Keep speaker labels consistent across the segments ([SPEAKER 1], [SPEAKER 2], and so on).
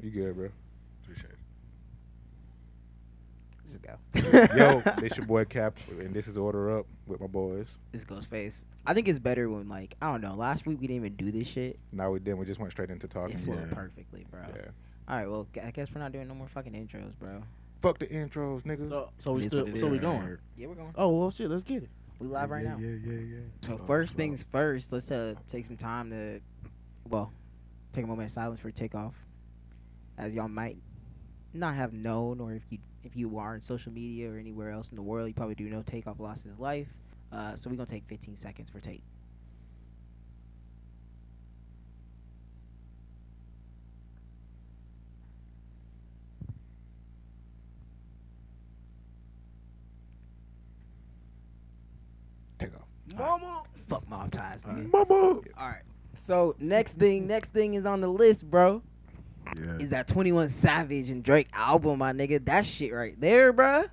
[SPEAKER 1] You good, bro?
[SPEAKER 2] Appreciate it.
[SPEAKER 3] Just go.
[SPEAKER 1] Yo, this your boy Cap, and this is Order Up with my boys.
[SPEAKER 3] This goes face. I think it's better when like I don't know. Last week we didn't even do this shit.
[SPEAKER 1] Now we did. We just went straight into
[SPEAKER 3] It
[SPEAKER 1] talking.
[SPEAKER 2] Yeah.
[SPEAKER 3] flowed perfectly, bro.
[SPEAKER 1] Oh, Yeah.
[SPEAKER 3] All right, well, gu- I guess we're not doing no more fucking intros, bro.
[SPEAKER 1] Fuck the intros, niggas.
[SPEAKER 4] So, so we
[SPEAKER 3] It is
[SPEAKER 4] still,
[SPEAKER 3] what it
[SPEAKER 4] so we
[SPEAKER 3] is.
[SPEAKER 4] going.
[SPEAKER 3] Yeah, we're going.
[SPEAKER 4] Oh well, shit. Let's get it.
[SPEAKER 3] We live right
[SPEAKER 2] yeah,
[SPEAKER 3] now.
[SPEAKER 2] Yeah, yeah, yeah.
[SPEAKER 3] So
[SPEAKER 1] Oh,
[SPEAKER 2] Slow,
[SPEAKER 3] first
[SPEAKER 2] slow.
[SPEAKER 3] things first, let's uh, take some time to, well, take a moment of silence for takeoff, as y'all might not have known, or if you if you are on social media or anywhere else in the world, you probably do know takeoff lost his life. Uh, so we're gonna take 15 seconds for take.
[SPEAKER 1] Take off.
[SPEAKER 4] Mama.
[SPEAKER 3] Fuck mob ties.
[SPEAKER 2] All right.
[SPEAKER 3] nigga.
[SPEAKER 1] Mama.
[SPEAKER 3] All right. So next thing, next thing is on the list, bro.
[SPEAKER 2] Yeah,
[SPEAKER 3] Is that 21 Savage and Drake album, my nigga? That shit right there, bruh.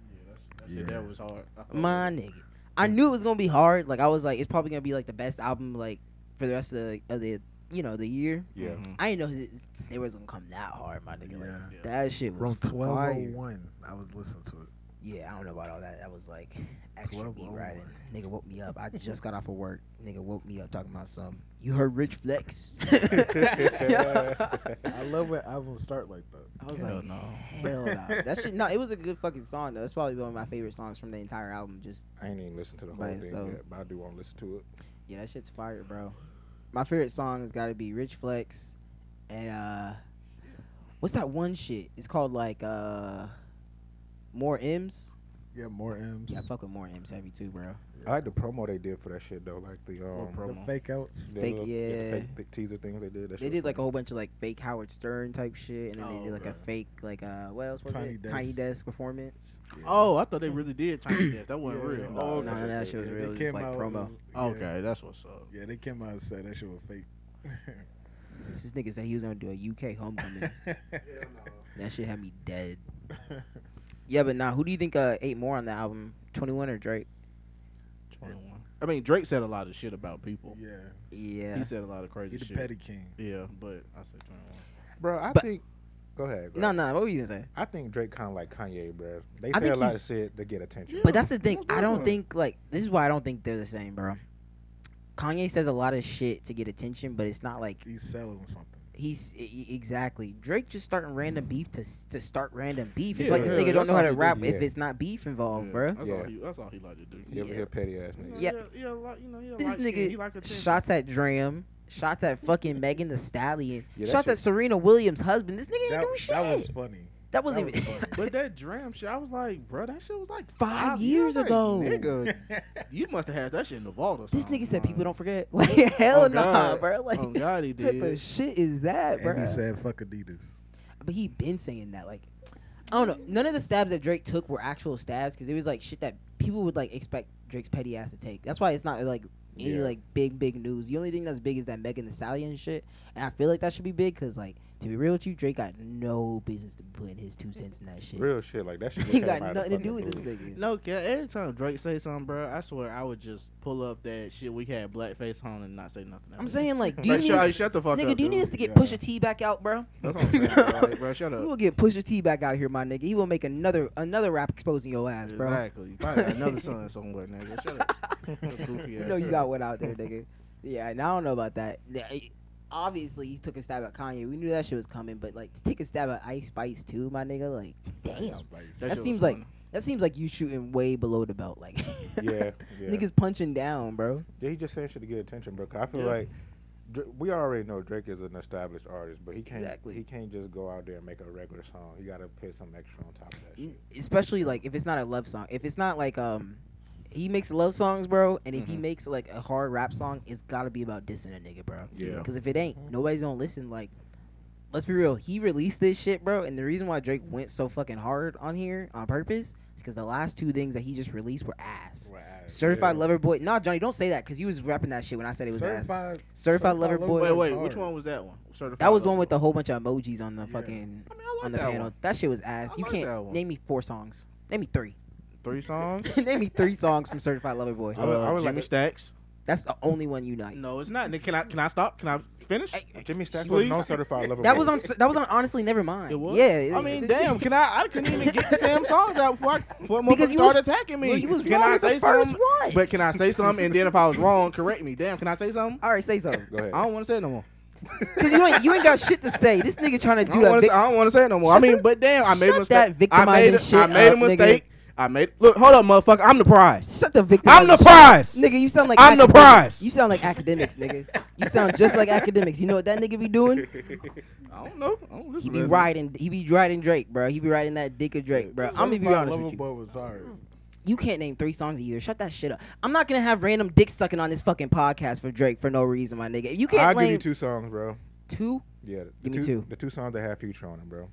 [SPEAKER 2] Yeah.
[SPEAKER 4] That was hard. I
[SPEAKER 2] Oh.
[SPEAKER 4] thought
[SPEAKER 3] my
[SPEAKER 4] it
[SPEAKER 3] nigga. I knew it was gonna be hard. Like I was like, it's probably gonna be like the best album like for the rest of the, of the you know the year.
[SPEAKER 4] was-
[SPEAKER 1] Yeah.
[SPEAKER 4] Mhm.
[SPEAKER 3] I didn't know it, it was gonna come that hard, my nigga. Like,
[SPEAKER 2] Yeah.
[SPEAKER 4] Yeah.
[SPEAKER 3] That shit was
[SPEAKER 2] From twelve oh
[SPEAKER 3] fire.
[SPEAKER 2] one, I was listening to it.
[SPEAKER 3] Yeah, I don't know about all that. That was like extra beat
[SPEAKER 2] 1201.
[SPEAKER 3] riding. Nigga woke me up. I just got off of work. Nigga woke me up talking about some. You heard Rich Flex?
[SPEAKER 2] I love when albums start like that.
[SPEAKER 3] I was
[SPEAKER 4] Hell
[SPEAKER 3] like,
[SPEAKER 4] no.
[SPEAKER 3] hell no. That shit, no, it was a good fucking song though. That's probably one of my favorite songs from the entire album. Just
[SPEAKER 1] I ain't even listened to the whole
[SPEAKER 3] By
[SPEAKER 1] thing
[SPEAKER 3] itself.
[SPEAKER 1] yet, but I do want to listen to it.
[SPEAKER 3] yeah, that shit's fire, bro. My favorite song has got to be Rich Flex, and uh, what's that one shit? It's called like uh, More M's.
[SPEAKER 2] Yeah, more M's.
[SPEAKER 3] Yeah, I fuck with More M's heavy too, bro.
[SPEAKER 1] I like the promo they did for that shit though, like the
[SPEAKER 4] What
[SPEAKER 1] um,
[SPEAKER 4] promo?
[SPEAKER 2] The fake outs.
[SPEAKER 1] the
[SPEAKER 3] Fake-
[SPEAKER 1] little- the
[SPEAKER 3] yeah.
[SPEAKER 1] fake, th- teaser things they did. That
[SPEAKER 3] They
[SPEAKER 1] shit
[SPEAKER 3] did
[SPEAKER 1] was
[SPEAKER 3] like a
[SPEAKER 1] funny.
[SPEAKER 3] whole bunch of like fake Howard Stern type shit, and then they
[SPEAKER 4] Oh,
[SPEAKER 3] did like
[SPEAKER 2] bruh.
[SPEAKER 3] a fake like uh, what else was
[SPEAKER 2] Tiny
[SPEAKER 3] it? Tiny
[SPEAKER 2] Desk.
[SPEAKER 3] Desk performance.
[SPEAKER 2] Yeah.
[SPEAKER 4] Oh, I thought they really did Chinese dance. That wasn't
[SPEAKER 2] Yeah,
[SPEAKER 4] real.
[SPEAKER 2] no,
[SPEAKER 4] Oh,
[SPEAKER 3] no,
[SPEAKER 4] okay. Oh,
[SPEAKER 3] no, that shit was
[SPEAKER 2] Yeah,
[SPEAKER 3] real. It
[SPEAKER 2] They
[SPEAKER 3] was
[SPEAKER 2] came
[SPEAKER 3] like
[SPEAKER 2] out.
[SPEAKER 3] promo.
[SPEAKER 2] it was- yeah.
[SPEAKER 4] Okay, that's what's up.
[SPEAKER 2] Yeah, they came out and said that shit was fake.
[SPEAKER 3] This nigga said he was gonna do a UK homecoming. that shit had me dead. Yeah, but now who do you think uh, ate more on the album, Twenty One or Drake?
[SPEAKER 4] 21. I mean, Drake said a lot of shit about people.
[SPEAKER 2] yeah,
[SPEAKER 3] Yeah.
[SPEAKER 4] He said a lot of
[SPEAKER 2] he
[SPEAKER 4] crazy
[SPEAKER 2] the
[SPEAKER 4] shit.
[SPEAKER 2] petty king.
[SPEAKER 4] Yeah, but I said 21.
[SPEAKER 1] Bro, I
[SPEAKER 3] But-
[SPEAKER 1] think. Go ahead. Bro.
[SPEAKER 3] No, no. What were you gonna say?
[SPEAKER 1] I think Drake kind of like Kanye, bro. They
[SPEAKER 3] I
[SPEAKER 1] say a
[SPEAKER 3] think
[SPEAKER 1] lot of
[SPEAKER 3] he's-
[SPEAKER 1] shit to get attention.
[SPEAKER 3] But
[SPEAKER 4] Yeah,
[SPEAKER 3] that's the thing.
[SPEAKER 4] most
[SPEAKER 3] I don't
[SPEAKER 4] definitely.
[SPEAKER 3] think like this is why I don't think they're the same, bro. Kanye says a lot of shit to get attention, but it's not like
[SPEAKER 2] He's selling something.
[SPEAKER 3] he's e- e- exactly Drake just starting random beef to s- to start random beef. It's
[SPEAKER 4] Yeah,
[SPEAKER 3] like this
[SPEAKER 4] yeah,
[SPEAKER 3] nigga don't
[SPEAKER 4] that's
[SPEAKER 3] know how
[SPEAKER 4] all
[SPEAKER 3] to
[SPEAKER 4] he do,
[SPEAKER 3] rap if
[SPEAKER 1] yeah.
[SPEAKER 3] it's not beef involved,
[SPEAKER 4] yeah,
[SPEAKER 3] bro.
[SPEAKER 4] That's,
[SPEAKER 1] Yeah.
[SPEAKER 4] All he, that's all he liked to do.
[SPEAKER 1] You ever
[SPEAKER 3] Yeah.
[SPEAKER 1] hear petty ass
[SPEAKER 4] You
[SPEAKER 1] niggas?
[SPEAKER 4] know,
[SPEAKER 3] Oh, Yeah.
[SPEAKER 4] yeah, yeah, like, you know, yeah,
[SPEAKER 3] This
[SPEAKER 4] light skin,
[SPEAKER 3] nigga
[SPEAKER 4] he like attention.
[SPEAKER 3] Shots at Dram. Shots at fucking Megan the Stallion.
[SPEAKER 1] Yeah, that
[SPEAKER 3] shots
[SPEAKER 1] shit-
[SPEAKER 3] at Serena Williams' husband. This nigga
[SPEAKER 2] That,
[SPEAKER 3] ain't do shit.
[SPEAKER 2] that was funny.
[SPEAKER 3] That wasn't
[SPEAKER 2] that was
[SPEAKER 3] even.
[SPEAKER 2] funny.
[SPEAKER 4] But that dram shit, I was like, bro, that shit was like
[SPEAKER 3] Five
[SPEAKER 4] five
[SPEAKER 3] years
[SPEAKER 4] like,
[SPEAKER 3] ago.
[SPEAKER 4] Nigga, you must have had that shit in the vault or
[SPEAKER 3] this
[SPEAKER 4] something.
[SPEAKER 3] nigga said people
[SPEAKER 4] like-
[SPEAKER 3] don't forget. Like hell
[SPEAKER 4] Oh,
[SPEAKER 3] nah,
[SPEAKER 4] God.
[SPEAKER 3] bro. Like
[SPEAKER 4] oh God, he
[SPEAKER 3] type
[SPEAKER 4] did.
[SPEAKER 3] of shit is that, bro?
[SPEAKER 2] and he said, "Fuck Adidas."
[SPEAKER 3] But he been saying that. Like, I don't know. None of the stabs that Drake took were actual stabs because it was like shit that people would like expect Drake's petty ass to take. That's why it's not like any
[SPEAKER 1] Yeah.
[SPEAKER 3] like big big news. The only thing that's big is that Megan the Stallion shit, and I feel like that should be big because like to be real with you, Drake got no business to putting his two cents in that shit.
[SPEAKER 1] Real shit like that shit.
[SPEAKER 3] He
[SPEAKER 1] just
[SPEAKER 3] got
[SPEAKER 1] came out of
[SPEAKER 3] nothing to
[SPEAKER 1] fucking
[SPEAKER 3] do with this
[SPEAKER 1] blue.
[SPEAKER 3] nigga.
[SPEAKER 4] No, 'cause every time Drake say something, bro, I swear I would just pull up that shit we had blackface on and not say nothing.
[SPEAKER 3] I'm
[SPEAKER 4] else.
[SPEAKER 3] saying like, do you
[SPEAKER 4] Like,
[SPEAKER 3] need,
[SPEAKER 4] shut, shut the fuck
[SPEAKER 3] nigga,
[SPEAKER 4] up,
[SPEAKER 3] do you need
[SPEAKER 4] dude.
[SPEAKER 3] us to get
[SPEAKER 2] Yeah.
[SPEAKER 3] Pusha T back out, bro?
[SPEAKER 4] That's what I'm saying, bro. Like, bro, shut
[SPEAKER 3] We
[SPEAKER 4] up.
[SPEAKER 3] will get Pusha T back out here, my nigga. He will make another another rap exposing your ass, bro.
[SPEAKER 4] Exactly. You probably got another son somewhere, nigga. Shut up. Goofy
[SPEAKER 3] you
[SPEAKER 4] ass
[SPEAKER 3] know you
[SPEAKER 4] shit.
[SPEAKER 3] got one out there, nigga. Yeah, and I don't know about that. Yeah, I- Obviously, he took a stab at Kanye. We knew that shit was coming, but like to take a stab at Ice Spice too, my nigga. Like, damn,
[SPEAKER 4] That,
[SPEAKER 3] That
[SPEAKER 4] shit
[SPEAKER 3] seems
[SPEAKER 4] was
[SPEAKER 3] like-
[SPEAKER 4] funny.
[SPEAKER 3] that seems like you shooting way below the belt. Like,
[SPEAKER 1] Yeah, yeah.
[SPEAKER 3] niggas punching down, bro.
[SPEAKER 1] Yeah, he just saying shit to get attention, bro. 'cause I feel
[SPEAKER 4] Yeah.
[SPEAKER 1] like Dra we already know Drake is an established artist, but he can't
[SPEAKER 3] Exactly.
[SPEAKER 1] he can't just go out there and make a regular song. He got to put some extra on top of that shit.
[SPEAKER 3] Especially like if it's not a love song, if it's not like um, he makes love songs, bro, and if he
[SPEAKER 4] Mhm.
[SPEAKER 3] makes like a hard rap song, it's gotta be about dissing a nigga, bro.
[SPEAKER 4] Yeah.
[SPEAKER 3] Because if it ain't, nobody's gonna listen. Like, let's be real. He released this shit, bro, and the reason why Drake went so fucking hard on here on purpose is because the last two things that he just released were ass. Certified Lover Boy. Nah, Johnny, don't say that because you was rapping that shit when I said it was ass. Certified,
[SPEAKER 2] Certified.
[SPEAKER 3] Lover Boy.
[SPEAKER 2] Lover Boy.
[SPEAKER 4] Wait, wait,
[SPEAKER 2] hard.
[SPEAKER 4] which one was that one? Certified
[SPEAKER 3] That was
[SPEAKER 4] Lover
[SPEAKER 3] one with
[SPEAKER 4] Boy.
[SPEAKER 3] a whole bunch of emojis on the
[SPEAKER 2] Yeah.
[SPEAKER 3] fucking
[SPEAKER 4] I mean, I like
[SPEAKER 3] on the
[SPEAKER 4] that
[SPEAKER 3] panel.
[SPEAKER 4] one.
[SPEAKER 3] That shit was ass.
[SPEAKER 4] I
[SPEAKER 3] you
[SPEAKER 4] like that
[SPEAKER 3] can't
[SPEAKER 4] one.
[SPEAKER 3] name me four songs. Name me three.
[SPEAKER 4] Three songs.
[SPEAKER 3] name me three songs from Certified Lover Boy.
[SPEAKER 1] I would- I
[SPEAKER 4] Uh,
[SPEAKER 1] would like
[SPEAKER 4] Jimmy
[SPEAKER 1] to-
[SPEAKER 4] Stacks.
[SPEAKER 3] That's the only one you like.
[SPEAKER 4] No, it's not. Nick, Can I can I stop? Can I finish?
[SPEAKER 3] Hey,
[SPEAKER 1] Jimmy Stacks was
[SPEAKER 4] Please.
[SPEAKER 1] non-certified level.
[SPEAKER 3] That was on. That was on. Honestly, never mind.
[SPEAKER 4] It was.
[SPEAKER 3] Yeah.
[SPEAKER 4] I
[SPEAKER 3] it-
[SPEAKER 4] mean,
[SPEAKER 3] it-
[SPEAKER 4] damn. Can I? I couldn't even get the Sam songs out before, I, before
[SPEAKER 3] Because
[SPEAKER 4] motherfuckers
[SPEAKER 3] you was-
[SPEAKER 4] started attacking me.
[SPEAKER 3] Well, you was
[SPEAKER 4] can
[SPEAKER 3] wrong
[SPEAKER 4] I
[SPEAKER 3] as the
[SPEAKER 4] say
[SPEAKER 3] first
[SPEAKER 4] something?
[SPEAKER 3] one.
[SPEAKER 4] But can I say something? And then if I was wrong, correct me. Damn. Can I say something?
[SPEAKER 3] all right, say something.
[SPEAKER 1] Go ahead.
[SPEAKER 4] I don't want to say it no more.
[SPEAKER 3] Cause you ain't you ain't got shit to say. This nigga trying
[SPEAKER 4] I
[SPEAKER 3] to
[SPEAKER 4] don't
[SPEAKER 3] do that.
[SPEAKER 4] want to.
[SPEAKER 3] Vic-
[SPEAKER 4] I don't want to say it no more. I mean, but damn, I made
[SPEAKER 3] Shut
[SPEAKER 4] a mistake.
[SPEAKER 3] that
[SPEAKER 4] I made. A,
[SPEAKER 3] victimizing
[SPEAKER 4] I
[SPEAKER 3] shit
[SPEAKER 4] made a
[SPEAKER 3] up, nigga.
[SPEAKER 4] mistake. I made. Look, hold up, motherfucker. I'm the prize.
[SPEAKER 3] Shut the victim.
[SPEAKER 4] I'm the prize.
[SPEAKER 3] Nigga, you sound like
[SPEAKER 4] I'm the
[SPEAKER 3] academics.
[SPEAKER 4] prize.
[SPEAKER 3] You sound like academics, nigga. You sound just like academics. You know what that nigga be doing?
[SPEAKER 4] I don't know. I don't
[SPEAKER 3] He
[SPEAKER 4] listen
[SPEAKER 3] be
[SPEAKER 4] to that.
[SPEAKER 3] riding. He be riding Drake, bro. He be riding that dick of Drake, bro. I'm gonna be honest with you. You can't name three songs either. Shut that shit up. I'm not gonna have random dick sucking on this fucking podcast for Drake for no reason, my nigga. If you can't
[SPEAKER 1] I'll give
[SPEAKER 3] name
[SPEAKER 1] you two songs, bro.
[SPEAKER 3] two,
[SPEAKER 1] Yeah, the
[SPEAKER 3] Give me
[SPEAKER 1] two,
[SPEAKER 3] two. Mm.
[SPEAKER 1] The two songs that have Future on them, bro.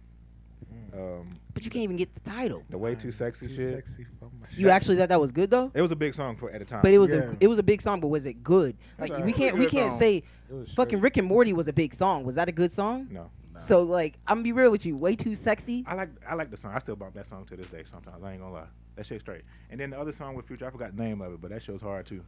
[SPEAKER 1] Um,
[SPEAKER 3] but you can't even get the title.
[SPEAKER 1] the way too sexy shit.
[SPEAKER 3] You actually thought that was good though,
[SPEAKER 1] It was a big song for at the time.
[SPEAKER 3] but it was
[SPEAKER 2] Yeah.
[SPEAKER 3] a it was a big song. But was it good?
[SPEAKER 1] That's
[SPEAKER 3] Like
[SPEAKER 1] all
[SPEAKER 3] we
[SPEAKER 1] right.
[SPEAKER 3] can't we
[SPEAKER 4] Good
[SPEAKER 3] can't
[SPEAKER 4] song.
[SPEAKER 3] say fucking Rick and Morty was a big song. Was that a good song?
[SPEAKER 1] no.
[SPEAKER 3] So like I'm gonna be real with you, way too sexy.
[SPEAKER 1] I like I like the song. I still bump that song to this day. Sometimes I ain't gonna lie. That shit straight. And then the other song with Future, I forgot the name of it, but that shit was hard too.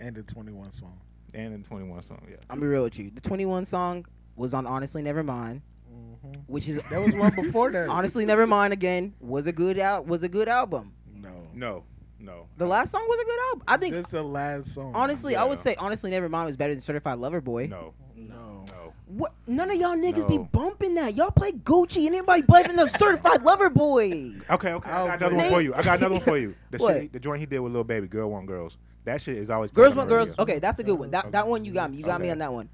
[SPEAKER 2] and the 21 song.
[SPEAKER 1] And in 21 song, yeah.
[SPEAKER 3] I'm gonna be real with you. The 21 song was on Honestly Nevermind,
[SPEAKER 4] Mm-hmm.
[SPEAKER 3] which is
[SPEAKER 2] That was one before that.
[SPEAKER 3] Honestly Nevermind again was a good out was a good album.
[SPEAKER 2] No,
[SPEAKER 1] No, no.
[SPEAKER 3] The
[SPEAKER 1] I-
[SPEAKER 3] last song was a good album. I think
[SPEAKER 2] That's the last song.
[SPEAKER 3] honestly, I would
[SPEAKER 1] Yeah.
[SPEAKER 3] say Honestly Nevermind was better than Certified Lover Boy.
[SPEAKER 1] No,
[SPEAKER 2] no.
[SPEAKER 1] no.
[SPEAKER 3] What? None of y'all niggas be
[SPEAKER 1] No.
[SPEAKER 3] bumping that. Y'all play Gucci and anybody bumping the Certified Lover Boy.
[SPEAKER 1] Okay, okay. I
[SPEAKER 2] I'll
[SPEAKER 1] got another one
[SPEAKER 3] play-
[SPEAKER 1] for you. I got another one for you. The
[SPEAKER 3] What?
[SPEAKER 1] shit, the joint he did with Lil Baby, Girl Want Girls. That shit is always played
[SPEAKER 3] Girls
[SPEAKER 1] on
[SPEAKER 3] Want
[SPEAKER 1] the
[SPEAKER 3] Girls.
[SPEAKER 1] radio.
[SPEAKER 3] Okay, that's a good one. That that one you got me. You got me
[SPEAKER 1] Okay.
[SPEAKER 3] on that one.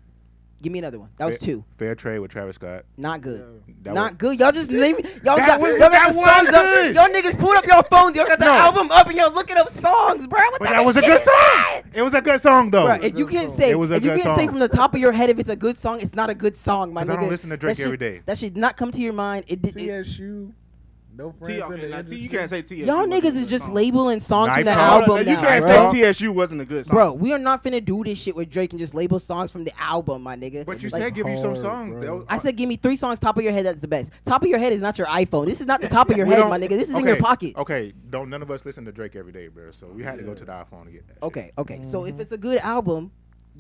[SPEAKER 3] Give me another one. That was
[SPEAKER 1] Fair-
[SPEAKER 3] two.
[SPEAKER 1] Fair Trade with Travis Scott.
[SPEAKER 3] Not good.
[SPEAKER 1] That
[SPEAKER 3] Not
[SPEAKER 1] was-
[SPEAKER 3] good. Y'all just name y'all
[SPEAKER 1] That
[SPEAKER 3] got
[SPEAKER 1] was-
[SPEAKER 3] y'all got
[SPEAKER 1] that
[SPEAKER 3] the
[SPEAKER 1] was
[SPEAKER 3] songs up.
[SPEAKER 1] good.
[SPEAKER 3] Y'all niggas pulled up your phones. Y'all got the
[SPEAKER 1] No.
[SPEAKER 3] album up and y'all looking up songs, bro. What
[SPEAKER 1] But
[SPEAKER 3] type
[SPEAKER 1] that
[SPEAKER 3] of
[SPEAKER 1] was a
[SPEAKER 3] shit
[SPEAKER 1] good
[SPEAKER 3] is
[SPEAKER 1] song. It was a good song though.
[SPEAKER 3] Bruh,
[SPEAKER 2] was a
[SPEAKER 3] if you
[SPEAKER 2] good
[SPEAKER 3] can't
[SPEAKER 2] song.
[SPEAKER 3] say
[SPEAKER 1] It was a
[SPEAKER 3] if you
[SPEAKER 1] good
[SPEAKER 3] can't say
[SPEAKER 1] song.
[SPEAKER 3] from the top of your head if it's a good song, it's not a good song, my
[SPEAKER 1] 'Cause I
[SPEAKER 3] nigga.
[SPEAKER 1] don't listen to Drake
[SPEAKER 3] that shit,
[SPEAKER 1] every day.
[SPEAKER 3] That should not come to your mind. It, did- it,
[SPEAKER 2] CSU, no
[SPEAKER 4] T,
[SPEAKER 2] friends in
[SPEAKER 4] okay, now,
[SPEAKER 2] the
[SPEAKER 4] T,
[SPEAKER 2] industry.
[SPEAKER 4] you can't say TSU.
[SPEAKER 3] y'all
[SPEAKER 4] wasn't a
[SPEAKER 3] niggas
[SPEAKER 4] good
[SPEAKER 3] is just
[SPEAKER 4] song.
[SPEAKER 3] labeling songs from the
[SPEAKER 1] Night
[SPEAKER 4] Hold
[SPEAKER 1] Talk.
[SPEAKER 4] up,
[SPEAKER 3] album
[SPEAKER 4] now,
[SPEAKER 3] now,
[SPEAKER 4] You can't
[SPEAKER 3] bro.
[SPEAKER 4] say TSU wasn't a good song.
[SPEAKER 3] Bro, we are not finna do this shit with Drake and just label songs from the album, my nigga.
[SPEAKER 1] But you
[SPEAKER 3] Like,
[SPEAKER 1] said give you some
[SPEAKER 2] hard,
[SPEAKER 1] songs.
[SPEAKER 2] bro.
[SPEAKER 1] That
[SPEAKER 3] I
[SPEAKER 1] was-
[SPEAKER 3] said, give me three songs top of your head. That's the best. Top of your head is not your iPhone. This is not the top of your
[SPEAKER 1] We
[SPEAKER 3] head,
[SPEAKER 1] don't-
[SPEAKER 3] my nigga. This is in your
[SPEAKER 1] okay, Oh.
[SPEAKER 3] pocket.
[SPEAKER 1] Okay, don't none of us listen to Drake every day, bro. So we had to go
[SPEAKER 2] Yeah.
[SPEAKER 1] to the iPhone to get that. shit.
[SPEAKER 3] Okay, okay. So if
[SPEAKER 2] Mhm.
[SPEAKER 3] it's a good album,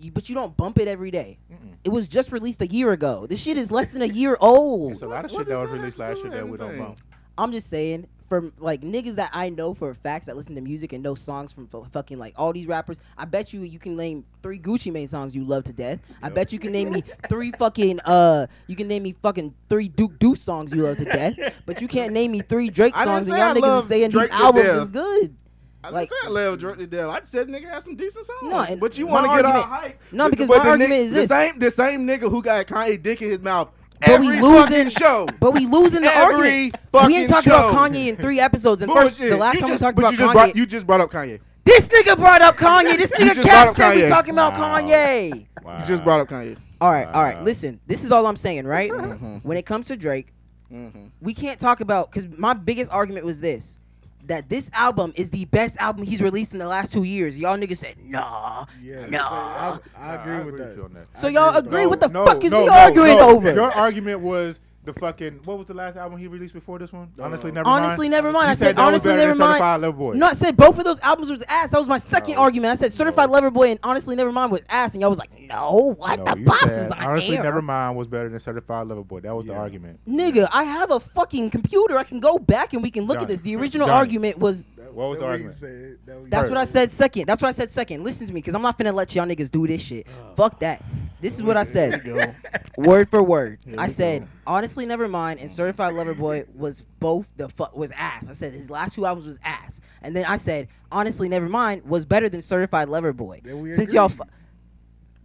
[SPEAKER 3] you, but you don't bump it every day.
[SPEAKER 1] Mm-mm.
[SPEAKER 3] It was just released a year ago. This shit is less than a year old.
[SPEAKER 1] It's a lot of
[SPEAKER 4] What-
[SPEAKER 1] shit that
[SPEAKER 4] what
[SPEAKER 1] was
[SPEAKER 4] does that
[SPEAKER 1] released
[SPEAKER 4] have to
[SPEAKER 1] last
[SPEAKER 4] do
[SPEAKER 1] year
[SPEAKER 4] with
[SPEAKER 1] that we don't
[SPEAKER 4] anything?
[SPEAKER 1] bump.
[SPEAKER 3] I'm just saying, from like niggas that I know for facts that listen to music and know songs from fu- fucking like all these rappers, I bet you you can name three Gucci Mane songs you love to death. I
[SPEAKER 1] Yep.
[SPEAKER 3] bet you can name me three fucking uh, you can name me fucking three Duke Deuce songs you love to death. But you can't name me three Drake
[SPEAKER 4] I didn't
[SPEAKER 3] songs, and
[SPEAKER 4] say
[SPEAKER 3] y'all
[SPEAKER 4] I
[SPEAKER 3] niggas
[SPEAKER 4] love
[SPEAKER 3] is saying
[SPEAKER 4] Drake
[SPEAKER 3] these
[SPEAKER 4] to
[SPEAKER 3] albums
[SPEAKER 4] death.
[SPEAKER 3] is good.
[SPEAKER 4] I
[SPEAKER 3] Like-
[SPEAKER 4] like, said I love Drake the Devil. I just said nigga had some decent songs.
[SPEAKER 3] No, and
[SPEAKER 4] but you
[SPEAKER 3] my
[SPEAKER 4] want to get all
[SPEAKER 3] argument-
[SPEAKER 4] hype.
[SPEAKER 3] No,
[SPEAKER 4] But-
[SPEAKER 3] because
[SPEAKER 4] but
[SPEAKER 3] my
[SPEAKER 4] the
[SPEAKER 3] argument
[SPEAKER 4] ni-
[SPEAKER 3] is this.
[SPEAKER 4] The same, the same nigga who got Kanye dick in his mouth
[SPEAKER 3] But we
[SPEAKER 4] every
[SPEAKER 3] losing-
[SPEAKER 4] fucking show.
[SPEAKER 3] But we losing the
[SPEAKER 4] Every
[SPEAKER 3] argument.
[SPEAKER 4] fucking
[SPEAKER 3] We ain't talking
[SPEAKER 4] show.
[SPEAKER 3] about Kanye in three episodes. And first, the
[SPEAKER 4] Bullshit.
[SPEAKER 3] last
[SPEAKER 4] you
[SPEAKER 3] time
[SPEAKER 4] just,
[SPEAKER 3] we talked
[SPEAKER 4] but
[SPEAKER 3] about
[SPEAKER 4] you just
[SPEAKER 3] Kanye,
[SPEAKER 4] Brought, you just brought up Kanye.
[SPEAKER 3] this nigga brought up Kanye. This
[SPEAKER 4] You
[SPEAKER 3] nigga
[SPEAKER 4] just brought
[SPEAKER 3] Cap
[SPEAKER 4] up
[SPEAKER 3] said we
[SPEAKER 4] Kanye.
[SPEAKER 3] talking about
[SPEAKER 1] Wow.
[SPEAKER 3] Kanye.
[SPEAKER 1] Wow.
[SPEAKER 4] You just brought up Kanye.
[SPEAKER 3] All right, all right.
[SPEAKER 1] Wow.
[SPEAKER 3] Listen, this is all I'm saying, right?
[SPEAKER 4] Mhm.
[SPEAKER 3] When it comes to Drake,
[SPEAKER 4] Mm-hmm.
[SPEAKER 3] we can't talk about because my biggest argument was this that this album is the best album he's released in the last two years. Y'all niggas said, nah.
[SPEAKER 2] Yeah,
[SPEAKER 3] No.
[SPEAKER 2] I, I
[SPEAKER 1] Nah,
[SPEAKER 2] agree with
[SPEAKER 1] with
[SPEAKER 2] that.
[SPEAKER 1] you on that.
[SPEAKER 3] So
[SPEAKER 2] I
[SPEAKER 3] y'all
[SPEAKER 2] agree with
[SPEAKER 3] agree
[SPEAKER 2] that.
[SPEAKER 3] what the
[SPEAKER 1] No,
[SPEAKER 3] fuck is
[SPEAKER 1] no,
[SPEAKER 3] we
[SPEAKER 1] no,
[SPEAKER 3] arguing
[SPEAKER 1] no.
[SPEAKER 3] over?
[SPEAKER 1] Your argument was the fucking what was the last album he released before this one?
[SPEAKER 4] Uh,
[SPEAKER 1] Honestly, never
[SPEAKER 3] honestly,
[SPEAKER 1] mind.
[SPEAKER 3] never mind.
[SPEAKER 1] You
[SPEAKER 3] I said,
[SPEAKER 1] that was
[SPEAKER 3] honestly,
[SPEAKER 1] better than
[SPEAKER 3] never mind.
[SPEAKER 1] Certified Lover Boy.
[SPEAKER 3] No, I said both of those albums was ass. That was my second
[SPEAKER 1] No.
[SPEAKER 3] argument. I said Certified
[SPEAKER 1] No.
[SPEAKER 3] Lover Boy and Honestly Nevermind was ass, and y'all was like, no, what
[SPEAKER 1] No,
[SPEAKER 3] the
[SPEAKER 1] you
[SPEAKER 3] pops is
[SPEAKER 1] said,
[SPEAKER 3] not
[SPEAKER 1] honestly,
[SPEAKER 3] there.
[SPEAKER 1] never mind was better than Certified Lover Boy. That was the
[SPEAKER 2] Yeah.
[SPEAKER 1] argument.
[SPEAKER 3] Nigga, I have a fucking computer. I can go back and we can look at
[SPEAKER 1] Done.
[SPEAKER 3] this. The original
[SPEAKER 1] Done.
[SPEAKER 3] argument was
[SPEAKER 2] That-
[SPEAKER 1] What was
[SPEAKER 2] that
[SPEAKER 1] the
[SPEAKER 2] we
[SPEAKER 1] argument?
[SPEAKER 2] said- that we
[SPEAKER 3] that's what I said second. That's what I said second. Listen to me, because I'm not finna let y'all niggas do this shit. Fuck that. This is what I said.
[SPEAKER 4] Mm-hmm.
[SPEAKER 3] word for word.
[SPEAKER 4] Here
[SPEAKER 3] I
[SPEAKER 4] we
[SPEAKER 3] said,
[SPEAKER 4] go.
[SPEAKER 3] honestly, never mind. And Certified Lover Boy was both the fuck was ass. I said his last two albums was ass. And then I said, honestly, never mind was better than Certified Lover Boy.
[SPEAKER 2] Then we
[SPEAKER 3] Since y'all,
[SPEAKER 2] agreed.
[SPEAKER 3] fu-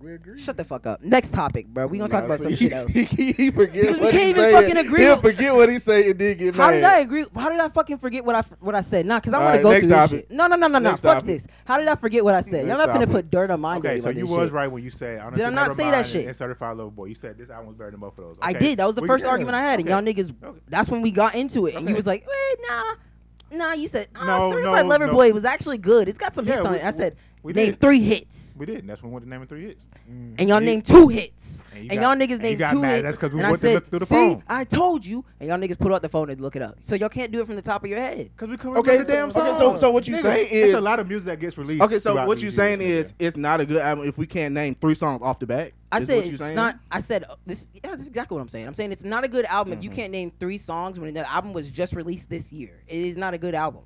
[SPEAKER 2] We agree.
[SPEAKER 3] shut the fuck up. Next topic, bro. We gonna talk about some shit else.
[SPEAKER 4] He, he, he
[SPEAKER 3] Because
[SPEAKER 4] forget
[SPEAKER 3] we
[SPEAKER 4] what
[SPEAKER 3] can't
[SPEAKER 4] he
[SPEAKER 3] even
[SPEAKER 4] said.
[SPEAKER 3] fucking agree
[SPEAKER 4] He'll
[SPEAKER 3] with-
[SPEAKER 4] forget what he said and then get mad.
[SPEAKER 3] How did I agree? How did I fucking forget what I what I said? Nah, cause I
[SPEAKER 4] All
[SPEAKER 3] want to
[SPEAKER 4] right,
[SPEAKER 3] go
[SPEAKER 4] next
[SPEAKER 3] through this
[SPEAKER 4] topic.
[SPEAKER 3] shit. No, no, no, no, no.
[SPEAKER 4] Next
[SPEAKER 3] Fuck
[SPEAKER 4] topic.
[SPEAKER 3] this. How did I forget what I said? Y'all
[SPEAKER 4] Next
[SPEAKER 3] not finna
[SPEAKER 4] topic.
[SPEAKER 3] put dirt on my
[SPEAKER 1] Okay,
[SPEAKER 3] name
[SPEAKER 1] so
[SPEAKER 3] on
[SPEAKER 1] you
[SPEAKER 3] this
[SPEAKER 1] was
[SPEAKER 3] shit.
[SPEAKER 1] right when you said honestly,
[SPEAKER 3] Did I not
[SPEAKER 1] never
[SPEAKER 3] say that
[SPEAKER 1] mind
[SPEAKER 3] shit?
[SPEAKER 1] And Certified Lover Boy. You said this album was better than both of those.
[SPEAKER 3] I
[SPEAKER 1] Okay.
[SPEAKER 3] did. That was the
[SPEAKER 1] We-
[SPEAKER 3] first
[SPEAKER 1] yeah.
[SPEAKER 3] argument I had, and
[SPEAKER 1] Okay.
[SPEAKER 3] y'all niggas.
[SPEAKER 1] Okay.
[SPEAKER 3] That's when we got into it, and you
[SPEAKER 1] Okay.
[SPEAKER 3] was like, eh, "Nah, nah." You said, oh,
[SPEAKER 1] No,
[SPEAKER 3] Certified
[SPEAKER 1] no,
[SPEAKER 3] Lover
[SPEAKER 1] no.
[SPEAKER 3] Boy was actually good. It's got some hits
[SPEAKER 1] Yeah,
[SPEAKER 3] on
[SPEAKER 1] we-
[SPEAKER 3] it." I said,
[SPEAKER 1] we
[SPEAKER 3] "Name
[SPEAKER 1] did.
[SPEAKER 3] three hits,"
[SPEAKER 1] We did. And that's when we went to name and three hits.
[SPEAKER 2] Mm.
[SPEAKER 3] and y'all
[SPEAKER 1] You-
[SPEAKER 3] named two hits.
[SPEAKER 1] you
[SPEAKER 3] and
[SPEAKER 1] got-
[SPEAKER 3] y'all niggas
[SPEAKER 1] and you
[SPEAKER 3] named
[SPEAKER 1] got
[SPEAKER 3] two
[SPEAKER 1] mad.
[SPEAKER 3] hits,
[SPEAKER 1] That's because we
[SPEAKER 3] and I
[SPEAKER 1] went to
[SPEAKER 3] said,
[SPEAKER 1] look through the
[SPEAKER 3] "See,
[SPEAKER 1] phone.
[SPEAKER 3] I told you," and y'all niggas put out the phone and look it up. So y'all can't do it from the top of your head.
[SPEAKER 1] Because we couldn't
[SPEAKER 4] Okay,
[SPEAKER 1] remember
[SPEAKER 4] so,
[SPEAKER 1] the damn
[SPEAKER 4] okay, so
[SPEAKER 1] song.
[SPEAKER 4] so what you
[SPEAKER 1] Nigga,
[SPEAKER 4] saying
[SPEAKER 1] it's
[SPEAKER 4] is
[SPEAKER 1] a lot of music that gets released.
[SPEAKER 4] Okay, so
[SPEAKER 1] throughout
[SPEAKER 4] what
[SPEAKER 1] these
[SPEAKER 4] you
[SPEAKER 1] years,
[SPEAKER 4] saying
[SPEAKER 1] nigga.
[SPEAKER 4] is it's not a good album if we can't name three songs off the bat.
[SPEAKER 3] I
[SPEAKER 4] is
[SPEAKER 3] said
[SPEAKER 4] what you
[SPEAKER 3] it's
[SPEAKER 4] saying?
[SPEAKER 3] not. I said uh, this. Yeah, that's exactly what I'm saying. I'm saying it's not a good album if you
[SPEAKER 1] Mm-hmm.
[SPEAKER 4] Mhm.
[SPEAKER 3] can't name three songs when the album was just released this year. It is not a good album.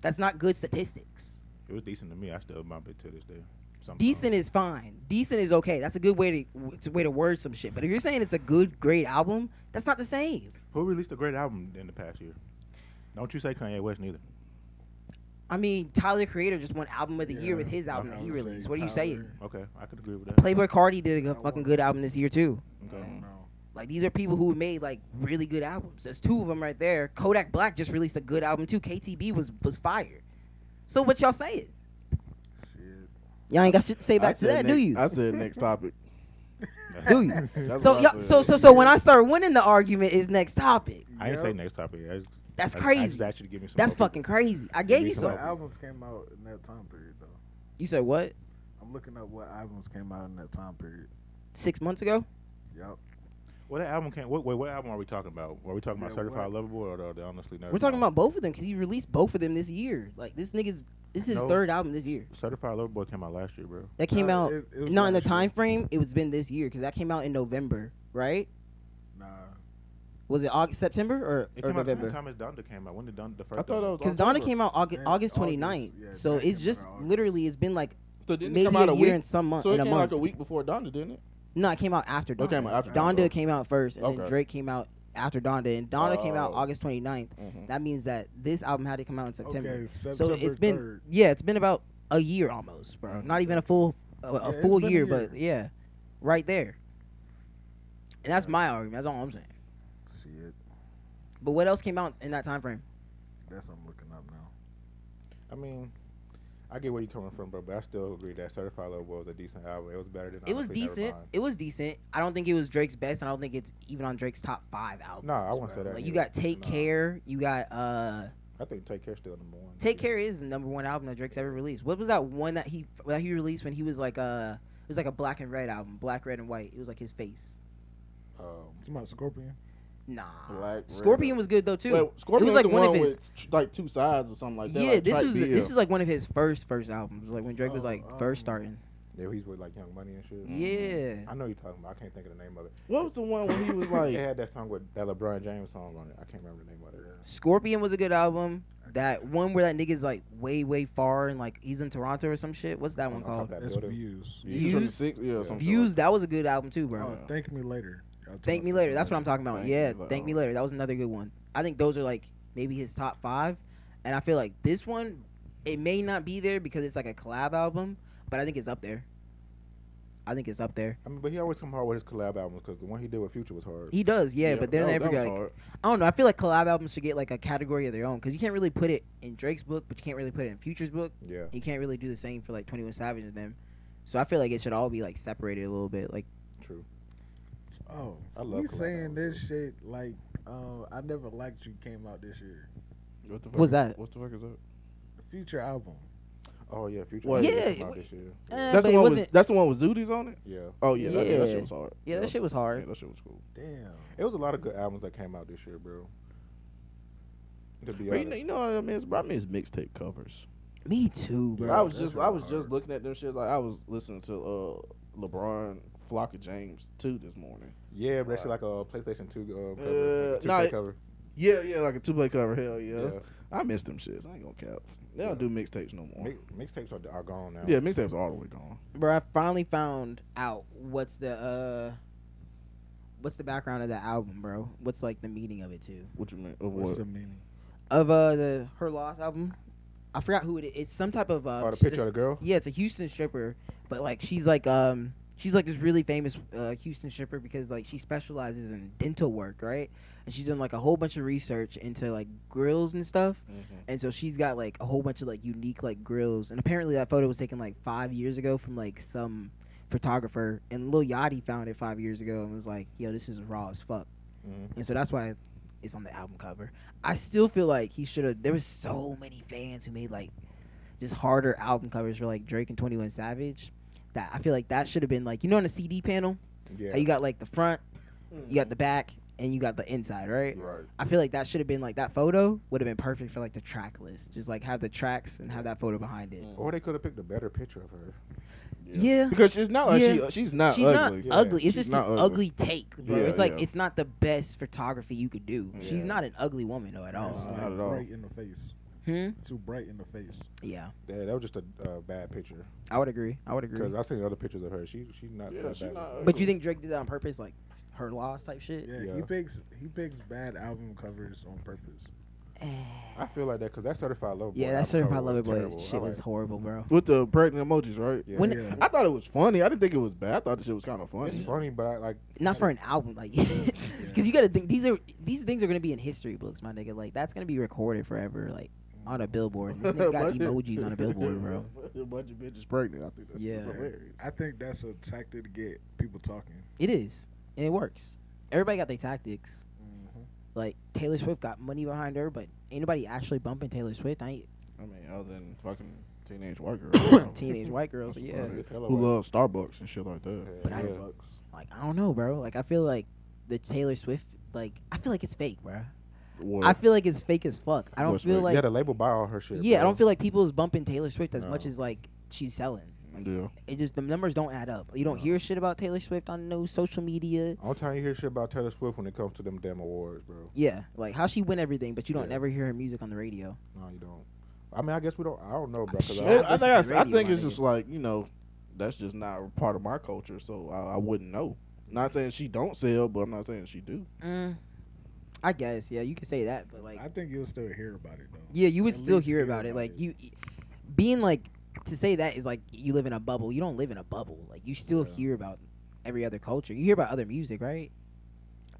[SPEAKER 3] That's not good statistics.
[SPEAKER 1] it was decent to me. I still bump it to this day. Some
[SPEAKER 3] Decent is fine. Decent is okay. That's a good way to it's a way to word some shit. But if you're saying it's a good, great album, that's not the same.
[SPEAKER 1] songs. Who released a great album in the past year? Don't you say Kanye West neither.
[SPEAKER 3] I mean, Tyler the Creator just won album of the year
[SPEAKER 2] Yeah,
[SPEAKER 3] with his
[SPEAKER 2] I-
[SPEAKER 3] album
[SPEAKER 2] I
[SPEAKER 3] that he
[SPEAKER 2] would say
[SPEAKER 3] released. What are you
[SPEAKER 2] Tyler.
[SPEAKER 3] saying?
[SPEAKER 1] Okay, I could agree with that.
[SPEAKER 3] Playboy Cardi did a
[SPEAKER 2] I
[SPEAKER 3] fucking
[SPEAKER 2] would.
[SPEAKER 3] good album this year too.
[SPEAKER 2] I
[SPEAKER 1] Okay.
[SPEAKER 2] don't know.
[SPEAKER 3] Like these are people who made like really good albums. There's two of them right there. Kodak Black just released a good album too. KTB was was fire. So what y'all saying?
[SPEAKER 2] Shit.
[SPEAKER 3] Y'all ain't got shit to say
[SPEAKER 4] I
[SPEAKER 3] back to
[SPEAKER 4] said
[SPEAKER 3] that, do
[SPEAKER 4] next-
[SPEAKER 3] you?
[SPEAKER 4] I said next topic.
[SPEAKER 3] Do you?
[SPEAKER 4] That's
[SPEAKER 3] so
[SPEAKER 4] what I
[SPEAKER 3] y'all, so
[SPEAKER 4] said.
[SPEAKER 3] so so when I start winning the argument is next topic.
[SPEAKER 1] I ain't say
[SPEAKER 2] Yep.
[SPEAKER 1] next topic. I just,
[SPEAKER 3] That's
[SPEAKER 1] I- I
[SPEAKER 3] crazy.
[SPEAKER 1] just asked you to give me some
[SPEAKER 3] That's
[SPEAKER 1] more people.
[SPEAKER 3] fucking crazy. I gave
[SPEAKER 1] me
[SPEAKER 3] you
[SPEAKER 1] some
[SPEAKER 3] some.
[SPEAKER 1] album.
[SPEAKER 2] What albums came out in that time period though?
[SPEAKER 3] You said what?
[SPEAKER 2] I'm looking up what albums came out in that time period.
[SPEAKER 3] Six months ago?
[SPEAKER 2] Yep.
[SPEAKER 1] Well, that album can't. What, wait, what album are we talking about? Are we talking about
[SPEAKER 2] Yeah,
[SPEAKER 1] Certified Lover Boy or the, the Honestly Never?
[SPEAKER 3] We're talking
[SPEAKER 1] Known?
[SPEAKER 3] about both of them because you released both of them this year. Like this nigga's this is his
[SPEAKER 1] No.
[SPEAKER 3] third album this year.
[SPEAKER 1] Certified Lover Boy came out last year, bro.
[SPEAKER 3] That came
[SPEAKER 2] No,
[SPEAKER 3] out
[SPEAKER 2] it- it was
[SPEAKER 3] not in the
[SPEAKER 2] last year.
[SPEAKER 3] time frame. It was been this year because that came out in November, right?
[SPEAKER 2] Nah.
[SPEAKER 3] Was it August, September or,
[SPEAKER 1] It
[SPEAKER 3] or
[SPEAKER 1] came out the
[SPEAKER 3] November?
[SPEAKER 1] same time as Donda came out. When did Donda the first?
[SPEAKER 4] I thought
[SPEAKER 1] Donda?
[SPEAKER 4] that was
[SPEAKER 3] Because Donna
[SPEAKER 4] October.
[SPEAKER 3] came out August,
[SPEAKER 2] Yeah,
[SPEAKER 3] August
[SPEAKER 2] August,
[SPEAKER 3] 29th.
[SPEAKER 2] yeah,
[SPEAKER 3] so
[SPEAKER 2] that
[SPEAKER 3] it's
[SPEAKER 2] came out
[SPEAKER 3] just
[SPEAKER 2] August.
[SPEAKER 3] literally, it's been like
[SPEAKER 4] So didn't it
[SPEAKER 3] maybe
[SPEAKER 4] come out
[SPEAKER 3] a,
[SPEAKER 4] a
[SPEAKER 3] year
[SPEAKER 4] week?
[SPEAKER 3] and some month.
[SPEAKER 4] So it
[SPEAKER 3] in a
[SPEAKER 4] came out
[SPEAKER 3] month.
[SPEAKER 4] like a week before Donda, didn't it?
[SPEAKER 3] no, it came out after Donda.
[SPEAKER 4] It came out after
[SPEAKER 3] Donda
[SPEAKER 4] Donda.
[SPEAKER 3] came out first, and then
[SPEAKER 4] Okay.
[SPEAKER 3] Drake came out after Donda. And Donda came out
[SPEAKER 4] Oh.
[SPEAKER 3] August 29th.
[SPEAKER 4] Mm-hmm.
[SPEAKER 3] That means that this album had to come out in September.
[SPEAKER 2] Okay, September
[SPEAKER 3] so it's been,
[SPEAKER 2] 3rd.
[SPEAKER 3] yeah, it's been about a year almost, bro.
[SPEAKER 4] Mhm.
[SPEAKER 3] Not even a full, a,
[SPEAKER 2] Yeah,
[SPEAKER 3] a
[SPEAKER 2] it's
[SPEAKER 3] full
[SPEAKER 2] been a
[SPEAKER 3] year,
[SPEAKER 2] year.
[SPEAKER 3] but yeah, right there. And that's my argument. That's all I'm saying.
[SPEAKER 2] Shit.
[SPEAKER 3] But what else came out in that time frame?
[SPEAKER 2] That's what I'm looking up now.
[SPEAKER 1] I mean, I get where you're coming from, bro, but I still agree that Certified Lover Boy was a decent album. It was better than.
[SPEAKER 3] It was
[SPEAKER 1] Honestly Never
[SPEAKER 3] decent.
[SPEAKER 1] Mind.
[SPEAKER 3] It was decent. I don't think it was Drake's best, and I don't think it's even on Drake's top five album.
[SPEAKER 1] No, I won't say
[SPEAKER 2] bro.
[SPEAKER 1] that.
[SPEAKER 3] Like you
[SPEAKER 1] either.
[SPEAKER 3] got Take
[SPEAKER 1] Nah.
[SPEAKER 3] Care, you got uh
[SPEAKER 1] I think Take Care still number one.
[SPEAKER 3] Take Care is the number one album that Drake's ever released. What was that one that he that he released when he was like uh it was like a black and red album, black, red and white. It was like his face.
[SPEAKER 1] Um,
[SPEAKER 2] Talking about Scorpion.
[SPEAKER 3] Nah.
[SPEAKER 4] Black, red,
[SPEAKER 3] Scorpion
[SPEAKER 4] and-
[SPEAKER 3] was good though too.
[SPEAKER 4] Wait, Scorpion
[SPEAKER 3] like
[SPEAKER 4] the
[SPEAKER 3] one of
[SPEAKER 4] one
[SPEAKER 3] his-
[SPEAKER 4] with t- like two sides or something like that.
[SPEAKER 3] yeah,
[SPEAKER 4] like
[SPEAKER 3] this
[SPEAKER 4] Type
[SPEAKER 3] was
[SPEAKER 4] B
[SPEAKER 3] this
[SPEAKER 4] or-
[SPEAKER 3] was like one of his first first albums, like when Drake was
[SPEAKER 2] Oh,
[SPEAKER 3] like first
[SPEAKER 2] um,
[SPEAKER 3] starting.
[SPEAKER 1] yeah, he's with like Young Money and shit.
[SPEAKER 4] Mm-hmm.
[SPEAKER 3] Yeah.
[SPEAKER 1] I know you're talking about. I can't think of the name of it.
[SPEAKER 4] What was the one where Oh, he was like?
[SPEAKER 1] it had that song with that LeBron James song on it. I can't remember the name of it.
[SPEAKER 3] Scorpion was a good album. That one where that nigga's like way way far and like he's in Toronto or some shit. What's that
[SPEAKER 1] On-
[SPEAKER 3] one
[SPEAKER 1] on top of
[SPEAKER 3] called?
[SPEAKER 1] that
[SPEAKER 2] That's
[SPEAKER 1] building.
[SPEAKER 2] views.
[SPEAKER 1] Yeah.
[SPEAKER 4] Views,
[SPEAKER 3] Views?
[SPEAKER 4] 26? yeah,
[SPEAKER 1] Yeah.
[SPEAKER 4] something
[SPEAKER 3] Views.
[SPEAKER 4] Like
[SPEAKER 3] That was a good album too, bro.
[SPEAKER 2] Oh, thank me later. Y'all
[SPEAKER 3] Thank
[SPEAKER 2] talking
[SPEAKER 3] Me
[SPEAKER 2] about
[SPEAKER 3] Later. That's what I'm talking about.
[SPEAKER 4] Thank Me
[SPEAKER 3] yeah,
[SPEAKER 4] Later.
[SPEAKER 3] Thank Me Later. That was another good one. I think those are like maybe his top five, and I feel like this one, it may not be there because it's like a collab album, but I think it's up there. I think it's up there.
[SPEAKER 1] I mean, but he always come hard with his collab albums because the one he did with Future was hard.
[SPEAKER 3] He does, yeah,
[SPEAKER 4] Yeah,
[SPEAKER 3] but they're
[SPEAKER 4] that-
[SPEAKER 3] never
[SPEAKER 4] that was
[SPEAKER 3] like
[SPEAKER 4] hard.
[SPEAKER 3] I don't know. I feel like collab albums should get like a category of their own because you can't really put it in Drake's book, but you can't really put it in Future's book.
[SPEAKER 1] Yeah.
[SPEAKER 3] You can't really do the same for like Twenty One Savage and them. So I feel like it should all be like separated a little bit. Like
[SPEAKER 1] True.
[SPEAKER 2] Oh,
[SPEAKER 1] I
[SPEAKER 2] I
[SPEAKER 1] love
[SPEAKER 2] love. We
[SPEAKER 1] collab
[SPEAKER 2] saying this
[SPEAKER 1] albums,
[SPEAKER 2] shit like uh, I never liked you came out this year.
[SPEAKER 4] What the fuck
[SPEAKER 3] What's
[SPEAKER 4] is-
[SPEAKER 3] that?
[SPEAKER 4] What the fuck is that?
[SPEAKER 2] The future album.
[SPEAKER 1] Oh yeah, Future.
[SPEAKER 4] Well,
[SPEAKER 1] did
[SPEAKER 3] yeah,
[SPEAKER 1] come out
[SPEAKER 3] we-
[SPEAKER 1] this year.
[SPEAKER 3] uh,
[SPEAKER 4] That's
[SPEAKER 3] but
[SPEAKER 4] the
[SPEAKER 3] it
[SPEAKER 4] one. With,
[SPEAKER 3] wasn't-
[SPEAKER 4] that's the one with Zooties on it.
[SPEAKER 1] Yeah.
[SPEAKER 4] Oh yeah, That, yeah, that
[SPEAKER 3] Yeah.
[SPEAKER 4] shit was hard.
[SPEAKER 3] yeah, that shit was
[SPEAKER 4] Yeah,
[SPEAKER 3] hard.
[SPEAKER 4] that shit was cool.
[SPEAKER 2] Damn.
[SPEAKER 1] It was a lot of good albums that came out this year, bro. To be
[SPEAKER 4] But you
[SPEAKER 1] honest,
[SPEAKER 4] know, you know what I miss? Bro, I miss mixtape covers.
[SPEAKER 3] Me too,
[SPEAKER 2] Yeah,
[SPEAKER 3] bro.
[SPEAKER 4] I was
[SPEAKER 2] that
[SPEAKER 4] just,
[SPEAKER 2] shit
[SPEAKER 4] I
[SPEAKER 2] was
[SPEAKER 4] was just
[SPEAKER 2] hard.
[SPEAKER 4] looking at them shits. Like I was listening to uh LeBron, Flocka James too this morning.
[SPEAKER 1] yeah, but that shit like
[SPEAKER 4] Alright.
[SPEAKER 1] a PlayStation Two uh, cover,
[SPEAKER 4] Uh,
[SPEAKER 1] like a 2K
[SPEAKER 4] nah,
[SPEAKER 1] cover.
[SPEAKER 4] Yeah, yeah, like a two play cover. Hell yeah.
[SPEAKER 1] Yeah,
[SPEAKER 4] I miss them shits. I ain't gonna cap. They
[SPEAKER 1] Yeah.
[SPEAKER 4] don't do mixtapes no more.
[SPEAKER 1] Mi- mixtapes are, are gone now.
[SPEAKER 4] yeah, mixtapes are all the way gone.
[SPEAKER 3] bro. I finally found out what's the uh, what's the background of that album, bro. What's like the meaning of it too?
[SPEAKER 4] What you mean? Of
[SPEAKER 2] What's
[SPEAKER 4] what?
[SPEAKER 2] the meaning?
[SPEAKER 3] Of uh, the Her Loss album. I forgot who it is. It's some type of uh,
[SPEAKER 1] Oh, the
[SPEAKER 3] she's
[SPEAKER 1] picture
[SPEAKER 3] a-
[SPEAKER 1] of the girl.
[SPEAKER 3] Yeah, it's a Houston stripper, but like she's like um she's like this really famous uh, Houston stripper because like she specializes in dental work, right? And she's done like a whole bunch of research into like grills and stuff, and so she's got like a whole bunch of like unique like grills. And apparently that photo was taken like five years ago from like some photographer, and Lil Yachty found it five years ago and was like, "Yo, this is raw as fuck."
[SPEAKER 1] Mhm.
[SPEAKER 3] and so that's why it's on the album cover. I still feel like he should have. There was so many fans who made like just harder album covers for like Drake and Twenty One Savage that I feel like that should have been like you know on the CD panel
[SPEAKER 1] Yeah.
[SPEAKER 3] Like, you got like the front, you got the back, and you got the inside, right?
[SPEAKER 5] Right.
[SPEAKER 3] I feel like that should have been like that photo would have been perfect for like the track list. Just like have the tracks and have that photo behind it.
[SPEAKER 4] Mm.
[SPEAKER 1] Or they could have picked a better picture of her.
[SPEAKER 3] Yeah.
[SPEAKER 4] Because she's not like
[SPEAKER 3] Yeah.
[SPEAKER 4] she she's not
[SPEAKER 3] She's
[SPEAKER 4] ugly.
[SPEAKER 1] Yeah.
[SPEAKER 3] not ugly.
[SPEAKER 4] She's
[SPEAKER 3] It's just
[SPEAKER 4] not
[SPEAKER 3] an
[SPEAKER 4] ugly.
[SPEAKER 3] ugly take, bro.
[SPEAKER 5] Yeah,
[SPEAKER 3] it's like
[SPEAKER 5] yeah.
[SPEAKER 3] it's not the best photography you could do.
[SPEAKER 4] Yeah.
[SPEAKER 3] She's not an ugly woman though at all.
[SPEAKER 2] It's
[SPEAKER 4] Not
[SPEAKER 2] like
[SPEAKER 4] at all.
[SPEAKER 2] Bright in the face.
[SPEAKER 3] Hmm?
[SPEAKER 2] Too bright in the face.
[SPEAKER 3] Yeah,
[SPEAKER 1] Yeah, that was just a uh, bad picture.
[SPEAKER 3] I would agree. I would agree.
[SPEAKER 1] Because I've seen other pictures of her. She she's not
[SPEAKER 5] Yeah,
[SPEAKER 1] that
[SPEAKER 5] she
[SPEAKER 1] bad.
[SPEAKER 5] not
[SPEAKER 3] But you think Drake did that on purpose, like s- her loss type shit?
[SPEAKER 2] Yeah,
[SPEAKER 1] Yeah.
[SPEAKER 2] he picks he picks bad album covers on purpose.
[SPEAKER 1] I feel like that because that certified lover.
[SPEAKER 3] Yeah,
[SPEAKER 1] Boy
[SPEAKER 3] that
[SPEAKER 1] album cover
[SPEAKER 3] certified lover
[SPEAKER 1] was
[SPEAKER 3] boy
[SPEAKER 1] terrible. I
[SPEAKER 3] shit
[SPEAKER 1] like-
[SPEAKER 3] was horrible, bro.
[SPEAKER 4] with the pregnant emojis, right?
[SPEAKER 1] Yeah.
[SPEAKER 3] When
[SPEAKER 2] Yeah.
[SPEAKER 4] I thought it was funny. I didn't think it was bad. I thought the shit was kind of
[SPEAKER 1] it's
[SPEAKER 4] funny.
[SPEAKER 1] funny, but I like
[SPEAKER 3] not for an album, like, because you gotta think these are these things are gonna be in history books, my nigga. Like that's gonna be recorded forever, like on a billboard. This nigga got
[SPEAKER 4] Bunch of-
[SPEAKER 3] emojis on a billboard, bro.
[SPEAKER 4] A bunch of bitches pregnant. I think that's
[SPEAKER 3] Yeah.
[SPEAKER 4] that's hilarious.
[SPEAKER 2] I think that's a tactic to get people talking.
[SPEAKER 3] It is, and it works. Everybody got their tactics.
[SPEAKER 2] Mm-hmm.
[SPEAKER 3] Like Taylor Swift got money behind her, but anybody actually bumping Taylor Swift? I
[SPEAKER 4] I mean, other than fucking teenage white
[SPEAKER 3] ain't
[SPEAKER 4] girls,
[SPEAKER 3] teenage white girls.
[SPEAKER 4] That's
[SPEAKER 3] Yeah,
[SPEAKER 4] funny.
[SPEAKER 1] Hello,
[SPEAKER 4] who
[SPEAKER 1] White.
[SPEAKER 4] love Starbucks and shit like that.
[SPEAKER 1] Yeah,
[SPEAKER 3] But I-
[SPEAKER 1] yeah.
[SPEAKER 3] like I don't know, bro. Like I feel like the Taylor Swift, like I feel like it's fake, bro.
[SPEAKER 4] Well,
[SPEAKER 3] I feel like it's fake as fuck. I don't
[SPEAKER 4] What's
[SPEAKER 3] feel
[SPEAKER 4] fake?
[SPEAKER 1] yeah,
[SPEAKER 3] like
[SPEAKER 1] the label buy all her shit.
[SPEAKER 3] yeah, I
[SPEAKER 1] bro.
[SPEAKER 3] don't feel like people is bumping Taylor Swift as much
[SPEAKER 1] No.
[SPEAKER 3] as like she's selling.
[SPEAKER 4] yeah.
[SPEAKER 3] It just the numbers don't add up. You don't hear shit about Taylor Swift on no social media.
[SPEAKER 1] Only time you hear shit about Taylor Swift when it comes to them damn awards, bro.
[SPEAKER 3] Yeah, like how she win everything, but you don't
[SPEAKER 1] Yeah.
[SPEAKER 3] ever hear her music on the radio.
[SPEAKER 1] No, you don't. I mean, I guess we don't. I don't know, bro. 'cause
[SPEAKER 3] shit,
[SPEAKER 1] I,
[SPEAKER 3] Yeah,
[SPEAKER 4] Well,
[SPEAKER 3] I
[SPEAKER 4] I,
[SPEAKER 3] listen
[SPEAKER 4] think I,
[SPEAKER 3] to
[SPEAKER 4] s- I
[SPEAKER 3] radio,
[SPEAKER 4] think
[SPEAKER 3] my
[SPEAKER 4] it's just
[SPEAKER 3] nigga.
[SPEAKER 4] like you know, that's just not a part of my culture, so I, I wouldn't know. Not saying she don't sell, but I'm not saying she do.
[SPEAKER 3] Mm. I guess yeah, you could say that, but like
[SPEAKER 2] I think you'll still hear about it though.
[SPEAKER 3] yeah, you would
[SPEAKER 2] at
[SPEAKER 3] still
[SPEAKER 2] least
[SPEAKER 3] hear
[SPEAKER 2] hear
[SPEAKER 3] about it.
[SPEAKER 2] about
[SPEAKER 3] Like
[SPEAKER 2] it.
[SPEAKER 3] you e, being like to say that is like you live in a bubble. You don't live in a bubble. Like you still
[SPEAKER 2] Yeah.
[SPEAKER 3] hear about every other culture. You hear about other music, right?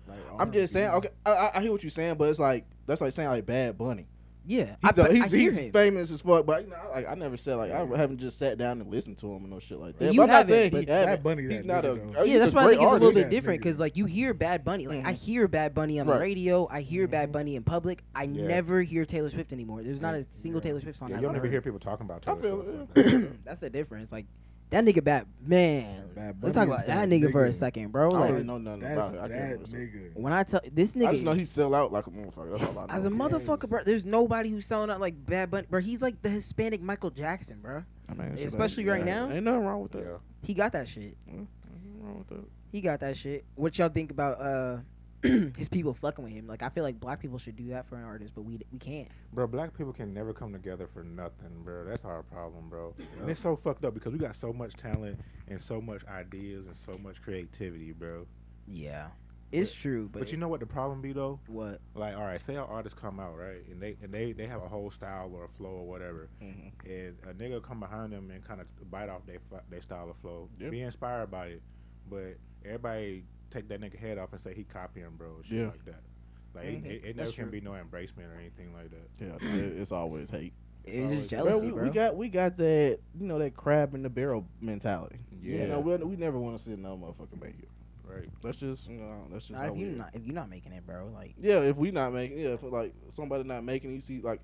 [SPEAKER 2] Like,
[SPEAKER 4] I'm just saying.
[SPEAKER 2] R&B.
[SPEAKER 4] Okay, I- I, I hear what you're saying, but it's like that's like saying like Bad Bunny.
[SPEAKER 3] Yeah, I,
[SPEAKER 4] He's, a-
[SPEAKER 3] but I
[SPEAKER 4] he's,
[SPEAKER 3] hear
[SPEAKER 4] he's
[SPEAKER 3] him.
[SPEAKER 4] famous as fuck, but you know, I, like I never said like I haven't just sat down and listened to him and no shit like that.
[SPEAKER 3] You
[SPEAKER 4] but I'm not
[SPEAKER 3] haven't,
[SPEAKER 4] saying
[SPEAKER 3] but
[SPEAKER 4] he haven't.
[SPEAKER 2] Bad Bunny
[SPEAKER 4] He's
[SPEAKER 2] that
[SPEAKER 4] not a.
[SPEAKER 2] nigga, though.
[SPEAKER 4] he's
[SPEAKER 3] yeah, that's why I
[SPEAKER 4] great
[SPEAKER 3] think it's a little
[SPEAKER 4] artist.
[SPEAKER 3] bit
[SPEAKER 2] Yeah,
[SPEAKER 3] different
[SPEAKER 2] nigga.
[SPEAKER 3] because like you hear Bad Bunny, like I
[SPEAKER 4] Mhm.
[SPEAKER 3] hear Bad Bunny on
[SPEAKER 4] Right.
[SPEAKER 3] the radio, I hear Bad
[SPEAKER 1] Mhm.
[SPEAKER 3] Bunny in public. I
[SPEAKER 1] Yeah.
[SPEAKER 3] never hear Taylor Swift anymore. There's not
[SPEAKER 1] Yeah.
[SPEAKER 3] a single Taylor Swift song
[SPEAKER 1] yeah,
[SPEAKER 3] I
[SPEAKER 1] you don't ever
[SPEAKER 3] ever heard.
[SPEAKER 1] hear people talking about
[SPEAKER 4] I
[SPEAKER 1] Taylor
[SPEAKER 4] feel
[SPEAKER 1] Swift.
[SPEAKER 4] it.
[SPEAKER 1] like that.
[SPEAKER 3] That's the difference. Like that nigga bad man.
[SPEAKER 2] Bad
[SPEAKER 3] Let's talk
[SPEAKER 2] Bunny
[SPEAKER 3] about
[SPEAKER 2] is
[SPEAKER 3] that
[SPEAKER 2] that
[SPEAKER 3] nigga, for a
[SPEAKER 2] nigga.
[SPEAKER 3] second, bro.
[SPEAKER 4] I don't
[SPEAKER 3] Like
[SPEAKER 4] really know nothing
[SPEAKER 2] That's
[SPEAKER 4] about it. I can't
[SPEAKER 2] that
[SPEAKER 4] remember.
[SPEAKER 2] nigga.
[SPEAKER 3] when I tell this nigga
[SPEAKER 4] I just know
[SPEAKER 3] is-
[SPEAKER 4] he sell out like a motherfucker. That's
[SPEAKER 3] is-
[SPEAKER 4] all I know.
[SPEAKER 3] as a motherfucker,
[SPEAKER 1] Yes.
[SPEAKER 3] bro. There's nobody who's selling out like Bad Bunny, bro. He's like the Hispanic Michael Jackson, bro.
[SPEAKER 4] I mean, shit,
[SPEAKER 3] Especially
[SPEAKER 4] ain't-
[SPEAKER 3] right now.
[SPEAKER 4] Ain't nothing wrong with that.
[SPEAKER 1] Yeah.
[SPEAKER 3] He got that shit.
[SPEAKER 4] Ain't nothing wrong with that.
[SPEAKER 3] He got that shit. What y'all think about uh his people fucking with him? Like I feel like black people should do that for an artist, but we we can't.
[SPEAKER 1] Bro, black people can never come together for nothing, bro. That's our problem, bro. And it's so fucked up because we got so much talent and so much ideas and so much creativity, bro.
[SPEAKER 3] Yeah, it's true, but,
[SPEAKER 1] But, you know what the problem be though?
[SPEAKER 3] what?
[SPEAKER 1] Like, all right, say our artists come out, right? And they and they, they have a whole style or a flow or whatever.
[SPEAKER 4] Mhm.
[SPEAKER 1] And a nigga come behind them and kind of bite off their fu- their style or flow.
[SPEAKER 4] Yeah.
[SPEAKER 1] Be inspired by it. But everybody take that nigga head off and say he copying, bro. and Shit
[SPEAKER 4] Yeah.
[SPEAKER 1] like that. Like,
[SPEAKER 4] Mhm.
[SPEAKER 1] it, it, it never
[SPEAKER 3] Mm-hmm. That's
[SPEAKER 1] can
[SPEAKER 3] true.
[SPEAKER 1] be no embracement or anything like that.
[SPEAKER 4] Mm-hmm. Yeah, it- it's always hate.
[SPEAKER 3] It's just
[SPEAKER 1] always-
[SPEAKER 4] Well,
[SPEAKER 3] jealousy,
[SPEAKER 4] we,
[SPEAKER 3] bro.
[SPEAKER 4] we got we got that you know that crab in the barrel mentality.
[SPEAKER 1] Yeah.
[SPEAKER 4] You know, we, we never want to see another motherfucker make it.
[SPEAKER 1] Right.
[SPEAKER 4] That's just you know that's just
[SPEAKER 3] Not
[SPEAKER 4] how
[SPEAKER 3] if
[SPEAKER 4] we.
[SPEAKER 3] you
[SPEAKER 4] is.
[SPEAKER 3] not if you're not making it, bro. Like
[SPEAKER 4] Yeah, if we not making yeah, if like somebody not making it, you see like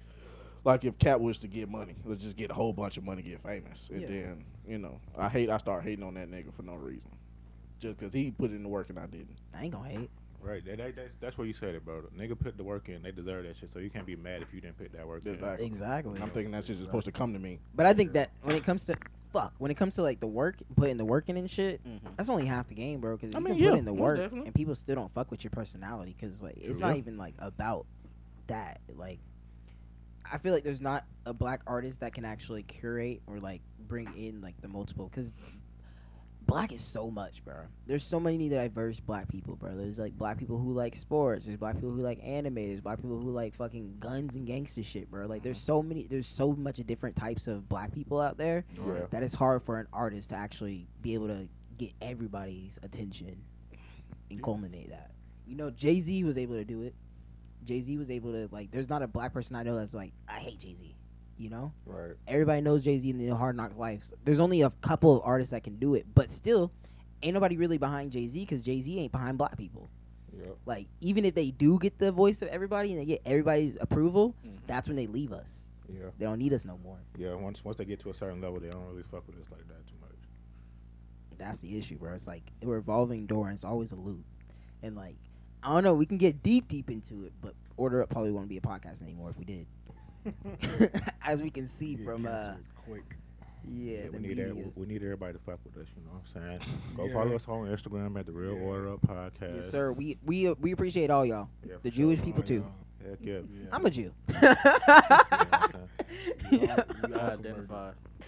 [SPEAKER 4] like if Cat was to get money, let's just get a whole bunch of money, get famous, and
[SPEAKER 3] Yeah.
[SPEAKER 4] then you know I hate I start hating on that nigga for no reason, just because he put in the work and I didn't.
[SPEAKER 3] I ain't gonna hate.
[SPEAKER 1] Right, that, that, that's, that's where you said it, bro. The nigga put the work in, they deserve that shit. So you can't be mad if you didn't put that work in.
[SPEAKER 4] Exactly.
[SPEAKER 3] Exactly.
[SPEAKER 4] I'm thinking that shit is supposed to come to me.
[SPEAKER 3] But I think that when it comes to fuck, when it comes to like the work, putting the work in and shit,
[SPEAKER 5] Mm-hmm.
[SPEAKER 3] that's only half the game, bro. Because
[SPEAKER 4] I
[SPEAKER 3] you
[SPEAKER 4] mean,
[SPEAKER 3] can
[SPEAKER 4] yeah,
[SPEAKER 3] put in the
[SPEAKER 4] most
[SPEAKER 3] work,
[SPEAKER 4] definitely.
[SPEAKER 3] and people still don't fuck with your personality. Because like it's
[SPEAKER 4] True.
[SPEAKER 3] not
[SPEAKER 4] Yeah.
[SPEAKER 3] even like about that. Like I feel like there's not a black artist that can actually curate or like bring in like the multiple. Because black is so much, bro. There's so many diverse black people, bro. There's like black people who like sports. There's black people who like anime. There's black people who like fucking guns and gangster shit, bro. Like
[SPEAKER 4] Mm-hmm.
[SPEAKER 3] there's so many. There's so much different types of black people out there
[SPEAKER 4] Yeah.
[SPEAKER 3] that it's hard for an artist to actually be able to get everybody's attention and culminate that. You know, Jay Z was able to do it. Jay Z was able to like. There's not a black person I know that's like, I hate Jay Z. You know,
[SPEAKER 1] Right.
[SPEAKER 3] everybody knows Jay Z in the Hard Knock Life. So there's only a couple of artists that can do it, but still, ain't nobody really behind Jay Z because Jay Z ain't behind black people.
[SPEAKER 1] Yep.
[SPEAKER 3] Like, even if they do get the voice of everybody and they get everybody's approval,
[SPEAKER 4] Mhm.
[SPEAKER 3] that's when they leave us.
[SPEAKER 1] Yeah.
[SPEAKER 3] They don't need us no more.
[SPEAKER 1] Yeah. Once once they get to a certain level, they don't really fuck with us like that too much.
[SPEAKER 3] that's the issue, bro. It's like a revolving door, and it's always a loop. And like, I don't know. We can get deep, deep into it, but Order Up probably wouldn't be a podcast anymore if we did. As we can see
[SPEAKER 2] Get
[SPEAKER 3] from uh,
[SPEAKER 2] canceled quick.
[SPEAKER 3] yeah,
[SPEAKER 1] Yeah,
[SPEAKER 3] the
[SPEAKER 1] we need
[SPEAKER 3] media.
[SPEAKER 1] every, we need everybody to fuck with us. You know what I'm saying? Go
[SPEAKER 2] Yeah.
[SPEAKER 1] follow us on Instagram at the Real
[SPEAKER 2] Yeah.
[SPEAKER 1] Order Up Podcast.
[SPEAKER 3] Yes, sir. We we uh, we appreciate all y'all.
[SPEAKER 1] Yeah, for
[SPEAKER 3] The
[SPEAKER 1] sure.
[SPEAKER 3] Jewish people
[SPEAKER 1] Oh,
[SPEAKER 3] too.
[SPEAKER 1] yeah. Heck yeah.
[SPEAKER 2] uh, Yeah.
[SPEAKER 3] I'm a Jew.
[SPEAKER 2] We all-
[SPEAKER 3] yeah.
[SPEAKER 2] we all
[SPEAKER 5] I
[SPEAKER 2] converted.
[SPEAKER 5] identify.
[SPEAKER 2] Yeah,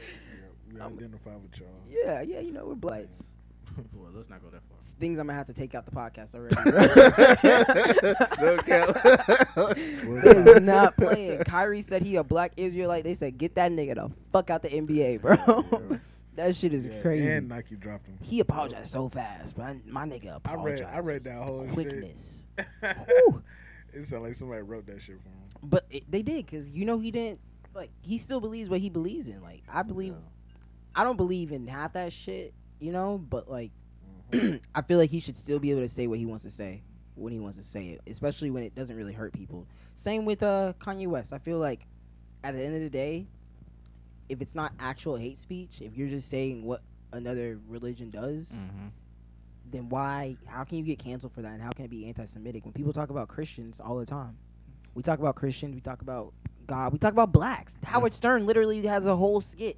[SPEAKER 2] we
[SPEAKER 3] I'm-
[SPEAKER 2] identify with y'all.
[SPEAKER 3] yeah, yeah, you know we're blights.
[SPEAKER 5] Well, let's not go that far.
[SPEAKER 3] It's things I'm gonna have to take out the podcast already. bro. Is not playing. Kyrie said he a black Israelite. They said get that nigga the fuck out the NBA, bro.
[SPEAKER 2] Yeah.
[SPEAKER 3] that shit is
[SPEAKER 2] Yeah,
[SPEAKER 3] crazy.
[SPEAKER 2] And Nike dropped him.
[SPEAKER 3] he apologized so fast, but my nigga
[SPEAKER 2] I read
[SPEAKER 3] apologized.
[SPEAKER 2] I read that whole
[SPEAKER 3] with
[SPEAKER 2] shit.
[SPEAKER 3] quickness. Whew.
[SPEAKER 2] It sounded like somebody wrote that shit for him.
[SPEAKER 3] But it, they did because you know he didn't. Like he still believes what he believes in. Like I believe, I don't believe in half that shit. You know, but like I feel like he should still be able to say what he wants to say when he wants to say it, especially when it doesn't really hurt people. Same with uh, Kanye West. I feel like at the end of the day, if it's not actual hate speech, if you're just saying what another religion does,
[SPEAKER 4] Mm-hmm.
[SPEAKER 3] then why? How can you get canceled for that? And how can it be anti-Semitic when people talk about Christians all the time? We talk about Christians. We talk about God. We talk about blacks. Howard Stern literally has a whole skit.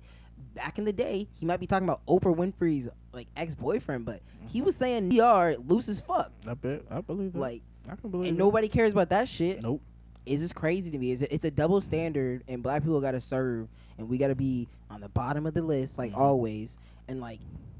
[SPEAKER 3] Back in the day, he might be talking about Oprah Winfrey's like ex-boyfriend, but he was saying "dr" loose as fuck.
[SPEAKER 4] I bet. I believe that.
[SPEAKER 3] Like,
[SPEAKER 4] I can believe
[SPEAKER 3] and
[SPEAKER 4] it.
[SPEAKER 3] nobody cares about that shit.
[SPEAKER 4] Nope.
[SPEAKER 3] It's just crazy to me. It's a, it's a double standard, and black people got to serve, and we got to be on the bottom of the list, like
[SPEAKER 4] Mhm.
[SPEAKER 3] always. And like,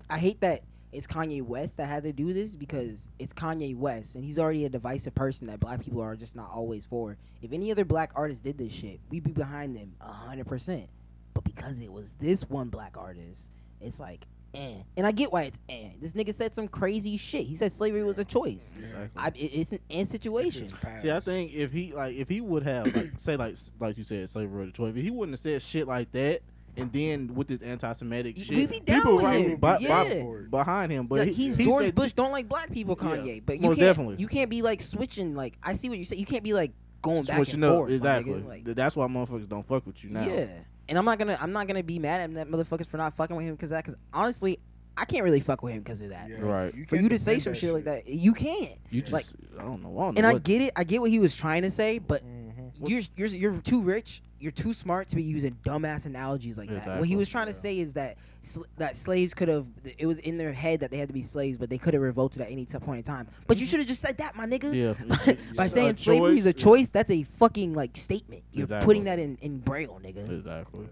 [SPEAKER 3] I hate that it's Kanye West that had to do this because it's Kanye West, and he's already a divisive person that black people are just not always for. If any other black artist did this shit, we'd be behind them hundred percent. But because it was this one black artist, it's like, eh. And I get why it's eh. This nigga said some crazy shit. He said slavery was a choice.
[SPEAKER 2] Yeah.
[SPEAKER 3] I, it, it's an and situation.
[SPEAKER 4] See, I think if he like if he would have like say like s- like you said slavery was a choice, if he wouldn't have said shit like that, and then with this anti-Semitic
[SPEAKER 3] Y-
[SPEAKER 4] shit,
[SPEAKER 3] we be down
[SPEAKER 4] people
[SPEAKER 3] with
[SPEAKER 4] right
[SPEAKER 3] him.
[SPEAKER 4] bi- bi-
[SPEAKER 3] Yeah.
[SPEAKER 4] behind him. But
[SPEAKER 3] But
[SPEAKER 4] he-
[SPEAKER 3] he's
[SPEAKER 4] he
[SPEAKER 3] George
[SPEAKER 4] said
[SPEAKER 3] Bush. don't like black people,
[SPEAKER 4] Yeah,
[SPEAKER 3] Kanye. but you
[SPEAKER 4] most
[SPEAKER 3] can't,
[SPEAKER 4] definitely.
[SPEAKER 3] you can't be like switching. Like I see what you say. You can't be like going back
[SPEAKER 4] switching
[SPEAKER 3] and
[SPEAKER 4] up
[SPEAKER 3] forth. my
[SPEAKER 4] exactly.
[SPEAKER 3] nigga, like-
[SPEAKER 4] Th- That's why motherfuckers don't fuck with you now.
[SPEAKER 3] Yeah. And I'm not gonna I'm not gonna be mad at that motherfuckers for not fucking with him because that. Because honestly, I can't really fuck with him because of that.
[SPEAKER 4] Right.
[SPEAKER 3] For you to say some shit, like that, you can't.
[SPEAKER 4] You just
[SPEAKER 3] Like-
[SPEAKER 4] I don't know. I don't know
[SPEAKER 3] And I
[SPEAKER 4] what-
[SPEAKER 3] get it. I get what he was trying to say, but
[SPEAKER 2] Mm-hmm.
[SPEAKER 4] What-
[SPEAKER 3] you're you're you're too rich. You're too smart to be using dumbass analogies like that. What he
[SPEAKER 4] Exactly.
[SPEAKER 3] was trying to
[SPEAKER 2] Yeah.
[SPEAKER 3] say is that sl- that slaves could have. It was in their head that they had to be slaves, but they could have revolted at any t- point in time. But
[SPEAKER 2] Mm-hmm.
[SPEAKER 3] you should have just said that, my nigga.
[SPEAKER 4] yeah.
[SPEAKER 3] By
[SPEAKER 4] It's a
[SPEAKER 3] saying slavery is a
[SPEAKER 4] choice.
[SPEAKER 3] choice, that's a fucking like statement. You're
[SPEAKER 4] Exactly.
[SPEAKER 3] putting that in in braille, nigga.
[SPEAKER 4] Exactly.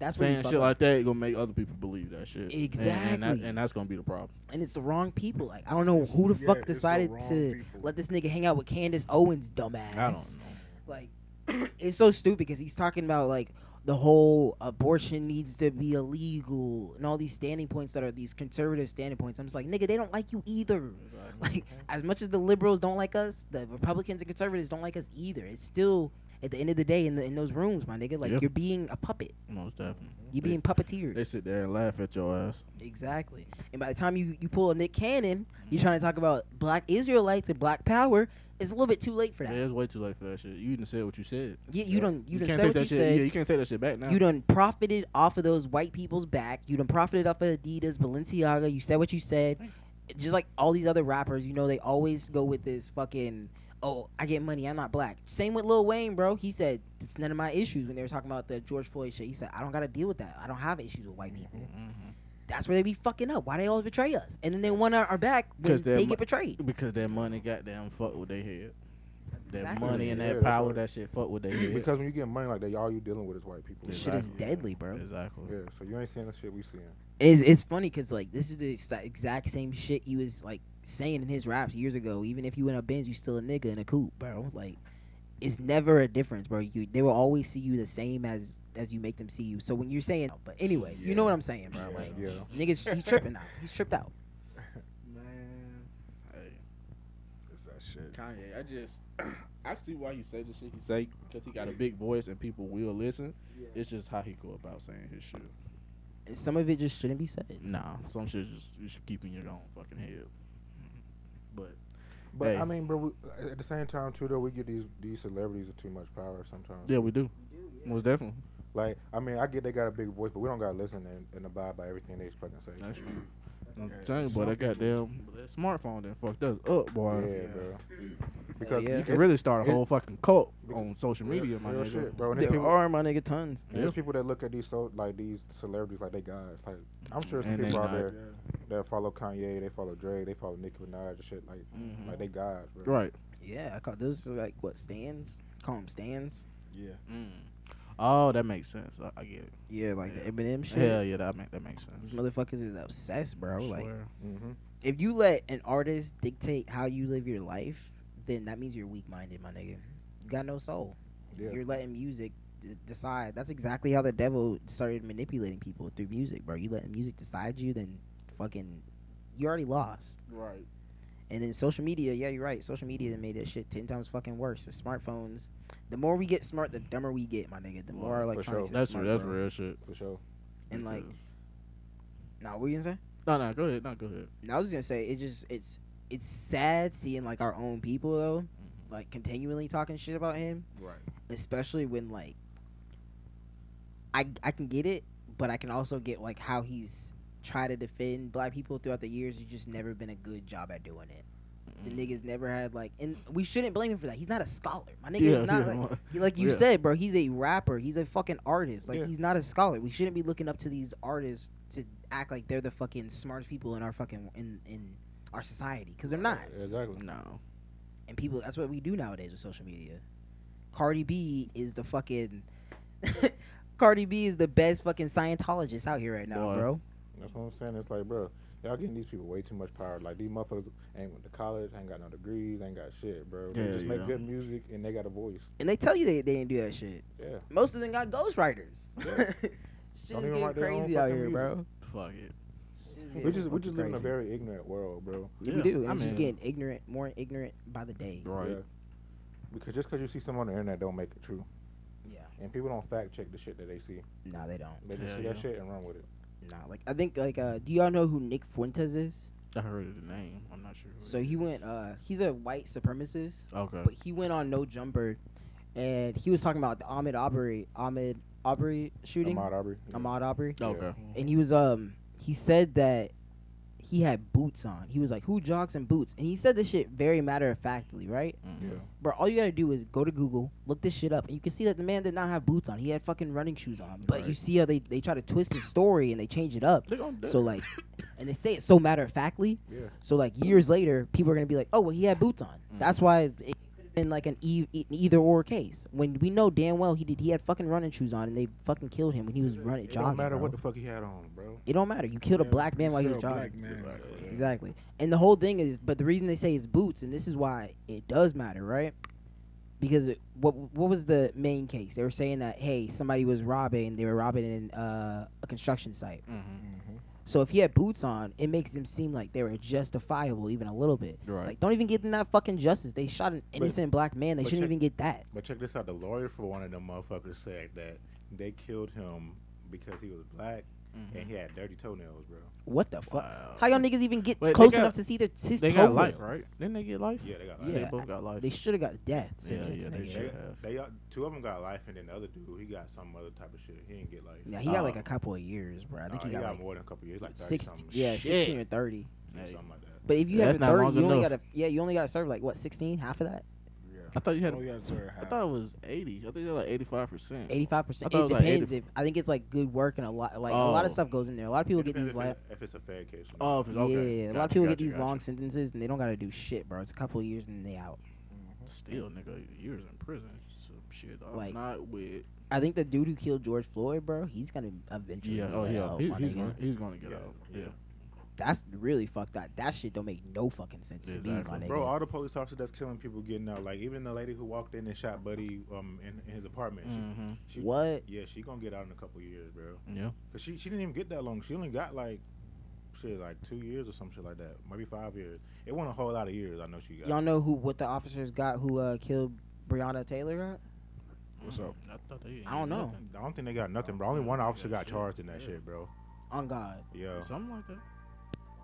[SPEAKER 3] That's what
[SPEAKER 4] Saying
[SPEAKER 3] you fuck
[SPEAKER 4] shit
[SPEAKER 3] up.
[SPEAKER 4] like that is gonna make other people believe that shit. And- And, that-
[SPEAKER 3] Exactly.
[SPEAKER 4] and that's gonna be the problem.
[SPEAKER 3] and it's the wrong people. Like I don't know who the
[SPEAKER 2] Yeah,
[SPEAKER 3] fuck
[SPEAKER 2] it's the
[SPEAKER 3] decided
[SPEAKER 2] wrong
[SPEAKER 3] to
[SPEAKER 2] people.
[SPEAKER 3] let this nigga hang out with Candace Owens, dumbass.
[SPEAKER 4] I don't know.
[SPEAKER 3] Like it's so stupid because he's talking about like the whole abortion needs to be illegal and all these standing points that are these conservative standing points. I'm just like nigga, they don't like you either.
[SPEAKER 4] Mm-hmm.
[SPEAKER 3] Like as much as the liberals don't like us, the Republicans and conservatives don't like us either. It's still at the end of the day in the, in those rooms, my nigga. Like
[SPEAKER 4] Yeah.
[SPEAKER 3] you're being a puppet.
[SPEAKER 4] Most definitely.
[SPEAKER 3] You're being puppeteered.
[SPEAKER 4] They sit there and laugh at your ass.
[SPEAKER 3] Exactly. And by the time you, you pull a Nick Cannon,
[SPEAKER 4] Mm-hmm.
[SPEAKER 3] you're trying to talk about black Israelites and black power. It's a little bit too late for that.
[SPEAKER 4] Yeah, it's way too late for that shit. You didn't say what you said.
[SPEAKER 3] You, you done you, done
[SPEAKER 4] can't
[SPEAKER 3] said
[SPEAKER 4] take
[SPEAKER 3] what
[SPEAKER 4] that
[SPEAKER 3] you
[SPEAKER 4] shit.
[SPEAKER 3] said.
[SPEAKER 4] Yeah, you can't take that shit back now.
[SPEAKER 3] You done profited off of those white people's back. You done profited off of Adidas, Balenciaga. You said what you said. Just like all these other rappers, you know, they always go with this fucking, oh, I get money, I'm not black. Same with Lil Wayne, bro. He said, it's none of my issues when they were talking about the George Floyd shit. He said, I don't got to deal with that. I don't have issues with white people.
[SPEAKER 4] Mhm.
[SPEAKER 3] That's where they be fucking up. Why they always betray us? And then they want our, our back when
[SPEAKER 4] 'Cause they're
[SPEAKER 3] they
[SPEAKER 4] mu-
[SPEAKER 3] get betrayed.
[SPEAKER 4] Because that money goddamn fuck with their head. That
[SPEAKER 3] exactly
[SPEAKER 4] money and
[SPEAKER 1] Yeah,
[SPEAKER 4] that
[SPEAKER 1] that's
[SPEAKER 4] power,
[SPEAKER 1] right.
[SPEAKER 4] that shit fuck with their head.
[SPEAKER 1] because when you get money like that, all you dealing with is white people.
[SPEAKER 3] This shit is
[SPEAKER 4] Exactly.
[SPEAKER 3] deadly, bro.
[SPEAKER 4] exactly.
[SPEAKER 1] Yeah, so you ain't seeing the shit we seeing.
[SPEAKER 3] It's, it's funny because like this is the exa- exact same shit he was like saying in his raps years ago. Even if you in a Benz, you still a nigga in a coupe, bro. Like it's never a difference, bro. You they will always see you the same as as you make them see you. So when you're saying, but anyways, you know what I'm saying, bro.
[SPEAKER 2] Yeah.
[SPEAKER 3] Like
[SPEAKER 1] Yeah.
[SPEAKER 3] niggas, he's tripping out. He's tripped out.
[SPEAKER 4] Man, hey,
[SPEAKER 2] It's that shit.
[SPEAKER 4] Kanye, I just I see why he says the shit he say because he got a big voice and people will listen. It's just how he go about saying his shit.
[SPEAKER 3] And Some of it just shouldn't be said.
[SPEAKER 4] Nah, some shit just you should keep in your own fucking head.
[SPEAKER 3] Mm-hmm.
[SPEAKER 4] But
[SPEAKER 1] But
[SPEAKER 4] Hey.
[SPEAKER 1] I mean, bro, we, at the same time too, though, we get these these celebrities with too much power sometimes.
[SPEAKER 4] yeah, we do. Most definitely.
[SPEAKER 1] Like, I mean, I get they got a big voice, but we don't gotta listen and, and abide by everything they fucking say.
[SPEAKER 4] That's true. I'm
[SPEAKER 2] Yeah,
[SPEAKER 4] telling you, boy,
[SPEAKER 2] some
[SPEAKER 4] that goddamn that smartphone that fucked us up, boy.
[SPEAKER 2] Yeah.
[SPEAKER 1] bro. Because
[SPEAKER 3] yeah.
[SPEAKER 4] You can
[SPEAKER 1] it's-
[SPEAKER 4] really start a
[SPEAKER 1] it-
[SPEAKER 4] whole fucking cult on social media, my
[SPEAKER 1] real
[SPEAKER 4] nigga.
[SPEAKER 1] shit, bro. And
[SPEAKER 6] There
[SPEAKER 1] there's people,
[SPEAKER 6] are my nigga tons.
[SPEAKER 1] there's
[SPEAKER 4] Yeah.
[SPEAKER 1] people that look at these so like these celebrities like they guys. Like I'm sure some
[SPEAKER 4] And they
[SPEAKER 1] people out
[SPEAKER 4] not.
[SPEAKER 1] there that follow Kanye, they follow Dre, they follow Nicki Minaj and shit. Like
[SPEAKER 4] Mhm.
[SPEAKER 1] like they guys, bro.
[SPEAKER 4] Right.
[SPEAKER 3] Yeah, I call those are like what stands? Call them stands.
[SPEAKER 2] Yeah.
[SPEAKER 4] Oh, that makes sense. I, I get it.
[SPEAKER 3] Yeah, like
[SPEAKER 4] Yeah.
[SPEAKER 3] the Eminem shit.
[SPEAKER 4] Yeah, yeah, that make that makes
[SPEAKER 3] These
[SPEAKER 4] sense.
[SPEAKER 3] motherfuckers is obsessed, bro. Like,
[SPEAKER 4] Swear.
[SPEAKER 1] Mm-hmm.
[SPEAKER 3] if you let an artist dictate how you live your life, then that means you're weak-minded, my nigga. You got no soul.
[SPEAKER 1] Yeah.
[SPEAKER 3] You're letting music d- decide. That's exactly how the devil started manipulating people through music, bro. You letting music decide you, then fucking, you already lost.
[SPEAKER 4] right.
[SPEAKER 3] And then social media, yeah, you're right. Social media done made that shit ten times fucking worse. The smartphones. The more we get smart, the dumber we get, my nigga. The
[SPEAKER 4] Well,
[SPEAKER 3] more our
[SPEAKER 1] for sure.
[SPEAKER 3] electronics. is
[SPEAKER 4] That's
[SPEAKER 3] smart,
[SPEAKER 4] that's
[SPEAKER 3] bro.
[SPEAKER 4] real shit.
[SPEAKER 1] For sure.
[SPEAKER 3] And like,
[SPEAKER 4] Because-
[SPEAKER 3] nah, what you gonna say?
[SPEAKER 4] no, no, go ahead, no, go ahead.
[SPEAKER 3] And I was gonna say it just it's it's sad seeing like our own people though, like continually talking shit about him,
[SPEAKER 4] Right.
[SPEAKER 3] especially when like I I can get it, but I can also get like how he's tried to defend black people throughout the years. He's just never been a good job at doing it. The
[SPEAKER 4] Mm-hmm.
[SPEAKER 3] niggas never had like, and we shouldn't blame him for that. He's not a scholar. My nigga
[SPEAKER 4] Mm-hmm. Yeah,
[SPEAKER 3] is not
[SPEAKER 4] yeah,
[SPEAKER 3] like,
[SPEAKER 4] my-
[SPEAKER 3] he- like you
[SPEAKER 4] yeah.
[SPEAKER 3] said, bro. He's a rapper. He's a fucking artist. Like
[SPEAKER 1] Yeah.
[SPEAKER 3] he's not a scholar. We shouldn't be looking up to these artists to act like they're the fucking smartest people in our fucking in in our society because they're not.
[SPEAKER 1] Exactly.
[SPEAKER 4] No.
[SPEAKER 3] And people, that's what we do nowadays with social media. Cardi B is the fucking. Cardi B is the best fucking Scientologist out here right now,
[SPEAKER 4] Boy.
[SPEAKER 3] bro.
[SPEAKER 1] That's what I'm saying. It's like, bro, y'all getting these people way too much power. Like these motherfuckers ain't went to college, ain't got no degrees, ain't got shit, bro. They
[SPEAKER 4] Yeah,
[SPEAKER 1] just
[SPEAKER 4] you
[SPEAKER 1] make
[SPEAKER 4] know.
[SPEAKER 1] good music and they got a voice.
[SPEAKER 3] And they tell you they, they didn't do that shit.
[SPEAKER 1] Yeah.
[SPEAKER 3] Most of them got ghostwriters.
[SPEAKER 1] Yeah.
[SPEAKER 3] Shit
[SPEAKER 1] Don't even
[SPEAKER 3] is getting
[SPEAKER 1] write their own
[SPEAKER 3] crazy out
[SPEAKER 1] fucking
[SPEAKER 3] here,
[SPEAKER 1] music.
[SPEAKER 3] bro.
[SPEAKER 4] Fuck it.
[SPEAKER 1] We just we just live in a very ignorant world, bro.
[SPEAKER 4] Yeah,
[SPEAKER 3] we do.
[SPEAKER 4] I
[SPEAKER 3] I'm
[SPEAKER 4] mean-
[SPEAKER 3] just getting ignorant, more ignorant by the day.
[SPEAKER 4] Right.
[SPEAKER 1] Yeah. Because just because you see something on the internet don't make it true.
[SPEAKER 3] Yeah.
[SPEAKER 1] And people don't fact check the shit that they see.
[SPEAKER 3] No, they don't.
[SPEAKER 1] They just
[SPEAKER 4] Hell
[SPEAKER 1] see that
[SPEAKER 4] yeah.
[SPEAKER 1] shit and run with it.
[SPEAKER 3] No, like I think like uh, do y'all know who Nick Fuentes is?
[SPEAKER 4] I heard the name. I'm not sure. who
[SPEAKER 3] So
[SPEAKER 4] it
[SPEAKER 3] he
[SPEAKER 4] is.
[SPEAKER 3] went. Uh, he's a white supremacist.
[SPEAKER 4] Okay.
[SPEAKER 3] but he went on No Jumper, and he was talking about the Ahmed Aubrey, Ahmed Aubrey shooting, Ahmad,
[SPEAKER 1] Ahmaud Aubrey. yeah.
[SPEAKER 3] Aubrey,
[SPEAKER 4] Okay.
[SPEAKER 3] and he was um he said that he had boots on. He was like, "Who jogs in boots?" And he said this shit very matter of factly, right?
[SPEAKER 4] Mhm.
[SPEAKER 1] Yeah.
[SPEAKER 3] Bro, all you gotta do is go to Google, look this shit up, and you can see that the man did not have boots on. He had fucking running shoes on. But you
[SPEAKER 4] Right.
[SPEAKER 3] see how they they try to twist his story and they change it up.
[SPEAKER 4] They gonna do
[SPEAKER 3] So
[SPEAKER 4] it.
[SPEAKER 3] like, and they say it so matter of factly.
[SPEAKER 1] Yeah. Mm.
[SPEAKER 3] So like years later, people are gonna be like, "Oh, well, he had boots on." That's why it could have been like an, e- e- an either or case. When we know damn well he did, he had fucking running shoes on, and they fucking killed him when he was running
[SPEAKER 1] It
[SPEAKER 3] jogging.
[SPEAKER 1] don't matter
[SPEAKER 3] bro.
[SPEAKER 1] what the fuck he had on, bro.
[SPEAKER 3] it don't matter. You killed a
[SPEAKER 2] Yeah,
[SPEAKER 3] black man
[SPEAKER 2] you
[SPEAKER 3] while he
[SPEAKER 2] still
[SPEAKER 3] was
[SPEAKER 2] a
[SPEAKER 3] jogging.
[SPEAKER 2] black man.
[SPEAKER 4] Exactly.
[SPEAKER 3] Exactly. And the whole thing is, but the reason they say it's boots, and this is why it does matter, right? Because it, what what was the main case? They were saying that hey, somebody was robbing. They were robbing in uh, a construction site.
[SPEAKER 4] Mhm.
[SPEAKER 3] So if he had boots on, it makes them seem like they were justifiable even a little bit.
[SPEAKER 4] Right.
[SPEAKER 3] Like don't even give them that fucking justice. They shot an innocent black man. They
[SPEAKER 1] but
[SPEAKER 3] shouldn't
[SPEAKER 1] check-
[SPEAKER 3] even get that.
[SPEAKER 1] But check this out. The lawyer for one of them motherfuckers said that they killed him because he was black
[SPEAKER 4] Mm-hmm.
[SPEAKER 1] and he had dirty toenails, bro.
[SPEAKER 3] What the fuck?
[SPEAKER 4] Wow.
[SPEAKER 3] How y'all niggas even get
[SPEAKER 4] Wait, they
[SPEAKER 3] close
[SPEAKER 4] got-
[SPEAKER 3] enough to see their his
[SPEAKER 4] They got
[SPEAKER 3] toenails?
[SPEAKER 4] life, right? Didn't they get life?
[SPEAKER 1] Yeah, they got
[SPEAKER 3] Yeah.
[SPEAKER 1] life.
[SPEAKER 4] They both got life.
[SPEAKER 3] They should have got death
[SPEAKER 4] Yeah, yeah,
[SPEAKER 3] sentence.
[SPEAKER 4] they
[SPEAKER 3] nigga.
[SPEAKER 4] should
[SPEAKER 1] They,
[SPEAKER 4] have.
[SPEAKER 1] they got two of them got life, and then the other dude, he got some other type of shit. He didn't get life.
[SPEAKER 3] Nah, he got like
[SPEAKER 4] Oh.
[SPEAKER 3] a couple of years, bro. I think
[SPEAKER 1] Nah,
[SPEAKER 3] he got, like
[SPEAKER 1] more than a couple years, like 30
[SPEAKER 3] six,
[SPEAKER 1] something.
[SPEAKER 3] yeah,
[SPEAKER 4] Shit.
[SPEAKER 3] sixteen or thirty.
[SPEAKER 1] Yeah,
[SPEAKER 4] Hey.
[SPEAKER 1] something like that.
[SPEAKER 3] But if you
[SPEAKER 4] That's
[SPEAKER 3] have a
[SPEAKER 4] not
[SPEAKER 3] thirty,
[SPEAKER 4] long
[SPEAKER 3] you only
[SPEAKER 4] enough.
[SPEAKER 3] gotta yeah, you only gotta serve like what sixteen, half of that,
[SPEAKER 2] Yeah.
[SPEAKER 4] I thought you had.
[SPEAKER 2] Oh, yeah, it's very
[SPEAKER 4] I
[SPEAKER 2] high.
[SPEAKER 4] thought it was 80. I think they're like 85 percent.
[SPEAKER 3] eighty five
[SPEAKER 4] I
[SPEAKER 3] percent.
[SPEAKER 4] thought
[SPEAKER 3] It
[SPEAKER 4] it was, like,
[SPEAKER 3] depends if I think it's like good work and a lot like a lot of
[SPEAKER 4] Oh.
[SPEAKER 3] stuff goes in there. A lot of people
[SPEAKER 1] It
[SPEAKER 3] get
[SPEAKER 1] depends
[SPEAKER 3] these
[SPEAKER 1] if
[SPEAKER 3] like
[SPEAKER 1] it's- if it's a fair case. or not.
[SPEAKER 4] Oh, if it's- okay.
[SPEAKER 3] Yeah, a lot of
[SPEAKER 4] Gotcha,
[SPEAKER 3] people get
[SPEAKER 4] gotcha,
[SPEAKER 3] these
[SPEAKER 4] gotcha.
[SPEAKER 3] long sentences and they don't gotta do shit, bro. It's a couple of years and they out.
[SPEAKER 4] Still, nigga, years in prison. Some shit. I'm
[SPEAKER 3] Like-
[SPEAKER 4] not with.
[SPEAKER 3] I think the dude who killed George Floyd, bro, he's gonna eventually.
[SPEAKER 4] Yeah.
[SPEAKER 3] get
[SPEAKER 4] Oh,
[SPEAKER 3] let
[SPEAKER 4] yeah.
[SPEAKER 3] out,
[SPEAKER 4] He,
[SPEAKER 3] my
[SPEAKER 4] he's
[SPEAKER 3] nigga.
[SPEAKER 4] gonna. He's gonna get
[SPEAKER 1] Yeah,
[SPEAKER 4] out.
[SPEAKER 1] yeah.
[SPEAKER 4] Yeah.
[SPEAKER 3] That's really fucked up. That shit don't make no fucking sense to me, my
[SPEAKER 4] Exactly.
[SPEAKER 3] nigga.
[SPEAKER 1] Bro, all the police officers that's killing people getting out. Like even the lady who walked in and shot Buddy um in, in his apartment.
[SPEAKER 3] Mm.
[SPEAKER 4] Mm-hmm.
[SPEAKER 1] She, she
[SPEAKER 3] what?
[SPEAKER 1] Yeah, she gonna get out in a couple years, bro.
[SPEAKER 4] Yeah.
[SPEAKER 1] Cause she she didn't even get that long. She only got like shit like two years or some shit like that. Maybe five years. It wasn't a whole lot of years. I know she got.
[SPEAKER 3] Y'all know who what the officers got who uh, killed Breonna Taylor? Got?
[SPEAKER 1] What's up?
[SPEAKER 4] Mm-hmm. I thought they.
[SPEAKER 3] I don't know.
[SPEAKER 4] nothing.
[SPEAKER 1] I don't think they got nothing, bro. Only
[SPEAKER 4] Yeah,
[SPEAKER 1] one
[SPEAKER 4] they
[SPEAKER 1] officer
[SPEAKER 4] got
[SPEAKER 1] got
[SPEAKER 4] shit.
[SPEAKER 1] charged in that
[SPEAKER 4] Yeah.
[SPEAKER 1] shit, bro.
[SPEAKER 3] On God.
[SPEAKER 1] Yeah,
[SPEAKER 4] Something like that.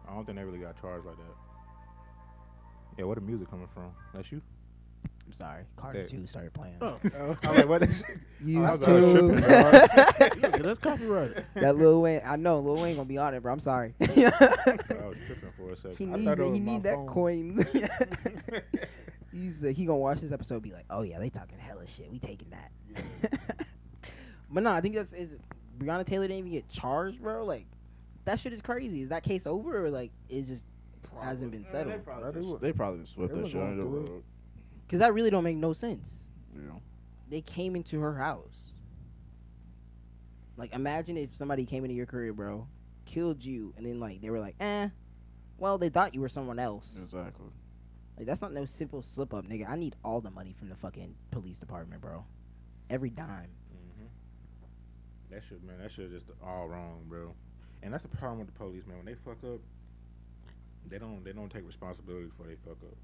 [SPEAKER 1] I don't think they really got charged like that. Yeah, where the music coming from? That's you?
[SPEAKER 3] I'm sorry. Carter
[SPEAKER 1] That-
[SPEAKER 3] 2 started playing.
[SPEAKER 5] Oh,
[SPEAKER 1] I'm like, what is
[SPEAKER 3] Used
[SPEAKER 1] I was tripping,
[SPEAKER 3] to.
[SPEAKER 5] yeah, that's copyrighted.
[SPEAKER 3] that Lil Wayne, I know Lil Wayne gonna be on it, bro. I'm sorry.
[SPEAKER 1] I was tripping for a second.
[SPEAKER 3] he
[SPEAKER 1] I
[SPEAKER 3] need,
[SPEAKER 1] thought it
[SPEAKER 3] that- he
[SPEAKER 1] was my
[SPEAKER 3] need that
[SPEAKER 1] phone.
[SPEAKER 3] coin.
[SPEAKER 1] Mm-hmm.
[SPEAKER 3] He's uh, he gonna watch this episode and be like, oh yeah, they talking hella shit. We taking that. but no, I think that's is Breonna Taylor didn't even get charged, bro. Like that shit is crazy. Is that case over or like is just hasn't been
[SPEAKER 4] Nah, They
[SPEAKER 3] settled?
[SPEAKER 4] probably,
[SPEAKER 2] They
[SPEAKER 4] just,
[SPEAKER 2] were-
[SPEAKER 4] they probably just swept
[SPEAKER 2] they
[SPEAKER 4] that
[SPEAKER 2] was
[SPEAKER 4] shit
[SPEAKER 2] going
[SPEAKER 4] under the
[SPEAKER 2] through
[SPEAKER 4] rug.
[SPEAKER 3] Because that really don't make no sense.
[SPEAKER 4] You know?
[SPEAKER 3] They came into her house. Like imagine if somebody came into your career, bro, killed you, and then like they were like, eh, well they thought you were someone else.
[SPEAKER 4] Exactly.
[SPEAKER 3] Like that's not no simple slip up, nigga. I need all the money from the fucking police department, bro. Every dime.
[SPEAKER 1] Mhm. That shit, man. That shit just all wrong, bro. And that's the problem with the police, man. When they fuck up, they don't they don't take responsibility for they fuck up.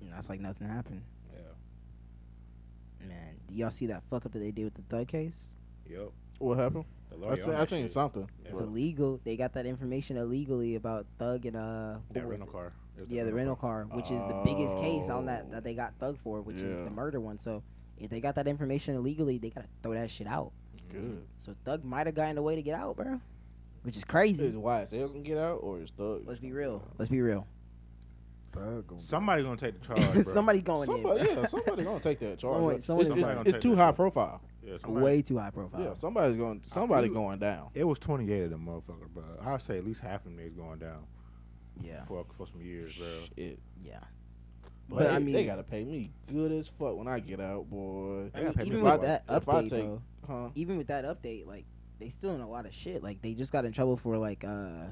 [SPEAKER 3] And that's like nothing happened.
[SPEAKER 1] Yeah.
[SPEAKER 3] Man, do y'all see that fuck up that they did with the thug case?
[SPEAKER 1] Yep.
[SPEAKER 4] What happened?
[SPEAKER 1] The
[SPEAKER 4] I,
[SPEAKER 1] lawyer
[SPEAKER 4] seen,
[SPEAKER 1] on
[SPEAKER 4] I
[SPEAKER 1] Oh, that
[SPEAKER 4] seen
[SPEAKER 1] shit,
[SPEAKER 4] something.
[SPEAKER 1] Yeah.
[SPEAKER 3] It's
[SPEAKER 1] Well-
[SPEAKER 3] illegal. They got that information illegally about thug and uh what
[SPEAKER 1] that
[SPEAKER 3] was
[SPEAKER 1] rental
[SPEAKER 3] it?
[SPEAKER 1] car. It was
[SPEAKER 3] Yeah, the rental car, which is the biggest case on that
[SPEAKER 4] Oh.
[SPEAKER 3] that they got thug for, which is
[SPEAKER 4] Yeah.
[SPEAKER 3] the murder one. So if they got that information illegally, they gotta throw that shit out.
[SPEAKER 1] Mm-hmm.
[SPEAKER 4] Good.
[SPEAKER 3] So thug might have gotten a way to get out, bro. Which is
[SPEAKER 4] Is
[SPEAKER 3] crazy.
[SPEAKER 4] Wyatt Sale gonna get out or is Thug?
[SPEAKER 3] Let's be real. Let's be real.
[SPEAKER 2] Thug gonna-
[SPEAKER 1] Somebody gonna take the charge, bro.
[SPEAKER 3] somebody going
[SPEAKER 4] Somebody,
[SPEAKER 3] in. bro.
[SPEAKER 4] yeah, somebody gonna take that charge.
[SPEAKER 3] Someone-
[SPEAKER 4] It's-
[SPEAKER 3] someone
[SPEAKER 4] it's,
[SPEAKER 3] is
[SPEAKER 4] it's-
[SPEAKER 1] gonna
[SPEAKER 4] it's
[SPEAKER 1] take
[SPEAKER 4] too
[SPEAKER 1] that
[SPEAKER 4] high
[SPEAKER 1] charge.
[SPEAKER 4] profile.
[SPEAKER 1] Yeah, somebody-
[SPEAKER 3] Way too high profile.
[SPEAKER 4] Yeah, somebody's going. Somebody going down.
[SPEAKER 1] It was 28 of them motherfuckers, bro. I'd say at least half of them niggas going down
[SPEAKER 3] yeah.
[SPEAKER 1] for, for some years, bro.
[SPEAKER 4] Shit.
[SPEAKER 3] Yeah.
[SPEAKER 4] But,
[SPEAKER 3] But I
[SPEAKER 4] they- they
[SPEAKER 3] mean-
[SPEAKER 4] gotta pay me good as fuck when I get out, boy.
[SPEAKER 1] I mean,
[SPEAKER 4] If
[SPEAKER 3] Even
[SPEAKER 1] I-
[SPEAKER 3] with that
[SPEAKER 4] if I
[SPEAKER 3] update,
[SPEAKER 4] take-
[SPEAKER 3] though,
[SPEAKER 4] huh?
[SPEAKER 3] even with that update, like they still in a lot of shit. Like they just got in trouble for like uh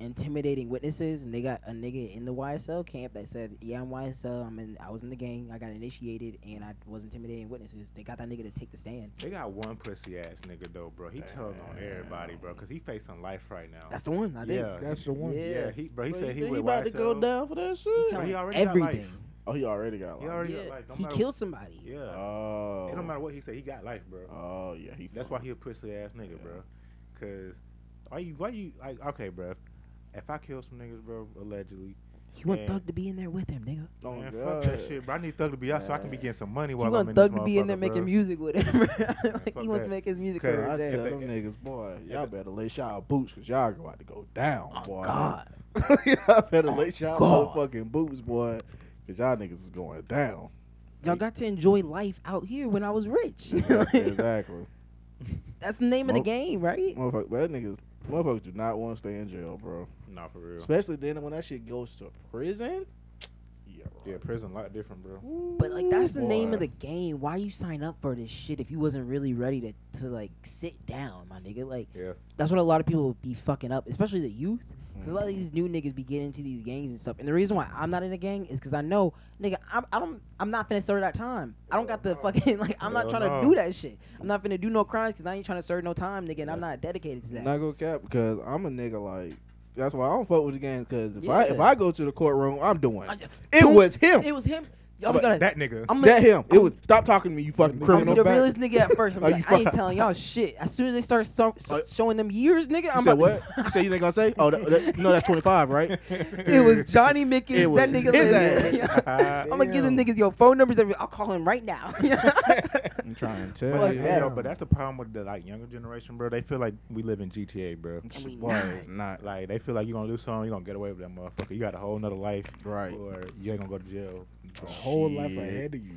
[SPEAKER 3] intimidating witnesses, and they got a nigga in the YSL camp that said, "Yeah, I'm YSL. I'm in. I was in the gang. I got initiated, and I was intimidating witnesses." They got that nigga to take the stand.
[SPEAKER 1] They got one pussy ass nigga though, bro. He telling on everybody, bro, cause he facing life right now.
[SPEAKER 3] That's the one. I think.
[SPEAKER 1] yeah,
[SPEAKER 2] That's the one.
[SPEAKER 1] yeah.
[SPEAKER 3] yeah.
[SPEAKER 1] He, bro, he
[SPEAKER 4] But
[SPEAKER 1] said
[SPEAKER 4] you
[SPEAKER 1] he,
[SPEAKER 4] think
[SPEAKER 1] with
[SPEAKER 4] about to go
[SPEAKER 1] YSL.
[SPEAKER 4] down for that
[SPEAKER 3] He
[SPEAKER 4] shit.
[SPEAKER 1] But
[SPEAKER 3] telling
[SPEAKER 1] he already got life.
[SPEAKER 3] everything.
[SPEAKER 4] oh, he already got.
[SPEAKER 1] He
[SPEAKER 4] locked.
[SPEAKER 1] already
[SPEAKER 3] Yeah,
[SPEAKER 1] got life. No
[SPEAKER 3] he
[SPEAKER 1] matter,
[SPEAKER 3] killed somebody.
[SPEAKER 1] Yeah.
[SPEAKER 4] Oh.
[SPEAKER 1] and no matter what he said, he got life, bro.
[SPEAKER 4] Oh yeah, he.
[SPEAKER 1] That's why he a pussy ass nigga,
[SPEAKER 4] Yeah.
[SPEAKER 1] bro. Cause why you why you like okay, bro. If, if I kill some niggas, bro, allegedly,
[SPEAKER 3] You want
[SPEAKER 1] Yeah.
[SPEAKER 3] Thug to be in there with him, nigga.
[SPEAKER 4] Oh,
[SPEAKER 1] man,
[SPEAKER 4] God.
[SPEAKER 1] fuck that shit, bro. I need Thug to be out so I can be
[SPEAKER 4] Yeah.
[SPEAKER 1] getting some money
[SPEAKER 3] You
[SPEAKER 1] while I'm
[SPEAKER 3] want
[SPEAKER 1] in
[SPEAKER 3] Thug
[SPEAKER 1] this
[SPEAKER 3] to be in there
[SPEAKER 1] motherfucker,
[SPEAKER 3] making
[SPEAKER 1] bro.
[SPEAKER 3] music with him. like,
[SPEAKER 1] fuck
[SPEAKER 3] he wants
[SPEAKER 1] that.
[SPEAKER 3] to make his music
[SPEAKER 1] Cause
[SPEAKER 3] career.
[SPEAKER 4] I
[SPEAKER 3] with
[SPEAKER 4] tell
[SPEAKER 3] that.
[SPEAKER 1] they-
[SPEAKER 4] them niggas, boy, y'all
[SPEAKER 1] if-
[SPEAKER 4] better lay y'all boots, cause y'all gonna have to go down,
[SPEAKER 3] Oh,
[SPEAKER 4] boy.
[SPEAKER 3] God.
[SPEAKER 4] y'all better
[SPEAKER 3] Oh,
[SPEAKER 4] lay y'all
[SPEAKER 3] God.
[SPEAKER 4] motherfucking boots, boy, cause y'all niggas is going down.
[SPEAKER 3] Y'all got to enjoy life out here when I was rich.
[SPEAKER 4] exactly.
[SPEAKER 3] That's the name of
[SPEAKER 4] Nope.
[SPEAKER 3] the game, right?
[SPEAKER 4] Motherfucker, but that niggas, motherfuckers do not want to stay in jail, bro.
[SPEAKER 1] Nah, for real.
[SPEAKER 4] Especially then when that shit goes to prison. Yeah.
[SPEAKER 1] Yeah, prison a lot different, bro.
[SPEAKER 3] But like that's the name of
[SPEAKER 4] boy.
[SPEAKER 3] the game. Why you sign up for this shit if you wasn't really ready to, to like sit down, my nigga? Like
[SPEAKER 1] Yeah.
[SPEAKER 3] that's what a lot of people be fucking up, especially the youth. Cause a lot
[SPEAKER 1] Mm-hmm.
[SPEAKER 3] of these new niggas be getting into these gangs and stuff. And the reason why I'm not in a gang is cause I know, nigga, I'm I don't I'm not finna serve that time. I don't got the
[SPEAKER 1] Hell no.
[SPEAKER 3] fucking like I'm not
[SPEAKER 1] Hell
[SPEAKER 3] trying to
[SPEAKER 1] no.
[SPEAKER 3] do that shit. I'm not finna do no crimes cause I ain't trying to serve no time, nigga. And I'm
[SPEAKER 1] Yeah.
[SPEAKER 3] not dedicated to that.
[SPEAKER 4] Not gonna cap because I'm a nigga like. That's why I don't fuck with the game because if I if
[SPEAKER 3] Yeah.
[SPEAKER 4] I go to the courtroom, I'm doing.
[SPEAKER 3] I-
[SPEAKER 4] it. it was him.
[SPEAKER 3] It was him.
[SPEAKER 4] How
[SPEAKER 3] Y'all be gonna.
[SPEAKER 4] about
[SPEAKER 1] That nigga.
[SPEAKER 3] I'm gonna
[SPEAKER 4] that him. It was. Stop talking to me, you fucking
[SPEAKER 2] I'm
[SPEAKER 3] I'm
[SPEAKER 4] criminal.
[SPEAKER 3] be
[SPEAKER 2] Criminal
[SPEAKER 3] the realest
[SPEAKER 4] back.
[SPEAKER 3] nigga at first. I'm
[SPEAKER 4] Are
[SPEAKER 3] like,
[SPEAKER 4] you
[SPEAKER 3] I ain't
[SPEAKER 4] fuck-
[SPEAKER 3] telling y'all shit. As soon as they start so, so- showing them years, nigga,
[SPEAKER 4] You
[SPEAKER 3] I'm
[SPEAKER 4] said
[SPEAKER 3] about
[SPEAKER 4] what?
[SPEAKER 3] to.
[SPEAKER 4] you said you ain't gonna say? Oh, that, that, no, that's 25, right?
[SPEAKER 3] it was Johnny Mickens.
[SPEAKER 4] It was
[SPEAKER 3] that nigga
[SPEAKER 4] his
[SPEAKER 3] lives.
[SPEAKER 1] ass.
[SPEAKER 3] I'm gonna give them
[SPEAKER 2] Damn.
[SPEAKER 3] niggas your phone numbers. every- I'll call him right now.
[SPEAKER 4] I'm trying to
[SPEAKER 1] But,
[SPEAKER 4] tell
[SPEAKER 3] Fuck
[SPEAKER 1] you
[SPEAKER 4] you.
[SPEAKER 3] that.
[SPEAKER 1] know, but that's the problem with the like younger generation, bro. They feel like we live in GTA, bro.
[SPEAKER 3] And we
[SPEAKER 4] Boy,
[SPEAKER 3] not.
[SPEAKER 4] it's not
[SPEAKER 1] Like they feel like you're gonna do something, you're gonna get away with that motherfucker. You got a whole nother life,
[SPEAKER 4] right.
[SPEAKER 1] or you ain't gonna go to jail.
[SPEAKER 2] A whole life
[SPEAKER 4] Shit.
[SPEAKER 2] ahead of you.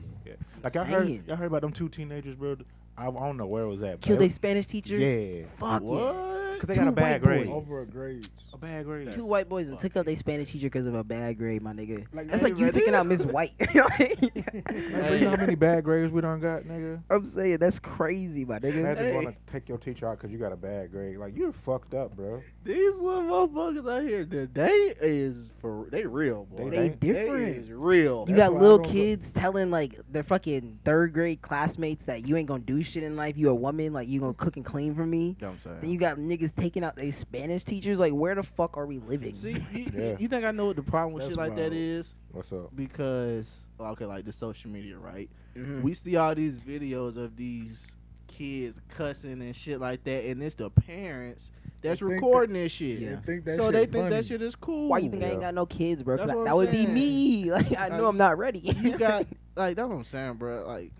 [SPEAKER 1] Like I heard,
[SPEAKER 3] Saying.
[SPEAKER 1] I heard about them two teenagers, bro. I, I don't know where it was at. but
[SPEAKER 3] Kill
[SPEAKER 1] it
[SPEAKER 3] they
[SPEAKER 1] was-
[SPEAKER 3] Spanish teacher.
[SPEAKER 1] Yeah,
[SPEAKER 3] Fuck yeah.
[SPEAKER 1] because they got
[SPEAKER 3] Two
[SPEAKER 1] a bad
[SPEAKER 3] white
[SPEAKER 1] grade.
[SPEAKER 3] boys.
[SPEAKER 2] Over a grades.
[SPEAKER 1] A bad grade.
[SPEAKER 3] Two white boys and took up they Spanish teacher because of a bad grade, my nigga.
[SPEAKER 2] Like,
[SPEAKER 3] That's
[SPEAKER 2] they
[SPEAKER 3] like you
[SPEAKER 2] ready?
[SPEAKER 3] taking out Miss White.
[SPEAKER 1] Like, you know how many bad grades we done got, nigga?
[SPEAKER 3] I'm saying that's crazy, my nigga.
[SPEAKER 1] Imagine
[SPEAKER 4] Hey.
[SPEAKER 1] want to take your teacher out because you got a bad grade. Like you're fucked up, bro.
[SPEAKER 4] These little motherfuckers out here, the- they is for they real, boy.
[SPEAKER 1] They- they
[SPEAKER 3] different.
[SPEAKER 4] is real.
[SPEAKER 3] You
[SPEAKER 1] That's
[SPEAKER 3] got
[SPEAKER 1] why I
[SPEAKER 3] little
[SPEAKER 1] don't go-
[SPEAKER 3] kids telling like their fucking third grade classmates that you ain't gonna do shit in life. You a woman, like you gonna cook and clean for me.
[SPEAKER 4] You know what I'm
[SPEAKER 3] Then
[SPEAKER 4] saying?
[SPEAKER 3] you got niggas taking out they Spanish teachers. Like where the fuck are we living?
[SPEAKER 4] See, you,
[SPEAKER 1] Yeah.
[SPEAKER 4] you think I know what the problem with
[SPEAKER 2] That's
[SPEAKER 4] shit like that
[SPEAKER 2] wild.
[SPEAKER 4] is?
[SPEAKER 1] What's up?
[SPEAKER 4] Because, okay, like the social media, right?
[SPEAKER 3] Mhm.
[SPEAKER 4] We see all these videos of these kids cussing and shit like that, and it's the parents that's
[SPEAKER 2] think that-
[SPEAKER 4] recording this shit.
[SPEAKER 3] Yeah.
[SPEAKER 2] Think that
[SPEAKER 4] so
[SPEAKER 2] shit
[SPEAKER 4] they think that
[SPEAKER 2] funny.
[SPEAKER 4] shit is cool.
[SPEAKER 3] Why you think I
[SPEAKER 1] Yeah.
[SPEAKER 3] ain't got no kids, bro? 'Cause I-
[SPEAKER 4] That's what
[SPEAKER 3] that
[SPEAKER 4] I'm
[SPEAKER 3] would be
[SPEAKER 4] saying.
[SPEAKER 3] me. Like I know
[SPEAKER 4] Like,
[SPEAKER 3] I'm not ready.
[SPEAKER 4] you got like that's what I'm saying, bro. Like,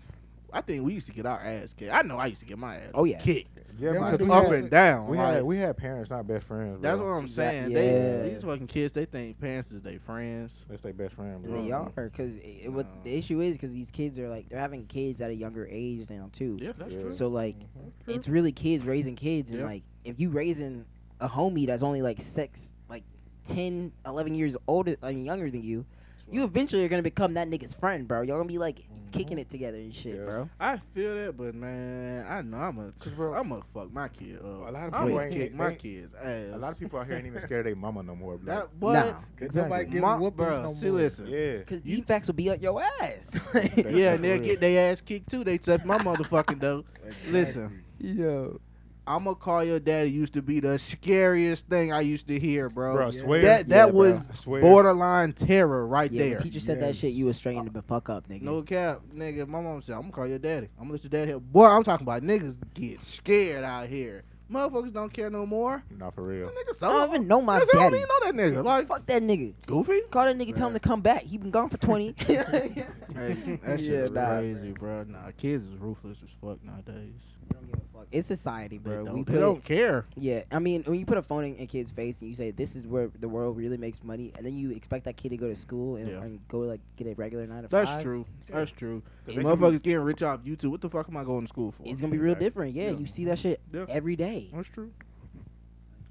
[SPEAKER 4] I think we used to get our ass kicked. I know I used to get my ass.
[SPEAKER 3] Oh, yeah.
[SPEAKER 4] kicked
[SPEAKER 1] Yeah,
[SPEAKER 2] Yeah,
[SPEAKER 1] because
[SPEAKER 2] we
[SPEAKER 1] we,
[SPEAKER 4] up
[SPEAKER 2] had-
[SPEAKER 1] had,
[SPEAKER 4] and down.
[SPEAKER 1] we,
[SPEAKER 4] like,
[SPEAKER 1] had, we had parents, not best friends.
[SPEAKER 4] that's what
[SPEAKER 1] bro.
[SPEAKER 4] I'm
[SPEAKER 3] Exact-
[SPEAKER 4] saying. They
[SPEAKER 3] yeah.
[SPEAKER 4] these fucking kids, they think parents is their friends.
[SPEAKER 1] That's their best friend,
[SPEAKER 4] Yeah,
[SPEAKER 1] bro.
[SPEAKER 3] They are because what the issue is because these kids are like they're having kids at a younger age now too.
[SPEAKER 1] that's Yeah. true.
[SPEAKER 3] So like
[SPEAKER 2] Mhm.
[SPEAKER 4] Mm-hmm.
[SPEAKER 3] it's really kids raising kids and
[SPEAKER 4] Yeah.
[SPEAKER 3] like if you raising a homie that's only like six like 10 11 years older I mean, younger than you you eventually are gonna become that nigga's friend bro y'all gonna be like
[SPEAKER 4] Mm-hmm.
[SPEAKER 3] kicking it together and shit
[SPEAKER 1] Yeah.
[SPEAKER 3] bro
[SPEAKER 4] I feel that, but man, I know I'm a,
[SPEAKER 1] 'Cause, bro,
[SPEAKER 4] I'm a fuck my kid. Up.
[SPEAKER 1] a lot of
[SPEAKER 4] I'm
[SPEAKER 1] people
[SPEAKER 4] gonna
[SPEAKER 1] ain't-
[SPEAKER 4] kick
[SPEAKER 1] they-
[SPEAKER 4] my
[SPEAKER 1] they-
[SPEAKER 4] kids ass.
[SPEAKER 1] A lot of people out here ain't even scared of their mama no more, bro.
[SPEAKER 4] that what?
[SPEAKER 3] nah
[SPEAKER 2] Nobody
[SPEAKER 1] Exactly.
[SPEAKER 2] giving
[SPEAKER 4] My-
[SPEAKER 2] whoopings
[SPEAKER 4] bruh,
[SPEAKER 2] no
[SPEAKER 4] see,
[SPEAKER 2] more.
[SPEAKER 4] listen.
[SPEAKER 1] Yeah.
[SPEAKER 3] because
[SPEAKER 4] You-
[SPEAKER 3] defects will be up your ass
[SPEAKER 1] Okay.
[SPEAKER 4] Yeah,
[SPEAKER 1] For
[SPEAKER 4] and they'll
[SPEAKER 1] real.
[SPEAKER 4] get their ass kicked too. They took my motherfucking though. Listen,
[SPEAKER 3] yo
[SPEAKER 4] I'm gonna call your daddy. Used to be the scariest thing I used to hear, bro.
[SPEAKER 1] Bro, I
[SPEAKER 2] yeah.
[SPEAKER 1] swear.
[SPEAKER 4] That that
[SPEAKER 3] Yeah, bro.
[SPEAKER 4] was
[SPEAKER 1] I swear.
[SPEAKER 4] borderline terror right
[SPEAKER 3] yeah
[SPEAKER 4] there.
[SPEAKER 3] the teacher said that
[SPEAKER 2] Yes.
[SPEAKER 3] shit you was straining to fuck up nigga
[SPEAKER 4] Uh, No cap, nigga. My mom said, "I'm gonna call your daddy. I'm gonna let your dad help." Boy, I'm talking about niggas get scared out here. Motherfuckers don't care no more.
[SPEAKER 1] Not for
[SPEAKER 4] That
[SPEAKER 1] real.
[SPEAKER 4] nigga so.
[SPEAKER 3] I don't even know Oh, my
[SPEAKER 4] Yes, I don't
[SPEAKER 3] daddy
[SPEAKER 4] even know that nigga. Like
[SPEAKER 3] fuck that nigga
[SPEAKER 4] goofy.
[SPEAKER 3] call that nigga tell him
[SPEAKER 1] Man.
[SPEAKER 3] to come back he been gone for 20
[SPEAKER 4] Hey, that
[SPEAKER 3] Yeah,
[SPEAKER 4] shit's
[SPEAKER 3] nah.
[SPEAKER 4] crazy, bro. Nah, kids is ruthless as fuck nowadays.
[SPEAKER 3] it's society
[SPEAKER 4] They
[SPEAKER 3] bro we
[SPEAKER 4] don't, they
[SPEAKER 3] put-
[SPEAKER 4] don't care.
[SPEAKER 3] Yeah, I mean, when you put a phone in a kid's face and you say this is where the world really makes money, and then you expect that kid to go to school and,
[SPEAKER 4] Yeah.
[SPEAKER 3] and go like get a regular nine to
[SPEAKER 4] That's
[SPEAKER 3] five,
[SPEAKER 4] true. That's true.
[SPEAKER 1] 'Cause they can-
[SPEAKER 4] Motherfuckers getting rich off YouTube. What the fuck am I going to school for?
[SPEAKER 3] it's gonna be real
[SPEAKER 1] Exactly.
[SPEAKER 3] different. Yeah,
[SPEAKER 4] Yeah.
[SPEAKER 3] you see that shit
[SPEAKER 4] Yeah.
[SPEAKER 3] every day.
[SPEAKER 4] That's true.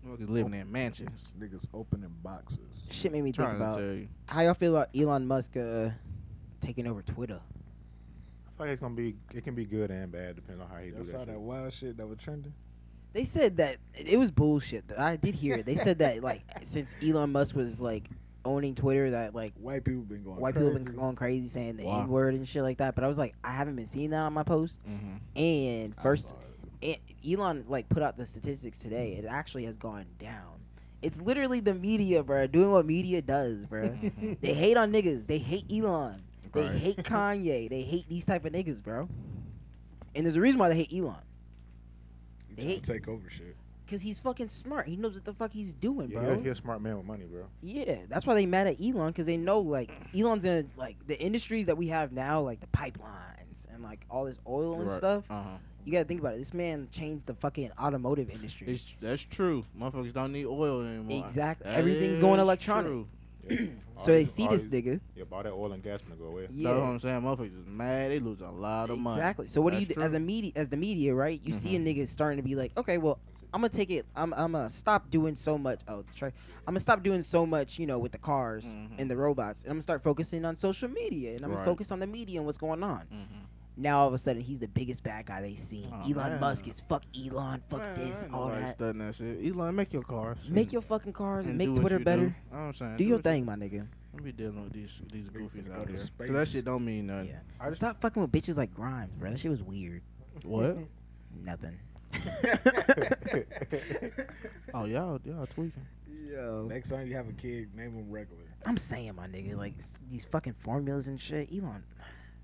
[SPEAKER 4] Motherfuckers living in mansions.
[SPEAKER 2] Niggas opening boxes.
[SPEAKER 3] Shit made me think
[SPEAKER 4] Trying to
[SPEAKER 3] about
[SPEAKER 4] tell you.
[SPEAKER 3] how y'all feel about Elon Musk uh, taking over Twitter.
[SPEAKER 1] I feel like it's gonna be. It can be good and bad, depending on how he do
[SPEAKER 2] Y'all saw
[SPEAKER 1] that.
[SPEAKER 2] that
[SPEAKER 1] shit.
[SPEAKER 2] wild shit that was trending?
[SPEAKER 3] They said that it was bullshit. That I did hear it. They said that like since Elon Musk was like owning Twitter, that like
[SPEAKER 2] White people been going
[SPEAKER 3] white
[SPEAKER 2] crazy.
[SPEAKER 3] people been going crazy saying the
[SPEAKER 4] Wow.
[SPEAKER 3] N word and shit like that. But I was like, I haven't been seeing that on my post.
[SPEAKER 4] Mm-hmm.
[SPEAKER 3] And
[SPEAKER 2] I
[SPEAKER 3] first,
[SPEAKER 2] saw it.
[SPEAKER 3] it, Elon like put out the statistics today. It actually has gone down. It's literally the media, bro, doing what media does, bro.
[SPEAKER 4] Mm-hmm.
[SPEAKER 3] they hate on niggas. They hate Elon. They
[SPEAKER 4] Right.
[SPEAKER 3] hate Kanye. They hate these type of niggas, bro. And there's a reason why they hate Elon.
[SPEAKER 2] You
[SPEAKER 3] They
[SPEAKER 2] tryna
[SPEAKER 3] hate-
[SPEAKER 2] take over shit.
[SPEAKER 3] Cause he's fucking smart. He knows what the fuck he's doing,
[SPEAKER 1] Yeah,
[SPEAKER 3] bro.
[SPEAKER 1] he, he a smart man with money, bro.
[SPEAKER 3] Yeah, that's why they mad at Elon because they know like Elon's in like the industries that we have now, like the pipelines and like all this oil and
[SPEAKER 4] Right.
[SPEAKER 3] stuff.
[SPEAKER 4] Uh-huh.
[SPEAKER 3] You gotta think about it. This man changed the fucking automotive industry.
[SPEAKER 4] It's, that's true. Motherfuckers don't need oil anymore.
[SPEAKER 3] Exact-
[SPEAKER 4] That
[SPEAKER 3] everything's going
[SPEAKER 4] is
[SPEAKER 3] electronic.
[SPEAKER 4] true.
[SPEAKER 1] Yeah. All
[SPEAKER 3] so they
[SPEAKER 1] these-
[SPEAKER 3] see
[SPEAKER 1] all
[SPEAKER 3] this
[SPEAKER 1] these-
[SPEAKER 3] nigga.
[SPEAKER 1] Yeah, all that oil and gas gonna go away.
[SPEAKER 3] Yeah.
[SPEAKER 4] That's what I'm saying. Motherfuckers is mad. They lose a lot of money.
[SPEAKER 3] Exactly. So what do you
[SPEAKER 4] That's Mm-hmm.
[SPEAKER 3] do as a media as the media, right? You see a nigga starting to be like, okay, well, I'm gonna take it. I'm I'm gonna stop doing so much. Oh, try. I'm gonna stop doing so much, you know, with the cars
[SPEAKER 4] Mhm.
[SPEAKER 3] and the robots, and I'm gonna start focusing on social media, and I'm
[SPEAKER 4] Right.
[SPEAKER 3] gonna focus on the media and what's going on.
[SPEAKER 4] Mm-hmm.
[SPEAKER 3] Now all of a sudden, he's the biggest bad guy they seen.
[SPEAKER 4] Aw,
[SPEAKER 3] Elon
[SPEAKER 4] Oh, man.
[SPEAKER 3] Musk is fuck Elon, fuck this, all that.
[SPEAKER 4] Studying that shit. Elon, make your cars.
[SPEAKER 3] Make your fucking cars and,
[SPEAKER 4] and do
[SPEAKER 3] make
[SPEAKER 4] what
[SPEAKER 3] Twitter
[SPEAKER 4] you
[SPEAKER 3] better.
[SPEAKER 4] Do. I am saying.
[SPEAKER 3] Do, your
[SPEAKER 4] what you-
[SPEAKER 3] thing, my nigga.
[SPEAKER 4] Don't be dealing with these these goofies
[SPEAKER 2] finna
[SPEAKER 4] out
[SPEAKER 2] go
[SPEAKER 4] here.
[SPEAKER 2] to
[SPEAKER 4] 'Cause that shit don't mean nothing.
[SPEAKER 3] Yeah.
[SPEAKER 1] I just-
[SPEAKER 3] Stop fucking with bitches like Grimes, bro. That shit was weird.
[SPEAKER 4] What?
[SPEAKER 3] Nothing.
[SPEAKER 4] oh y'all y'all tweaking.
[SPEAKER 3] Yo.
[SPEAKER 2] Next time you have a kid, name him regular.
[SPEAKER 3] I'm saying, my nigga, like s- these fucking formulas and shit. Elon,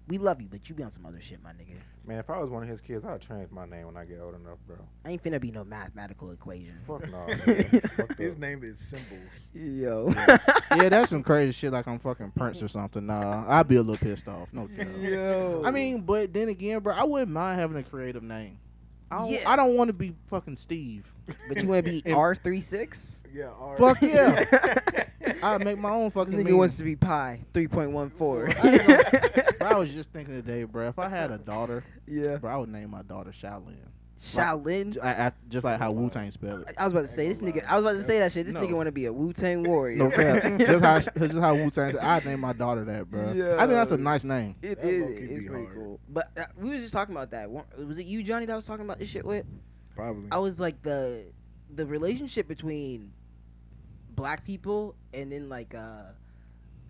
[SPEAKER 3] we love you, but you be on some other shit, my nigga.
[SPEAKER 1] Man, if I was one of his kids, I'd change my name when I get old enough, bro.
[SPEAKER 3] I ain't finna be no mathematical equation.
[SPEAKER 1] Fuck no. man. Fuck
[SPEAKER 2] His
[SPEAKER 1] that.
[SPEAKER 2] name is Symbols.
[SPEAKER 3] Yo.
[SPEAKER 4] yeah, that's some crazy shit. Like I'm fucking Prince or something. Nah, I'd be a little pissed off. No cap.
[SPEAKER 3] Yo.
[SPEAKER 4] I mean, but then again, bro, I wouldn't mind having a creative name. I don't,
[SPEAKER 3] Yeah.
[SPEAKER 4] I don't want to be fucking Steve.
[SPEAKER 3] but you wanna be
[SPEAKER 4] And-
[SPEAKER 3] R 36
[SPEAKER 2] Yeah. all
[SPEAKER 4] Fuck
[SPEAKER 2] right.
[SPEAKER 4] yeah. I make my own fucking.
[SPEAKER 3] Nigga
[SPEAKER 4] meme.
[SPEAKER 3] wants to be pi three point one four.
[SPEAKER 4] Bro, I was just thinking today, bro. If I had a daughter,
[SPEAKER 3] yeah.
[SPEAKER 4] bro, I would name my daughter Shaolin.
[SPEAKER 3] Shaolin.
[SPEAKER 4] J- I, I, just like how Wu Tang spelled it.
[SPEAKER 3] I- I was about to say this nigga. I was about to say that shit. This
[SPEAKER 4] No.
[SPEAKER 3] nigga wanna be a Wu Tang warrior.
[SPEAKER 4] No cap. just how just how Wu Tang. I would name my daughter that, bro. I think that's a nice name.
[SPEAKER 3] It
[SPEAKER 2] That
[SPEAKER 3] is.
[SPEAKER 2] low-key be
[SPEAKER 3] It's pretty
[SPEAKER 2] hard.
[SPEAKER 3] cool. But uh, we was just talking about that. Wa- Was it you, Johnny, that was talking about this shit with?
[SPEAKER 2] Probably.
[SPEAKER 3] I was like the the relationship between black people and then like uh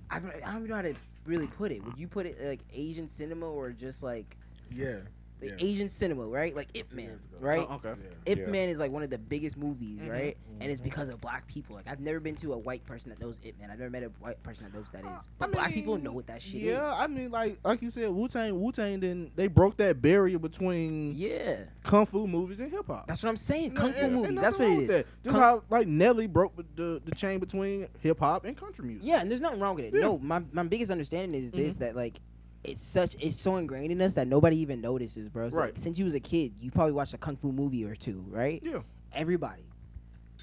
[SPEAKER 3] I don't, I don't even know how to really put it. Would you put it like Asian cinema or just like
[SPEAKER 2] Yeah.
[SPEAKER 3] like
[SPEAKER 2] Yeah.
[SPEAKER 3] Asian cinema, right? Like Ip Man,
[SPEAKER 2] Yeah.
[SPEAKER 3] right?
[SPEAKER 4] Oh, okay.
[SPEAKER 2] uh, Yeah.
[SPEAKER 3] Ip
[SPEAKER 1] Yeah.
[SPEAKER 3] Man is like one of the biggest movies,
[SPEAKER 4] Mhm.
[SPEAKER 3] right? And it's
[SPEAKER 2] Mhm.
[SPEAKER 3] because of black people. Like I've never been to a white person that knows Ip Man. I've never met a white person that knows what that
[SPEAKER 4] Uh,
[SPEAKER 3] is. But
[SPEAKER 4] I
[SPEAKER 3] black people
[SPEAKER 4] mean,
[SPEAKER 3] know what that shit
[SPEAKER 4] yeah, I mean, like like you said, Wu Tang, Wu Tang, then they broke that barrier between
[SPEAKER 3] is. Yeah.
[SPEAKER 4] kung fu movies and hip hop.
[SPEAKER 3] That's what I'm saying.
[SPEAKER 4] No,
[SPEAKER 3] Kung Fu
[SPEAKER 4] ain't- ain't
[SPEAKER 3] movies.
[SPEAKER 4] nothing
[SPEAKER 3] That's what
[SPEAKER 4] wrong
[SPEAKER 3] it
[SPEAKER 4] with
[SPEAKER 3] is.
[SPEAKER 4] that. Just
[SPEAKER 3] Kung-
[SPEAKER 4] how like Nelly broke the the chain between hip hop and country music.
[SPEAKER 3] Yeah, and there's nothing wrong with it.
[SPEAKER 4] Yeah.
[SPEAKER 3] No,
[SPEAKER 4] Mm-hmm.
[SPEAKER 3] my, my biggest understanding is this that like it's such it's so ingrained in us that nobody even notices, bro. It's
[SPEAKER 4] Right.
[SPEAKER 3] Like, since you was a kid, you probably watched a kung fu movie or two, right?
[SPEAKER 4] Yeah.
[SPEAKER 3] Everybody,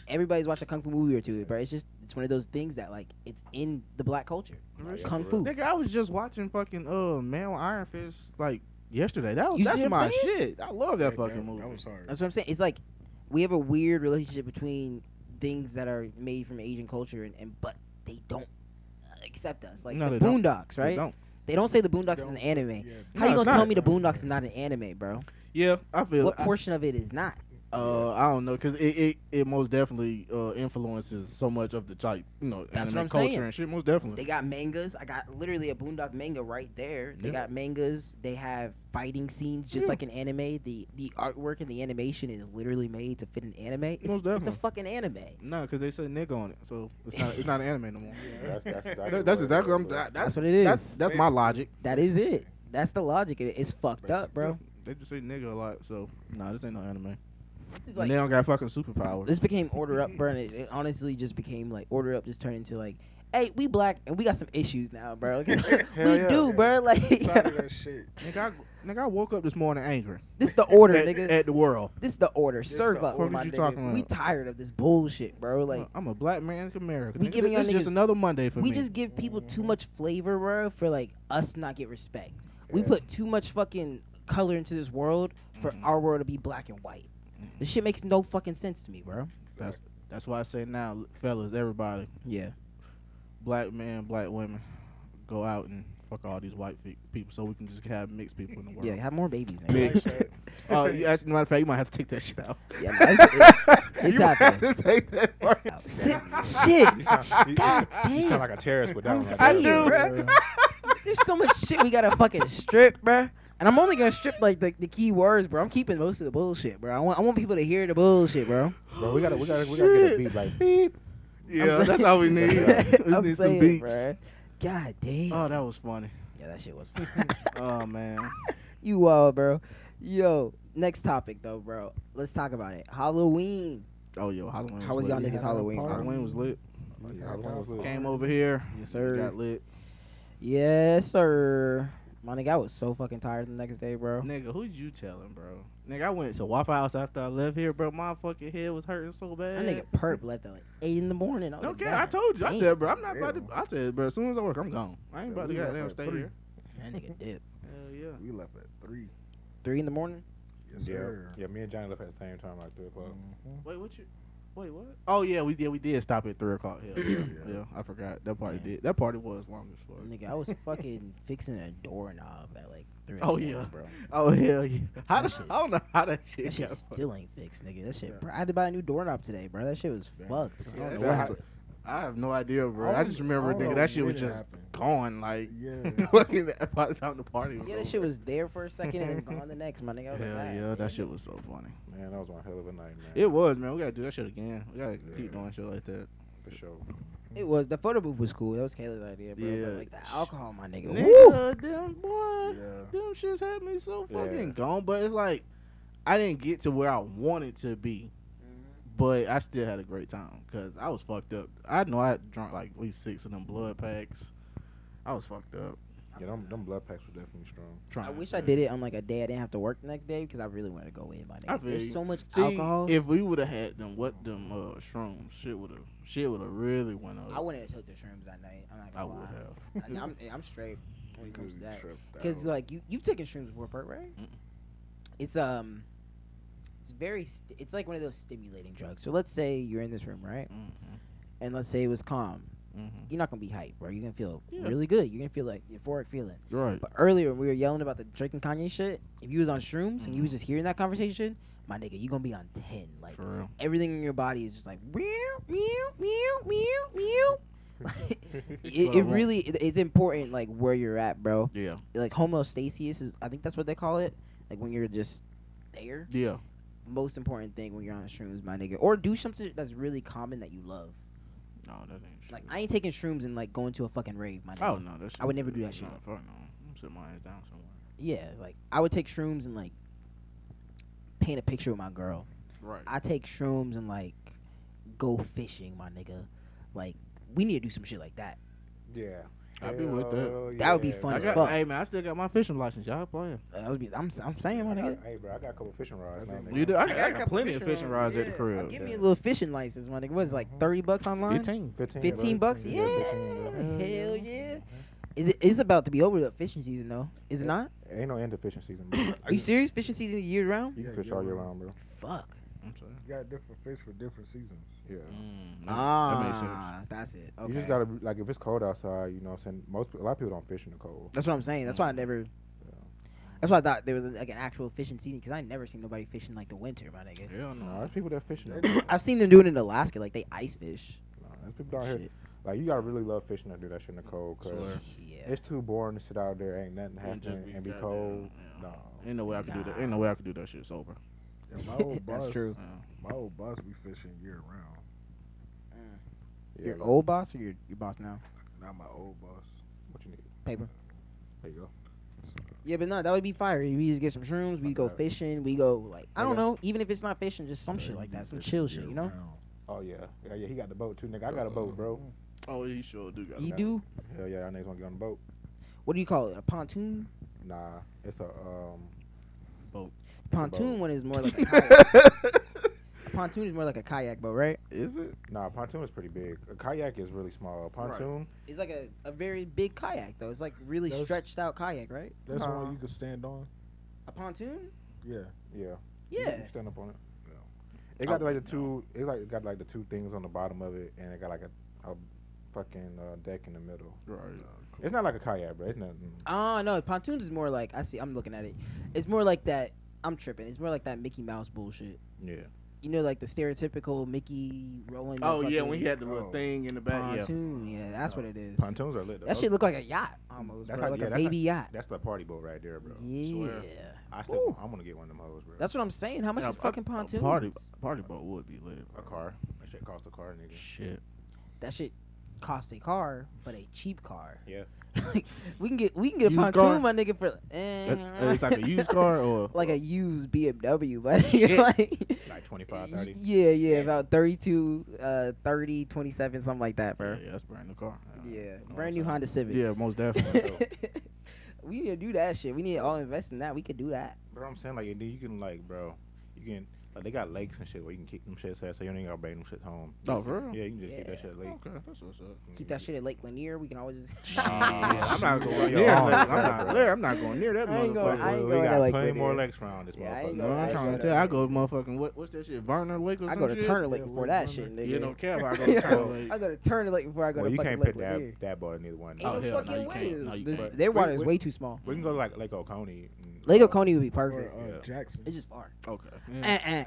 [SPEAKER 3] everybody's watched a kung fu movie or two, bro. It's just it's one of those things that like it's in the black culture.
[SPEAKER 1] Right,
[SPEAKER 3] Kung
[SPEAKER 1] for
[SPEAKER 3] fu.
[SPEAKER 1] real.
[SPEAKER 4] Nigga, I was just watching fucking uh Man with Iron Fist like yesterday. That was
[SPEAKER 3] You see
[SPEAKER 4] that's
[SPEAKER 3] what I'm
[SPEAKER 4] my
[SPEAKER 3] saying?
[SPEAKER 4] shit. I love that fucking movie.
[SPEAKER 1] I'm sorry.
[SPEAKER 3] That's what I'm saying. It's like we have a weird relationship between things that are made from Asian culture and, and but they don't accept us. Like
[SPEAKER 4] No,
[SPEAKER 3] the
[SPEAKER 4] they don't.
[SPEAKER 3] Boondocks,
[SPEAKER 4] They
[SPEAKER 3] right?
[SPEAKER 4] don't.
[SPEAKER 3] They don't say the Boondocks is an
[SPEAKER 2] Don't-
[SPEAKER 3] anime.
[SPEAKER 2] Yeah,
[SPEAKER 3] How you
[SPEAKER 4] No,
[SPEAKER 3] gonna
[SPEAKER 4] it's
[SPEAKER 3] tell
[SPEAKER 4] not.
[SPEAKER 3] me the Boondocks is not an anime, bro?
[SPEAKER 4] Yeah, I feel.
[SPEAKER 3] What
[SPEAKER 4] I,
[SPEAKER 3] portion of it is not?
[SPEAKER 4] uh, I don't know, cause it it, it most definitely uh, influences so much of the type, you know,
[SPEAKER 3] what
[SPEAKER 4] anime
[SPEAKER 3] I'm
[SPEAKER 4] culture
[SPEAKER 3] saying.
[SPEAKER 4] and shit. Most definitely.
[SPEAKER 3] They got mangas. I got literally a Boondock manga right there. They
[SPEAKER 4] Yeah.
[SPEAKER 3] got mangas. They have fighting scenes just
[SPEAKER 4] Yeah.
[SPEAKER 3] like an anime. The the artwork and the animation is literally made to fit an anime. It's,
[SPEAKER 4] Most
[SPEAKER 3] it's a
[SPEAKER 4] definitely.
[SPEAKER 3] fucking anime.
[SPEAKER 4] no, cause they said nigga on it, so it's not it's not an anime no more.
[SPEAKER 1] That's, that's exactly.
[SPEAKER 4] That- that's
[SPEAKER 1] what it
[SPEAKER 4] exactly.
[SPEAKER 1] is,
[SPEAKER 4] I'm,
[SPEAKER 1] bro.
[SPEAKER 4] that, that's
[SPEAKER 3] That's what it is.
[SPEAKER 4] that's that's my logic.
[SPEAKER 3] that is it. That's the logic. It, it's fucked up, bro.
[SPEAKER 4] They just say nigga a lot, so nah, this ain't no anime.
[SPEAKER 3] This is
[SPEAKER 4] and
[SPEAKER 3] like
[SPEAKER 4] they don't got fucking superpowers.
[SPEAKER 3] this became order up, bro. And it, it honestly just became like order up just turned into like, hey, we black and we got some issues now, bro. Like, we
[SPEAKER 4] yeah.
[SPEAKER 3] do, bro. Like
[SPEAKER 2] tired of that shit.
[SPEAKER 4] nigga, I, nigga, I woke up this morning angry.
[SPEAKER 3] this is the order,
[SPEAKER 4] at,
[SPEAKER 3] nigga.
[SPEAKER 4] At the world.
[SPEAKER 3] this is the order.
[SPEAKER 2] the
[SPEAKER 3] Serve up,
[SPEAKER 4] order.
[SPEAKER 3] my
[SPEAKER 4] What you
[SPEAKER 3] nigga.
[SPEAKER 4] talking
[SPEAKER 3] We
[SPEAKER 4] about?
[SPEAKER 3] tired of this bullshit, bro. Like.
[SPEAKER 4] I'm a black man in America.
[SPEAKER 3] We
[SPEAKER 4] nigga.
[SPEAKER 3] giving
[SPEAKER 4] this
[SPEAKER 3] y'all
[SPEAKER 4] is just
[SPEAKER 3] niggas-
[SPEAKER 4] another Monday for
[SPEAKER 3] we
[SPEAKER 4] me.
[SPEAKER 3] just give people too much flavor, bro, for like us not get respect. We
[SPEAKER 1] Yeah.
[SPEAKER 3] put too much fucking color into this world for
[SPEAKER 4] Mhm.
[SPEAKER 3] our world to be black and white.
[SPEAKER 4] Mm-hmm.
[SPEAKER 3] This shit makes no fucking sense to me, bro.
[SPEAKER 4] That's, that's why I say now, l- fellas, everybody,
[SPEAKER 3] Yeah.
[SPEAKER 4] black man, black women, go out and fuck all these white fe- people, so we can just have mixed people in the world.
[SPEAKER 3] Yeah, have more babies, nigga.
[SPEAKER 4] Mixed. Oh, you as a matter of fact, you might have to take that shit out.
[SPEAKER 3] Yeah, no, it's- it's
[SPEAKER 4] you might have
[SPEAKER 3] happening.
[SPEAKER 4] to take that part.
[SPEAKER 3] Wow. Shit. shit.
[SPEAKER 1] You sound, you, you sound- you
[SPEAKER 3] damn.
[SPEAKER 1] sound like a terrorist with that
[SPEAKER 3] I'm
[SPEAKER 1] one.
[SPEAKER 3] I
[SPEAKER 1] right there.
[SPEAKER 3] do,
[SPEAKER 4] bruh.
[SPEAKER 3] There's so much shit we gotta fucking strip, bro. And I'm only gonna strip like the, the key words, bro. I'm keeping most of the bullshit, bro. I want I want people to hear the bullshit, bro.
[SPEAKER 1] Bro, we gotta, we gotta, we gotta get a beat like beep.
[SPEAKER 4] Yeah,
[SPEAKER 3] I'm
[SPEAKER 4] that's all we need. we
[SPEAKER 3] I'm
[SPEAKER 4] need some
[SPEAKER 3] saying,
[SPEAKER 4] beats.
[SPEAKER 3] bruh. God damn.
[SPEAKER 4] Oh, that was funny.
[SPEAKER 3] yeah, that shit was. fun.
[SPEAKER 4] Oh man.
[SPEAKER 3] You wild, bro. Yo, next topic though, bro. Let's talk about it. Halloween.
[SPEAKER 4] Oh yo, Halloween.
[SPEAKER 3] How was
[SPEAKER 4] was
[SPEAKER 3] y'all
[SPEAKER 4] lit.
[SPEAKER 3] niggas Halloween? bro?
[SPEAKER 4] Halloween was lit.
[SPEAKER 1] Yeah, I was with-
[SPEAKER 4] Came over here.
[SPEAKER 3] Yes, sir.
[SPEAKER 4] Got lit.
[SPEAKER 3] Yes, sir. My nigga, I was so fucking tired the next day, bro.
[SPEAKER 4] Nigga, who you telling, bro? Nigga, I went to Waffle House after I left here, bro. My fucking head was hurting so
[SPEAKER 3] That
[SPEAKER 4] bad.
[SPEAKER 3] nigga perp left at like eight in the morning. I was
[SPEAKER 4] No
[SPEAKER 3] like,
[SPEAKER 4] cap, I
[SPEAKER 3] "God
[SPEAKER 4] told you. I
[SPEAKER 3] damn."
[SPEAKER 4] said, bro, I'm not
[SPEAKER 1] Damn.
[SPEAKER 4] about to. I said, bro, as soon as I work, I'm gone. I ain't
[SPEAKER 1] Yeah,
[SPEAKER 4] about to
[SPEAKER 1] we left
[SPEAKER 4] goddamn
[SPEAKER 1] at
[SPEAKER 4] stay
[SPEAKER 1] three.
[SPEAKER 4] here.
[SPEAKER 3] that nigga dip.
[SPEAKER 4] Hell yeah.
[SPEAKER 2] We left at three.
[SPEAKER 3] Three in the morning.
[SPEAKER 2] Yes,
[SPEAKER 1] Yeah,
[SPEAKER 2] sir.
[SPEAKER 1] yeah. Me and Johnny left at the same time, like three o'clock.
[SPEAKER 2] Mhm.
[SPEAKER 4] Wait, what you? Wait, what? Oh yeah, we did. We did stop at three o'clock. Hell yeah, yeah. I forgot that party
[SPEAKER 3] Damn.
[SPEAKER 4] did. That party was long as fuck.
[SPEAKER 3] Nigga, I was fucking fixing a doorknob at like three. in
[SPEAKER 4] Oh,
[SPEAKER 3] the
[SPEAKER 4] yeah.
[SPEAKER 3] morning, bro.
[SPEAKER 4] Oh hell yeah. How
[SPEAKER 3] That
[SPEAKER 4] the,
[SPEAKER 3] shit's-
[SPEAKER 4] I don't know how that shit.
[SPEAKER 3] That shit
[SPEAKER 4] got-
[SPEAKER 3] still ain't fixed, nigga. That shit.
[SPEAKER 1] Yeah.
[SPEAKER 3] Bro, I had to buy a new doorknob today, bro. That shit was
[SPEAKER 2] Damn.
[SPEAKER 3] fucked. I
[SPEAKER 4] Yeah,
[SPEAKER 3] don't
[SPEAKER 4] that
[SPEAKER 3] know what
[SPEAKER 4] shit
[SPEAKER 3] happened.
[SPEAKER 4] was- I have no idea, bro.
[SPEAKER 2] I
[SPEAKER 4] I just
[SPEAKER 2] don't-
[SPEAKER 4] remember,
[SPEAKER 2] I don't
[SPEAKER 4] nigga,
[SPEAKER 2] know
[SPEAKER 4] that shit
[SPEAKER 2] when
[SPEAKER 4] was
[SPEAKER 2] it
[SPEAKER 4] just
[SPEAKER 2] happened.
[SPEAKER 4] gone. Like
[SPEAKER 2] Yeah.
[SPEAKER 4] fucking by the time the party was
[SPEAKER 3] Yeah,
[SPEAKER 4] over.
[SPEAKER 3] that shit was there for a second and then gone the next, my nigga. I
[SPEAKER 4] Hell
[SPEAKER 3] was like, "God
[SPEAKER 4] yeah,
[SPEAKER 3] damn."
[SPEAKER 4] that shit was so funny.
[SPEAKER 1] Man, that was one hell of a night, man.
[SPEAKER 4] It was, man. We gotta do that shit again. We gotta
[SPEAKER 1] Yeah.
[SPEAKER 4] keep doing shit like that.
[SPEAKER 1] for sure.
[SPEAKER 3] It was the photo booth was cool. That was Kayla's idea, bro.
[SPEAKER 4] Yeah.
[SPEAKER 3] But like the alcohol, my nigga. Woo!
[SPEAKER 4] Nigga, them boy,
[SPEAKER 2] Yeah.
[SPEAKER 4] them shits had me so fucking
[SPEAKER 1] Yeah.
[SPEAKER 4] gone. But it's like I didn't get to where I wanted to be, but I still had a great time because I was fucked up. I know I drunk like at least six of them blood packs. I was fucked up.
[SPEAKER 1] Yeah, them, them blood packs were definitely strong.
[SPEAKER 4] Trying.
[SPEAKER 3] I wish I did it on like a day I didn't have to work the next day because I really wanted to go in, my
[SPEAKER 4] I
[SPEAKER 3] nigga.
[SPEAKER 4] feel
[SPEAKER 3] There's
[SPEAKER 4] you.
[SPEAKER 3] so much
[SPEAKER 4] See,
[SPEAKER 3] alcohol.
[SPEAKER 4] if we would have had them, what them uh, shrooms, shit would have, shit would have really went up.
[SPEAKER 3] I wouldn't have took the shrooms that night. I'm not
[SPEAKER 4] I
[SPEAKER 3] gonna
[SPEAKER 4] would
[SPEAKER 3] lie.
[SPEAKER 4] have.
[SPEAKER 3] I- I'm, I'm straight when it comes to that.
[SPEAKER 2] Tripped out.
[SPEAKER 3] Because like you, you've taken shrooms before, Bert, right?
[SPEAKER 4] Mm-mm.
[SPEAKER 3] It's um, it's very. St- it's like one of those stimulating drugs. So let's say you're in this room, right?
[SPEAKER 4] Mm-hmm.
[SPEAKER 3] And let's say it was calm.
[SPEAKER 4] Mm-hmm.
[SPEAKER 3] You're not gonna be hype, bro. You're gonna feel
[SPEAKER 4] Yeah.
[SPEAKER 3] really good. You're gonna feel like euphoric feeling.
[SPEAKER 4] Right.
[SPEAKER 3] But earlier when we were yelling about the Drake and Kanye shit, if you was on shrooms and you
[SPEAKER 4] Mm-hmm.
[SPEAKER 3] was just hearing that conversation, my nigga, you gonna be on ten. Like
[SPEAKER 4] For real.
[SPEAKER 3] everything in your body is just like meow meow meow meow meow. it
[SPEAKER 4] what I
[SPEAKER 3] it
[SPEAKER 4] want.
[SPEAKER 3] really it, it's important like where you're at, bro.
[SPEAKER 4] Yeah.
[SPEAKER 3] Like homostasis is I think that's what they call it. Like when you're just there.
[SPEAKER 4] Yeah.
[SPEAKER 3] Most important thing when you're on shrooms, my nigga, or do something that's really common that you love.
[SPEAKER 4] No, that ain't. Shit.
[SPEAKER 3] Like I ain't taking shrooms and like going to a fucking rave, my nigga.
[SPEAKER 4] Oh no, that shit
[SPEAKER 3] I would
[SPEAKER 4] was
[SPEAKER 3] never do
[SPEAKER 4] good.
[SPEAKER 3] that shit.
[SPEAKER 4] No, fuck no. I'm sitting my ass down somewhere.
[SPEAKER 3] yeah, like I would take shrooms and like paint a picture with my girl.
[SPEAKER 4] Right.
[SPEAKER 3] I take shrooms and like go fishing, my nigga. Like we need to do some shit like that.
[SPEAKER 1] Yeah,
[SPEAKER 4] I'd be with that.
[SPEAKER 1] Hell
[SPEAKER 3] That would be
[SPEAKER 1] yeah,
[SPEAKER 3] fun
[SPEAKER 4] I
[SPEAKER 3] as
[SPEAKER 1] bro.
[SPEAKER 4] got,
[SPEAKER 3] fuck.
[SPEAKER 4] Hey man, I still got my fishing license. Y'all playing?
[SPEAKER 3] Uh, That would be. I'm. s- I'm saying
[SPEAKER 1] I
[SPEAKER 3] what I
[SPEAKER 1] got,
[SPEAKER 3] hear.
[SPEAKER 1] hey, bro, I got a couple fishing rods.
[SPEAKER 2] I
[SPEAKER 1] now,
[SPEAKER 2] think-
[SPEAKER 1] nigga.
[SPEAKER 4] You do? I, got-
[SPEAKER 3] got
[SPEAKER 4] I
[SPEAKER 3] a
[SPEAKER 4] got
[SPEAKER 3] couple
[SPEAKER 4] plenty of fishing rods at the crib.
[SPEAKER 3] Give me a little fishing license, my nigga. What is it, like thirty bucks online?
[SPEAKER 4] 15.
[SPEAKER 1] 15, bro.
[SPEAKER 3] 15 bucks? Mm-hmm.
[SPEAKER 1] 15,
[SPEAKER 3] Yeah.
[SPEAKER 1] bro.
[SPEAKER 3] Hell yeah. Is it? It's about to be over the fishing season though. Is it
[SPEAKER 1] Yeah.
[SPEAKER 3] not?
[SPEAKER 1] Ain't no end to fishing season, bro. you
[SPEAKER 3] Are you serious? Fishing season year round?
[SPEAKER 1] can
[SPEAKER 2] Yeah,
[SPEAKER 1] fish
[SPEAKER 2] year
[SPEAKER 1] all year
[SPEAKER 2] round.
[SPEAKER 1] round, bro.
[SPEAKER 3] Fuck.
[SPEAKER 4] I'm sorry.
[SPEAKER 2] You got different fish for different seasons.
[SPEAKER 1] Yeah.
[SPEAKER 4] Mm, that makes sense.
[SPEAKER 3] Ah, that's it. Okay.
[SPEAKER 1] You just gotta be- like if it's cold outside, you know. what I'm saying most a lot of people don't fish in the cold.
[SPEAKER 3] That's what I'm saying. That's why I never. That's why I thought there was like an actual fishing season because I never seen nobody fishing like the winter, my nigga.
[SPEAKER 4] Hell
[SPEAKER 1] No, there's
[SPEAKER 4] no.
[SPEAKER 1] people that fish in the
[SPEAKER 2] They
[SPEAKER 1] cold.
[SPEAKER 3] I've seen them doing it in Alaska, like they ice fish.
[SPEAKER 1] Nah, there's people down here
[SPEAKER 3] Shit.
[SPEAKER 1] like you gotta really love fishing to do that shit in the cold, cause
[SPEAKER 3] Yeah.
[SPEAKER 1] it's too boring to sit out there, ain't nothing
[SPEAKER 4] And just
[SPEAKER 1] happening,
[SPEAKER 4] be
[SPEAKER 1] and be
[SPEAKER 4] goddamn-
[SPEAKER 1] cold.
[SPEAKER 4] yeah.
[SPEAKER 1] No.
[SPEAKER 4] Ain't no way I could do that. Ain't no way I could do that shit sober.
[SPEAKER 2] Yeah, my old boss,
[SPEAKER 3] That's true.
[SPEAKER 2] My old boss be fishing year round.
[SPEAKER 1] Yeah,
[SPEAKER 3] Your
[SPEAKER 1] but
[SPEAKER 3] old boss or your, your boss now?
[SPEAKER 2] Not my old boss.
[SPEAKER 1] What you need?
[SPEAKER 3] Paper.
[SPEAKER 1] There you go.
[SPEAKER 3] Yeah, but no, that would be fire. We just get some shrooms. We go
[SPEAKER 1] Okay.
[SPEAKER 3] fishing. We go like I don't
[SPEAKER 1] Okay.
[SPEAKER 3] know. Even if it's not fishing, just some
[SPEAKER 2] Yeah,
[SPEAKER 3] shit
[SPEAKER 2] he
[SPEAKER 3] like
[SPEAKER 2] be
[SPEAKER 3] that, some
[SPEAKER 2] fishing
[SPEAKER 3] chill shit,
[SPEAKER 2] year
[SPEAKER 3] you know.
[SPEAKER 2] round.
[SPEAKER 1] Oh yeah, yeah, yeah. He got the boat too, nigga. I got a boat, bro.
[SPEAKER 4] Oh, he sure do got
[SPEAKER 3] You
[SPEAKER 1] that.
[SPEAKER 3] do
[SPEAKER 1] Hell yeah, y'all niggas wanna get on the boat?
[SPEAKER 3] what do you call it? A pontoon.
[SPEAKER 1] Nah, it's a um.
[SPEAKER 3] Pontoon
[SPEAKER 1] boat.
[SPEAKER 3] one is more like a kayak.
[SPEAKER 4] that.
[SPEAKER 3] a pontoon is more like a kayak boat, right?
[SPEAKER 4] Is it?
[SPEAKER 1] Nah, pontoon is pretty big. A kayak is really small. A
[SPEAKER 4] Right.
[SPEAKER 1] pontoon.
[SPEAKER 3] It's like a, a very big kayak though. It's like really
[SPEAKER 2] That's-
[SPEAKER 3] stretched out kayak, right?
[SPEAKER 2] That's the
[SPEAKER 1] Nah.
[SPEAKER 2] one you can stand on.
[SPEAKER 3] A pontoon?
[SPEAKER 2] Yeah.
[SPEAKER 1] Yeah. You-
[SPEAKER 3] Yeah.
[SPEAKER 1] You stand up on it.
[SPEAKER 2] Yeah.
[SPEAKER 1] It got
[SPEAKER 4] Oh,
[SPEAKER 1] like the
[SPEAKER 4] no.
[SPEAKER 1] two. It like got like the two things on the bottom of it, and it got like a, a fucking uh, deck in the middle.
[SPEAKER 4] Right.
[SPEAKER 1] It's not mm. like a kayak, bro. It's nothing.
[SPEAKER 3] Oh no, pontoons is more like I see. I'm looking at it. It's more like that. I'm tripping. It's more like that Mickey Mouse bullshit.
[SPEAKER 1] Yeah.
[SPEAKER 3] You know, like the stereotypical Mickey rolling. the
[SPEAKER 4] Oh yeah, when he
[SPEAKER 3] fucking
[SPEAKER 4] had the little
[SPEAKER 1] Oh.
[SPEAKER 4] thing in the back. Yeah.
[SPEAKER 3] pontoon. Yeah, that's what it is.
[SPEAKER 1] Pontoons are lit. Though.
[SPEAKER 3] That shit look like a yacht almost,
[SPEAKER 1] That's
[SPEAKER 3] bro,
[SPEAKER 1] how-
[SPEAKER 3] like
[SPEAKER 1] yeah,
[SPEAKER 3] a
[SPEAKER 1] that's how-
[SPEAKER 3] baby yacht.
[SPEAKER 1] That's the party boat right there, bro.
[SPEAKER 3] Yeah,
[SPEAKER 4] Swear.
[SPEAKER 1] I still.
[SPEAKER 3] Woo.
[SPEAKER 1] I'm gonna get one of them hoes, bro.
[SPEAKER 3] that's what I'm saying. How much
[SPEAKER 4] Yeah,
[SPEAKER 3] is
[SPEAKER 4] a-
[SPEAKER 3] fucking
[SPEAKER 4] a
[SPEAKER 3] pontoons?
[SPEAKER 4] Party, party boat would be lit.
[SPEAKER 1] a car. That shit cost a car, nigga.
[SPEAKER 4] Shit.
[SPEAKER 3] That shit cost a car, but a cheap car.
[SPEAKER 1] Yeah.
[SPEAKER 3] we can get we can get a
[SPEAKER 4] Used
[SPEAKER 3] pontoon,
[SPEAKER 4] car?
[SPEAKER 3] my nigga, for eh,
[SPEAKER 4] That- it's like a used car or
[SPEAKER 3] like a used BMW, but you're
[SPEAKER 4] Shit.
[SPEAKER 3] like.
[SPEAKER 1] Like 25,
[SPEAKER 3] Y-
[SPEAKER 1] 30.
[SPEAKER 3] Yeah, yeah,
[SPEAKER 1] Yeah.
[SPEAKER 3] about 32, uh, 30, 27, something like that, bro.
[SPEAKER 4] Yeah, yeah, that's brand new car.
[SPEAKER 3] Yeah,
[SPEAKER 4] what
[SPEAKER 3] brand
[SPEAKER 4] I'm
[SPEAKER 3] new
[SPEAKER 4] saying.
[SPEAKER 3] Honda Civic.
[SPEAKER 4] Yeah, most definitely.
[SPEAKER 3] we need to do that shit. We need to all invest in that. We could do that.
[SPEAKER 1] Bro, I'm saying like and then you can like, bro, you can like they got lakes and shit where you can keep them shits at, so you don't even gotta bring them shits home.
[SPEAKER 4] oh, for real?
[SPEAKER 1] Yeah, you can just keep that
[SPEAKER 3] Yeah.
[SPEAKER 1] shit at lake.
[SPEAKER 4] Okay, that's what's up.
[SPEAKER 3] Keep that shit at Lake Lanier. We can always just.
[SPEAKER 1] Nah, I'm not going
[SPEAKER 4] near
[SPEAKER 1] near
[SPEAKER 4] that.
[SPEAKER 1] that.
[SPEAKER 4] I'm not there. I'm not going near that
[SPEAKER 3] I ain't
[SPEAKER 4] motherfucker.
[SPEAKER 3] going- I ain't
[SPEAKER 1] we
[SPEAKER 3] going
[SPEAKER 1] got
[SPEAKER 3] to Lake
[SPEAKER 1] plenty more
[SPEAKER 3] Lanier.
[SPEAKER 1] lakes around this
[SPEAKER 3] Yeah, I
[SPEAKER 1] motherfucker.
[SPEAKER 3] ain't
[SPEAKER 4] No,
[SPEAKER 3] going-
[SPEAKER 4] I'm
[SPEAKER 3] I
[SPEAKER 4] trying
[SPEAKER 3] go
[SPEAKER 4] to tell you, I
[SPEAKER 3] there.
[SPEAKER 4] go motherfucking what, what's that shit? Varner Lake or
[SPEAKER 3] I
[SPEAKER 4] some
[SPEAKER 3] go to
[SPEAKER 4] shit?
[SPEAKER 3] Turner Lake
[SPEAKER 2] Yeah,
[SPEAKER 3] before
[SPEAKER 2] Lake
[SPEAKER 3] that
[SPEAKER 2] London.
[SPEAKER 3] shit, nigga.
[SPEAKER 4] You don't care if I go
[SPEAKER 3] Yeah.
[SPEAKER 4] to Turner Lake.
[SPEAKER 3] I go to Turner Lake before I go
[SPEAKER 1] Well,
[SPEAKER 3] to
[SPEAKER 1] you
[SPEAKER 3] fucking
[SPEAKER 1] can't
[SPEAKER 3] Lake
[SPEAKER 1] put that
[SPEAKER 3] Lanier.
[SPEAKER 1] that boat in either one.
[SPEAKER 3] Ain't
[SPEAKER 1] though.
[SPEAKER 3] no
[SPEAKER 4] Oh, hell no,
[SPEAKER 3] fucking
[SPEAKER 4] you
[SPEAKER 3] way.
[SPEAKER 4] can't. No, you
[SPEAKER 3] This-
[SPEAKER 4] can't.
[SPEAKER 3] their
[SPEAKER 1] We-
[SPEAKER 3] water is
[SPEAKER 1] we-
[SPEAKER 3] way too small.
[SPEAKER 1] We can go to like Lake Oconee. and-
[SPEAKER 3] Lake Oconee would be perfect.
[SPEAKER 2] Or, uh,
[SPEAKER 1] Yeah.
[SPEAKER 2] Jackson.
[SPEAKER 3] It's just far.
[SPEAKER 4] Okay.
[SPEAKER 3] Eh,
[SPEAKER 4] Yeah.
[SPEAKER 3] eh, eh, eh,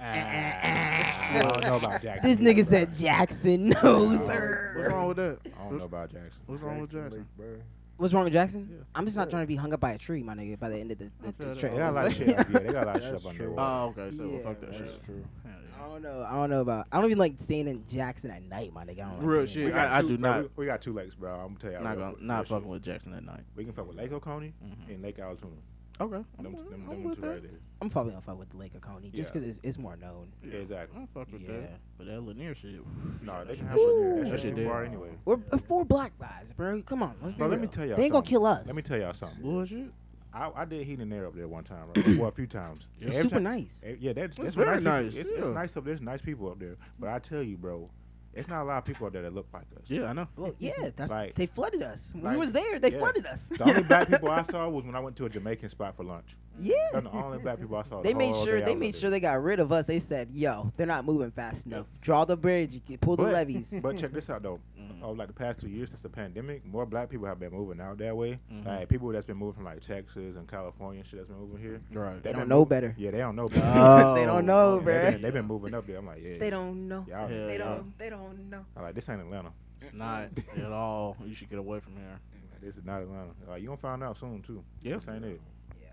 [SPEAKER 1] Ah. I
[SPEAKER 3] eh.
[SPEAKER 1] don't know about Jackson.
[SPEAKER 3] This
[SPEAKER 1] yet,
[SPEAKER 3] nigga
[SPEAKER 1] bro.
[SPEAKER 3] said Jackson. No,
[SPEAKER 1] Nah,
[SPEAKER 4] What's
[SPEAKER 3] sir.
[SPEAKER 4] wrong with that?
[SPEAKER 1] I don't
[SPEAKER 4] What's-
[SPEAKER 1] know about Jackson.
[SPEAKER 4] What's wrong with
[SPEAKER 2] Jackson
[SPEAKER 4] Jackson?
[SPEAKER 2] Lake, bro.
[SPEAKER 3] What's wrong with Jackson?
[SPEAKER 4] Yeah.
[SPEAKER 3] I'm just not
[SPEAKER 2] Yeah.
[SPEAKER 3] trying to be hung up by a tree, my nigga, by the end of the,
[SPEAKER 4] I
[SPEAKER 3] the,
[SPEAKER 4] feel
[SPEAKER 3] the
[SPEAKER 4] that.
[SPEAKER 3] trail.
[SPEAKER 1] They got a lot of shit up yeah, They got a lot of shit
[SPEAKER 2] That's
[SPEAKER 1] up
[SPEAKER 2] true.
[SPEAKER 1] underwater.
[SPEAKER 4] Oh, okay. So
[SPEAKER 3] Yeah,
[SPEAKER 4] fuck that
[SPEAKER 3] bro.
[SPEAKER 4] shit.
[SPEAKER 2] That's true.
[SPEAKER 4] Hell yeah.
[SPEAKER 3] I don't know. I don't know about. I don't even like staying in Jackson at night, my nigga. I don't like
[SPEAKER 4] Real
[SPEAKER 3] being
[SPEAKER 4] shit.
[SPEAKER 1] We got
[SPEAKER 4] I- I
[SPEAKER 1] two-
[SPEAKER 4] do
[SPEAKER 1] bro,
[SPEAKER 4] not-
[SPEAKER 1] We, we got two lakes, bro. I'm gonna tell y'all.
[SPEAKER 4] Not
[SPEAKER 1] real
[SPEAKER 4] gonna,
[SPEAKER 1] quick, real
[SPEAKER 4] not
[SPEAKER 1] shit.
[SPEAKER 4] fucking with Jackson at night.
[SPEAKER 1] We can fuck with Lake Oconee
[SPEAKER 4] Mhm.
[SPEAKER 1] and Lake Altoona.
[SPEAKER 4] Okay. I'm,
[SPEAKER 1] Them,
[SPEAKER 4] I'm-
[SPEAKER 1] them,
[SPEAKER 4] Mm-hmm. I'm
[SPEAKER 1] them
[SPEAKER 4] with
[SPEAKER 1] two
[SPEAKER 4] that.
[SPEAKER 1] right there.
[SPEAKER 3] I'm probably gonna fuck with the Lake Oconee just
[SPEAKER 1] Yeah.
[SPEAKER 3] because it's, it's more known.
[SPEAKER 1] Yeah, exactly.
[SPEAKER 4] I'm fuck with
[SPEAKER 3] Yeah.
[SPEAKER 4] that. But that Lanier shit.
[SPEAKER 1] No, they
[SPEAKER 4] that
[SPEAKER 1] can have
[SPEAKER 4] shit-
[SPEAKER 3] Ooh.
[SPEAKER 1] shit. That
[SPEAKER 4] That
[SPEAKER 1] shit
[SPEAKER 4] shit
[SPEAKER 1] too
[SPEAKER 4] dead.
[SPEAKER 1] far anyway.
[SPEAKER 3] We're we're four block guys, bro. Come on, let's be
[SPEAKER 1] Bro, let me
[SPEAKER 3] real.
[SPEAKER 1] tell y'all.
[SPEAKER 3] They ain't gonna
[SPEAKER 1] something.
[SPEAKER 3] kill us.
[SPEAKER 1] Let me tell y'all something.
[SPEAKER 4] Bullshit.
[SPEAKER 1] I, I did heat and air up there one time, right? well, a few times.
[SPEAKER 4] Yeah.
[SPEAKER 3] It's
[SPEAKER 1] Every
[SPEAKER 3] super
[SPEAKER 1] time-
[SPEAKER 3] nice.
[SPEAKER 1] eh, Yeah, that's, that's
[SPEAKER 4] It's
[SPEAKER 1] where
[SPEAKER 4] very
[SPEAKER 1] nice.
[SPEAKER 4] nice,
[SPEAKER 1] people- It's,
[SPEAKER 4] yeah.
[SPEAKER 1] it's nice up there. There's nice people up there. But I tell you, bro, it's not a lot of people up there that look like us.
[SPEAKER 4] Yeah, I know.
[SPEAKER 3] Well, yeah, that's
[SPEAKER 1] Like-
[SPEAKER 3] they flooded us. we
[SPEAKER 1] like,
[SPEAKER 3] was there. They
[SPEAKER 1] yeah.
[SPEAKER 3] flooded us.
[SPEAKER 1] The only black people I saw was when I went to a Jamaican spot for lunch.
[SPEAKER 3] yeah.
[SPEAKER 1] That's the only black people I saw.
[SPEAKER 3] They
[SPEAKER 1] the
[SPEAKER 3] made
[SPEAKER 1] whole
[SPEAKER 3] sure
[SPEAKER 1] day I
[SPEAKER 3] they
[SPEAKER 1] was
[SPEAKER 3] made
[SPEAKER 1] up
[SPEAKER 3] sure
[SPEAKER 1] there.
[SPEAKER 3] they got rid of us. They said, "Yo, they're not moving fast
[SPEAKER 1] Yeah.
[SPEAKER 3] enough. Draw the bridge. You can pull the
[SPEAKER 1] But-
[SPEAKER 3] levies."
[SPEAKER 1] But check this out though.
[SPEAKER 4] Mhm.
[SPEAKER 1] Over like the past two years since the pandemic, more black people have been moving out that way.
[SPEAKER 3] Mm-hmm.
[SPEAKER 4] Mhm.
[SPEAKER 1] Like people that's been moving from like Texas and California and shit that's been moving here.
[SPEAKER 4] Right.
[SPEAKER 3] They
[SPEAKER 1] They
[SPEAKER 3] don't
[SPEAKER 1] been
[SPEAKER 3] know
[SPEAKER 1] moving-
[SPEAKER 3] better.
[SPEAKER 1] Yeah, they don't know.
[SPEAKER 3] they
[SPEAKER 4] Oh,
[SPEAKER 3] don't know,
[SPEAKER 4] yeah,
[SPEAKER 1] They've
[SPEAKER 3] bro.
[SPEAKER 1] been, they been moving up there. I'm like, yeah.
[SPEAKER 3] They don't know.
[SPEAKER 1] Y'all,
[SPEAKER 4] Yeah.
[SPEAKER 3] They don't. They don't know.
[SPEAKER 1] I'm like, this ain't Atlanta.
[SPEAKER 4] It's not at all. You should get away from here.
[SPEAKER 1] This is not Atlanta. Like, you gonna find out soon too.
[SPEAKER 4] Yeah.
[SPEAKER 1] This ain't it.
[SPEAKER 3] Yeah,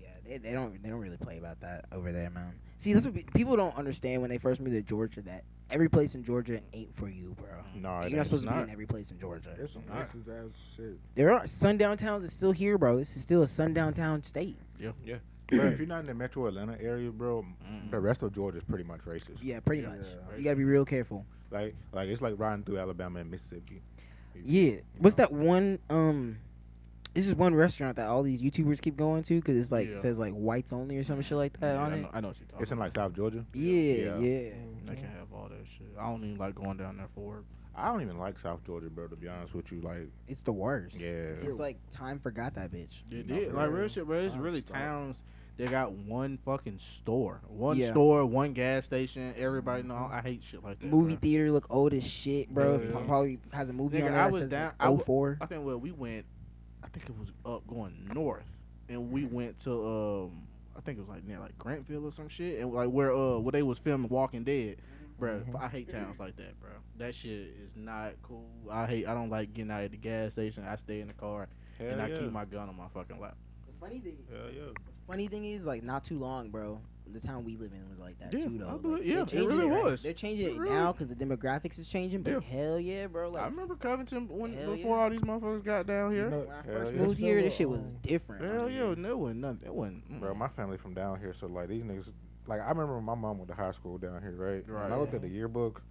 [SPEAKER 3] yeah. They, they don't they don't really play about that over there, man. See, that's what pe- people don't understand when they first move to Georgia. That every place in Georgia ain't for you, bro.
[SPEAKER 1] No, it
[SPEAKER 3] You're not
[SPEAKER 1] ain't.
[SPEAKER 3] supposed to be
[SPEAKER 4] not.
[SPEAKER 3] in every place in Georgia.
[SPEAKER 2] There's some
[SPEAKER 4] Alright.
[SPEAKER 2] racist ass shit.
[SPEAKER 3] There are sundown towns is still here, bro. This is still a sundown town state.
[SPEAKER 1] Bro, if you're not in the Metro Atlanta area, bro,
[SPEAKER 4] Mm.
[SPEAKER 1] the rest of Georgia is pretty much racist.
[SPEAKER 3] Yeah, pretty
[SPEAKER 4] Yeah.
[SPEAKER 3] much.
[SPEAKER 2] Yeah.
[SPEAKER 3] You gotta be real careful.
[SPEAKER 1] Like, like it's like riding through Alabama and Mississippi. people.
[SPEAKER 3] Yeah. What's
[SPEAKER 1] know?
[SPEAKER 3] that one? Um, this is one restaurant that all these YouTubers keep going to because it's like
[SPEAKER 4] Yeah.
[SPEAKER 3] says like whites only or some shit like that
[SPEAKER 4] Yeah,
[SPEAKER 3] on
[SPEAKER 4] I,
[SPEAKER 3] it.
[SPEAKER 4] know, I know what you're talking
[SPEAKER 1] It's in like South Georgia.
[SPEAKER 3] Yeah, yeah.
[SPEAKER 4] about. They can have all that shit. I don't even like going down there for it.
[SPEAKER 1] I don't even like South Georgia, bro. To be honest with you, like,
[SPEAKER 3] It's the worst.
[SPEAKER 1] yeah,
[SPEAKER 3] It's like time forgot that bitch.
[SPEAKER 4] It
[SPEAKER 1] No,
[SPEAKER 4] did. Like
[SPEAKER 1] really.
[SPEAKER 4] real shit, bro. It's
[SPEAKER 3] Oh,
[SPEAKER 4] really
[SPEAKER 3] sorry.
[SPEAKER 4] towns that got one fucking store. One
[SPEAKER 3] Yeah.
[SPEAKER 4] store, one gas station. Everybody know I hate shit like that.
[SPEAKER 3] movie
[SPEAKER 4] bruh.
[SPEAKER 3] theater look old as shit, bro.
[SPEAKER 4] Yeah.
[SPEAKER 3] Probably has a movie
[SPEAKER 4] Nigga,
[SPEAKER 3] on there.
[SPEAKER 4] I
[SPEAKER 3] that
[SPEAKER 4] was
[SPEAKER 3] says, oh
[SPEAKER 4] down-
[SPEAKER 3] like,
[SPEAKER 4] I w-
[SPEAKER 3] 04.
[SPEAKER 4] I think where we went, I think it was up going north, and
[SPEAKER 1] Mm-hmm.
[SPEAKER 4] we went to um, I think it was like near like Grantville or some shit, and like where uh where they was filming Walking Dead, bro.
[SPEAKER 1] Mm-hmm.
[SPEAKER 2] Mhm.
[SPEAKER 4] I hate towns like that, bro. That shit is not cool. I hate. I don't like getting out at the gas station. I stay in the car
[SPEAKER 1] Hell
[SPEAKER 4] and I
[SPEAKER 1] yeah.
[SPEAKER 4] keep my gun on my fucking lap.
[SPEAKER 3] The funny thing,
[SPEAKER 1] Hell yeah.
[SPEAKER 3] funny thing is like not too long, bro. The town we live in was like that
[SPEAKER 4] Yeah,
[SPEAKER 3] too, though.
[SPEAKER 4] I
[SPEAKER 3] Like,
[SPEAKER 4] believe-
[SPEAKER 3] they're
[SPEAKER 4] yeah, it
[SPEAKER 3] changing
[SPEAKER 4] really
[SPEAKER 3] right-
[SPEAKER 4] was.
[SPEAKER 3] They're changing
[SPEAKER 4] It
[SPEAKER 3] it,
[SPEAKER 4] really-
[SPEAKER 3] now because the demographics is changing. But
[SPEAKER 4] Yeah.
[SPEAKER 3] hell yeah, bro. Like
[SPEAKER 4] I remember Covington when
[SPEAKER 3] Hell
[SPEAKER 4] before
[SPEAKER 3] yeah.
[SPEAKER 4] all these motherfuckers got down
[SPEAKER 1] You
[SPEAKER 4] here.
[SPEAKER 1] know-
[SPEAKER 3] when I
[SPEAKER 1] hell
[SPEAKER 3] first
[SPEAKER 1] yeah.
[SPEAKER 3] moved here, this shit was
[SPEAKER 2] um,
[SPEAKER 3] different.
[SPEAKER 4] Hell
[SPEAKER 3] out
[SPEAKER 4] yeah,
[SPEAKER 3] here.
[SPEAKER 4] no one, nothing, it wasn't. mm.
[SPEAKER 1] Bro, my family from down here, so like these niggas, like I remember when my mom went to high school down here, right? When I
[SPEAKER 4] Right.
[SPEAKER 1] looked at the yearbook.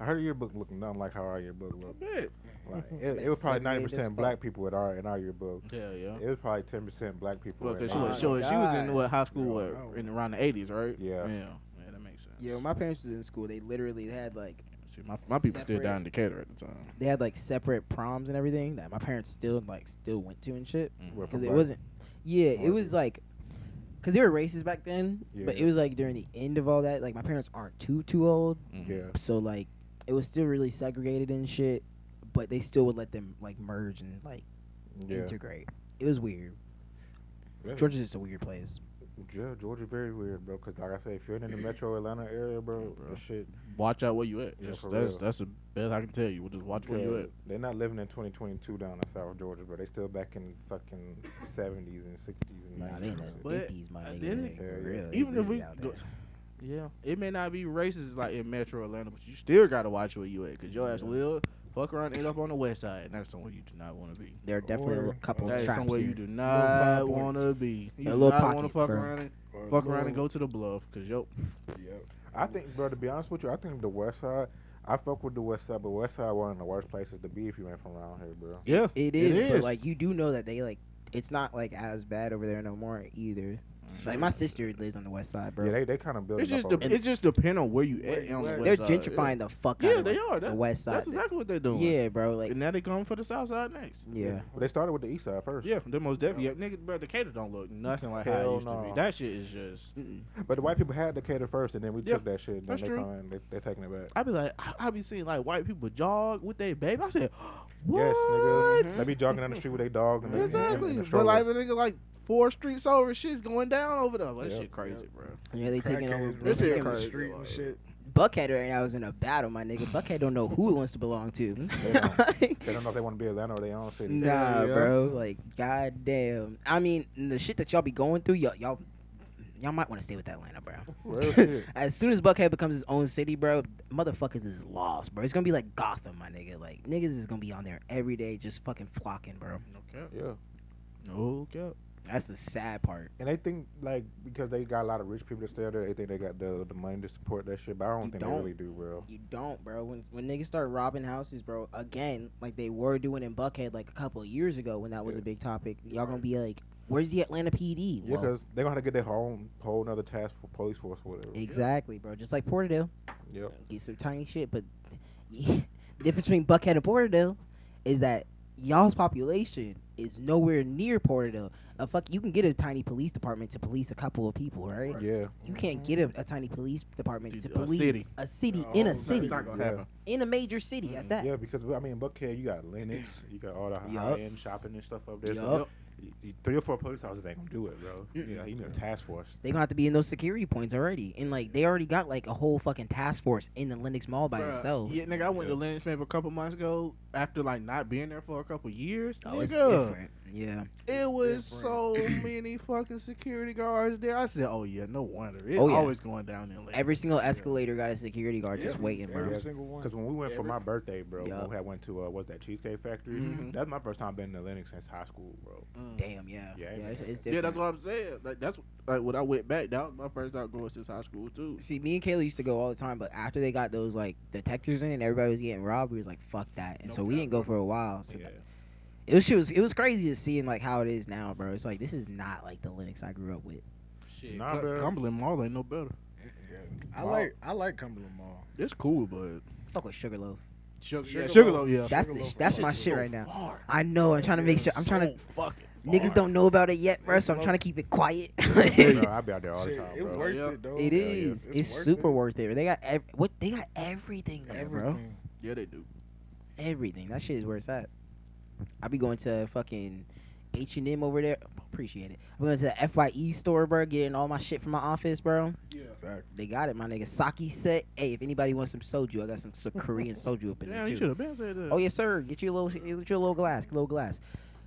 [SPEAKER 1] I heard the yearbook looked nothing like how our yearbook
[SPEAKER 4] I
[SPEAKER 1] looked.
[SPEAKER 4] bet.
[SPEAKER 1] Like it,
[SPEAKER 3] Like
[SPEAKER 1] it was probably ninety
[SPEAKER 3] segregated as
[SPEAKER 1] percent
[SPEAKER 3] fuck.
[SPEAKER 1] black people at our in our yearbook.
[SPEAKER 4] Yeah, yeah.
[SPEAKER 1] It was probably ten percent black people.
[SPEAKER 4] Well,
[SPEAKER 1] in
[SPEAKER 4] cause she
[SPEAKER 1] our-
[SPEAKER 4] was,
[SPEAKER 3] Oh
[SPEAKER 4] she was, she was in
[SPEAKER 3] God.
[SPEAKER 4] what high school
[SPEAKER 1] No,
[SPEAKER 4] what,
[SPEAKER 1] no.
[SPEAKER 4] in around the eighties, right?
[SPEAKER 1] Yeah.
[SPEAKER 4] yeah, yeah. That makes sense.
[SPEAKER 3] Yeah, when my parents was in school, they literally had like
[SPEAKER 4] See, my, my people still
[SPEAKER 3] Separate.
[SPEAKER 4] down in Decatur at the time.
[SPEAKER 3] they had like separate proms and everything that my parents still like still went to and shit.
[SPEAKER 1] Well, from
[SPEAKER 3] because it
[SPEAKER 1] black-
[SPEAKER 3] wasn't. Yeah, it
[SPEAKER 1] Mark.
[SPEAKER 3] was like, because they were racist back then. But it
[SPEAKER 1] Yeah.
[SPEAKER 3] was like during the end of all that. Like my parents aren't too too old,
[SPEAKER 4] Mm-hmm.
[SPEAKER 1] Yeah.
[SPEAKER 3] so like it was still really segregated and shit. But they still would let them like merge and like
[SPEAKER 1] Yeah.
[SPEAKER 3] integrate. It was weird.
[SPEAKER 1] Yeah.
[SPEAKER 3] Georgia's just a weird place.
[SPEAKER 1] Yeah, Georgia very weird, bro. Cause like I said, if you're in the metro Atlanta area, bro,
[SPEAKER 4] bro.
[SPEAKER 1] the shit.
[SPEAKER 4] Watch out where you at.
[SPEAKER 1] Yeah,
[SPEAKER 4] Just-
[SPEAKER 1] for
[SPEAKER 4] that's
[SPEAKER 1] real.
[SPEAKER 4] that's the best I can tell you. Just watch where you at.
[SPEAKER 1] They're not living in 2022 down in South Georgia, bro. They still back in fucking 70s and 60s and
[SPEAKER 3] Nah, they
[SPEAKER 1] 90s.
[SPEAKER 3] in
[SPEAKER 1] and shit.
[SPEAKER 3] the
[SPEAKER 4] But
[SPEAKER 3] fifties, my
[SPEAKER 4] at
[SPEAKER 3] nigga.
[SPEAKER 4] the end
[SPEAKER 1] of-
[SPEAKER 3] For
[SPEAKER 1] Yeah,
[SPEAKER 3] real,
[SPEAKER 1] yeah.
[SPEAKER 3] they
[SPEAKER 4] Even if
[SPEAKER 3] really
[SPEAKER 4] we
[SPEAKER 3] out
[SPEAKER 4] go-
[SPEAKER 3] there.
[SPEAKER 4] Yeah, it may not be racist like in Metro Atlanta, but you still gotta watch where you at because your ass
[SPEAKER 1] Yeah.
[SPEAKER 4] will fuck around and end up on the west side. And that's somewhere you do not want to be.
[SPEAKER 3] there are definitely
[SPEAKER 1] Or-
[SPEAKER 3] a couple
[SPEAKER 4] That
[SPEAKER 3] of
[SPEAKER 4] is
[SPEAKER 3] traps
[SPEAKER 4] somewhere
[SPEAKER 3] here.
[SPEAKER 4] you do
[SPEAKER 1] five
[SPEAKER 4] not
[SPEAKER 1] points.
[SPEAKER 4] want to be. You
[SPEAKER 3] They're
[SPEAKER 4] do
[SPEAKER 3] little
[SPEAKER 4] not want to
[SPEAKER 3] pockets,
[SPEAKER 4] fuck
[SPEAKER 3] bro.
[SPEAKER 4] around and
[SPEAKER 1] Or
[SPEAKER 4] fuck around and
[SPEAKER 1] little-
[SPEAKER 4] go to the bluff because yo,
[SPEAKER 1] I think, bro, to be honest with you, I think the West Side. I fuck with the West Side, but West Side one of the worst places to be if you ain't from around here, bro.
[SPEAKER 4] yeah,
[SPEAKER 3] It is, but
[SPEAKER 4] is.
[SPEAKER 3] like you do know that they like it's not like as bad over there no more either. Like my sister lives on the west side, bro.
[SPEAKER 1] Yeah, they they kind of built
[SPEAKER 4] Mm-hmm. It just
[SPEAKER 1] up.
[SPEAKER 4] de-
[SPEAKER 1] over there.
[SPEAKER 4] it just depend on where you
[SPEAKER 1] Wait,
[SPEAKER 4] at on the
[SPEAKER 1] where-
[SPEAKER 4] west
[SPEAKER 3] They're
[SPEAKER 4] side.
[SPEAKER 3] gentrifying the fuck out
[SPEAKER 4] Yeah,
[SPEAKER 3] of
[SPEAKER 4] they
[SPEAKER 3] the-
[SPEAKER 4] are.
[SPEAKER 3] the
[SPEAKER 4] That-
[SPEAKER 3] west side.
[SPEAKER 4] That's exactly what they're doing.
[SPEAKER 3] Yeah, bro. Like,
[SPEAKER 4] and now they're going for the south side next.
[SPEAKER 3] yeah.
[SPEAKER 1] They started with the East Side first.
[SPEAKER 4] Yeah, they most definitely. Yeah, nigga, bro, Decatur don't look nothing like how it
[SPEAKER 1] Hell
[SPEAKER 4] used to be.
[SPEAKER 1] no.
[SPEAKER 4] That shit is just.
[SPEAKER 1] But the white people had Decatur first, and then we
[SPEAKER 4] Yeah,
[SPEAKER 1] took that shit. And then
[SPEAKER 4] that's
[SPEAKER 1] they
[SPEAKER 4] true.
[SPEAKER 1] Coming, they, they're taking it back.
[SPEAKER 4] I be like, I, I be seeing like white people jog with their baby. I said, what?
[SPEAKER 1] Yes, nigga. They be jogging down the street with their dog. And they-
[SPEAKER 4] Exactly.
[SPEAKER 1] and the
[SPEAKER 4] but
[SPEAKER 1] stroller.
[SPEAKER 4] like, a nigga, like four streets over, shit's going down over there. That
[SPEAKER 1] Yep.
[SPEAKER 4] shit crazy, bro.
[SPEAKER 3] Yeah, they taking over.
[SPEAKER 4] This
[SPEAKER 3] they
[SPEAKER 4] here
[SPEAKER 3] taking-
[SPEAKER 4] crazy,
[SPEAKER 2] street
[SPEAKER 4] like-
[SPEAKER 2] and shit.
[SPEAKER 3] Buckhead right now is in a battle, my nigga. Buckhead don't know who it wants to belong to.
[SPEAKER 1] Yeah.
[SPEAKER 3] Like,
[SPEAKER 1] They don't know if they want to be Atlanta or their own city.
[SPEAKER 3] nah,
[SPEAKER 4] Yeah, yeah.
[SPEAKER 3] bro. Like, goddamn. I mean, the shit that y'all be going through, y'all, y'all, y'all might want to stay with Atlanta, bro.
[SPEAKER 1] Real shit.
[SPEAKER 3] As soon as Buckhead becomes its own city, bro, motherfuckers is lost, bro. It's gonna be like Gotham, my nigga. Like niggas is gonna be on there every day, just fucking flocking, bro.
[SPEAKER 4] Okay.
[SPEAKER 1] Yeah.
[SPEAKER 4] Okay.
[SPEAKER 3] That's the sad part.
[SPEAKER 1] And they think like because they got a lot of rich people that stay there, they think they got the the money to support that shit. But I don't
[SPEAKER 3] You
[SPEAKER 1] think they
[SPEAKER 3] don't.
[SPEAKER 1] really do, bro.
[SPEAKER 3] You don't, bro. When when niggas start robbing houses, bro, again, like they were doing in Buckhead like a couple of years ago when that was
[SPEAKER 1] Yeah.
[SPEAKER 3] a big topic. Y'all gonna be like, where's the Atlanta PD?
[SPEAKER 1] Yeah,
[SPEAKER 3] Well,
[SPEAKER 1] because they're gonna have to get their whole whole another task for police force or whatever.
[SPEAKER 3] exactly, bro. Just like Porterdale,
[SPEAKER 1] Yep.
[SPEAKER 3] get some tiny shit, but the difference between Buckhead and Porterdale is that y'all's population is nowhere near Porterdale. A fuck, you can get a tiny police department to police a couple of people, right?
[SPEAKER 1] Yeah.
[SPEAKER 3] You
[SPEAKER 2] Mm-hmm.
[SPEAKER 3] can't get a, a tiny police department to
[SPEAKER 4] A
[SPEAKER 3] police
[SPEAKER 4] city.
[SPEAKER 3] a city in a
[SPEAKER 4] That's
[SPEAKER 3] city,
[SPEAKER 4] Oh, not gonna Mm-hmm.
[SPEAKER 1] Yeah.
[SPEAKER 4] happen.
[SPEAKER 3] in a major city at that.
[SPEAKER 1] Yeah, because I mean, Buckhead, you got Linux, you got all the
[SPEAKER 3] Yup.
[SPEAKER 1] high end shopping and stuff up there. So
[SPEAKER 3] Yup.
[SPEAKER 1] y- y- three or four police officers ain't gonna do it, bro.
[SPEAKER 3] Mm-mm.
[SPEAKER 1] Yeah, you need a task force.
[SPEAKER 3] they gonna have to be in those security points already, and like they already got like a whole fucking task force in the Linux Mall by
[SPEAKER 4] Bruh,
[SPEAKER 3] itself.
[SPEAKER 4] Yeah, nigga, I went to Lynch Map a couple months ago after like not being there for a couple years.
[SPEAKER 3] Oh, it's
[SPEAKER 4] nigga,
[SPEAKER 3] different. Yeah.
[SPEAKER 4] it was
[SPEAKER 2] different.
[SPEAKER 4] so many fucking security guards there. I said, oh yeah, no wonder. It's
[SPEAKER 3] Oh, yeah.
[SPEAKER 4] always going down there. Late.
[SPEAKER 3] Every single escalator got a security guard just
[SPEAKER 2] Yeah.
[SPEAKER 3] waiting, bro.
[SPEAKER 2] Every
[SPEAKER 1] Yeah.
[SPEAKER 2] single one.
[SPEAKER 1] Because when we went for
[SPEAKER 4] Every-
[SPEAKER 1] my birthday, bro,
[SPEAKER 3] Yup. Mm-hmm.
[SPEAKER 1] when we had went to uh, what's that Cheesecake Factory?
[SPEAKER 4] Mhm.
[SPEAKER 1] That's my first time been to Linux since high school, bro.
[SPEAKER 4] Mm. Mm.
[SPEAKER 3] Damn, yeah.
[SPEAKER 1] Yeah,
[SPEAKER 3] Yeah,
[SPEAKER 1] it
[SPEAKER 3] it's,
[SPEAKER 1] makes
[SPEAKER 3] it's
[SPEAKER 1] sense.
[SPEAKER 3] different.
[SPEAKER 4] Yeah, that's what I'm saying. Like that's like when I went back. That was my first outdoor since high school too.
[SPEAKER 3] See, me and Kayla used to go all the time, but after they got those like detectors in, everybody was getting robbed. We was like, "Fuck that," and
[SPEAKER 1] No
[SPEAKER 3] so we didn't go
[SPEAKER 1] problem.
[SPEAKER 3] for a while. So
[SPEAKER 1] Yeah.
[SPEAKER 3] it was, it was it was crazy to seeing like how it is now, bro. It's like this is not like the Linux I grew up with.
[SPEAKER 5] Shit.
[SPEAKER 1] Nah,
[SPEAKER 4] Cum-
[SPEAKER 1] bro.
[SPEAKER 4] Cumberland Mall ain't no better.
[SPEAKER 2] I
[SPEAKER 1] Wow.
[SPEAKER 2] like I like Cumberland Mall.
[SPEAKER 4] It's cool, but
[SPEAKER 3] Fuck with Sugarloaf.
[SPEAKER 4] sugar,
[SPEAKER 2] Sugarloaf.
[SPEAKER 4] Sugarloaf, yeah.
[SPEAKER 3] That's the,
[SPEAKER 2] Sugarloaf
[SPEAKER 3] sh- that's
[SPEAKER 2] Road.
[SPEAKER 3] my
[SPEAKER 2] Shit's
[SPEAKER 3] shit
[SPEAKER 4] so
[SPEAKER 3] right now.
[SPEAKER 4] far.
[SPEAKER 3] I know. I'm trying to make sure. I'm trying to.
[SPEAKER 4] So fucking
[SPEAKER 3] Niggas
[SPEAKER 4] far.
[SPEAKER 3] don't know about it yet, bro. So I'm
[SPEAKER 2] Sugarloaf.
[SPEAKER 3] trying to keep it quiet.
[SPEAKER 1] Bro, I be out there all the
[SPEAKER 2] Shit,
[SPEAKER 1] time,
[SPEAKER 2] it
[SPEAKER 1] bro.
[SPEAKER 2] worth
[SPEAKER 4] Yeah.
[SPEAKER 2] it though.
[SPEAKER 3] It
[SPEAKER 1] Hell yeah.
[SPEAKER 3] is.
[SPEAKER 2] It's
[SPEAKER 3] It's,
[SPEAKER 2] worth
[SPEAKER 3] super
[SPEAKER 2] it.
[SPEAKER 3] worth it. They got ev- what they got everything there, bro.
[SPEAKER 2] Everything.
[SPEAKER 4] Yeah, they do.
[SPEAKER 3] Everything. That shit is where it's at. I be going to fucking H and M over there. Appreciate it. I'm going to the Fye store, bro. Getting all my shit from my office, bro.
[SPEAKER 5] Yeah.
[SPEAKER 2] Exactly.
[SPEAKER 3] They got it, my nigga. Saki set. Hey, if anybody wants some soju, I got some, some Korean soju up in
[SPEAKER 4] Yeah,
[SPEAKER 3] there
[SPEAKER 4] you
[SPEAKER 3] too.
[SPEAKER 4] should have been said that.
[SPEAKER 3] Oh yes, sir. Get you a little, get you a little glass, little glass.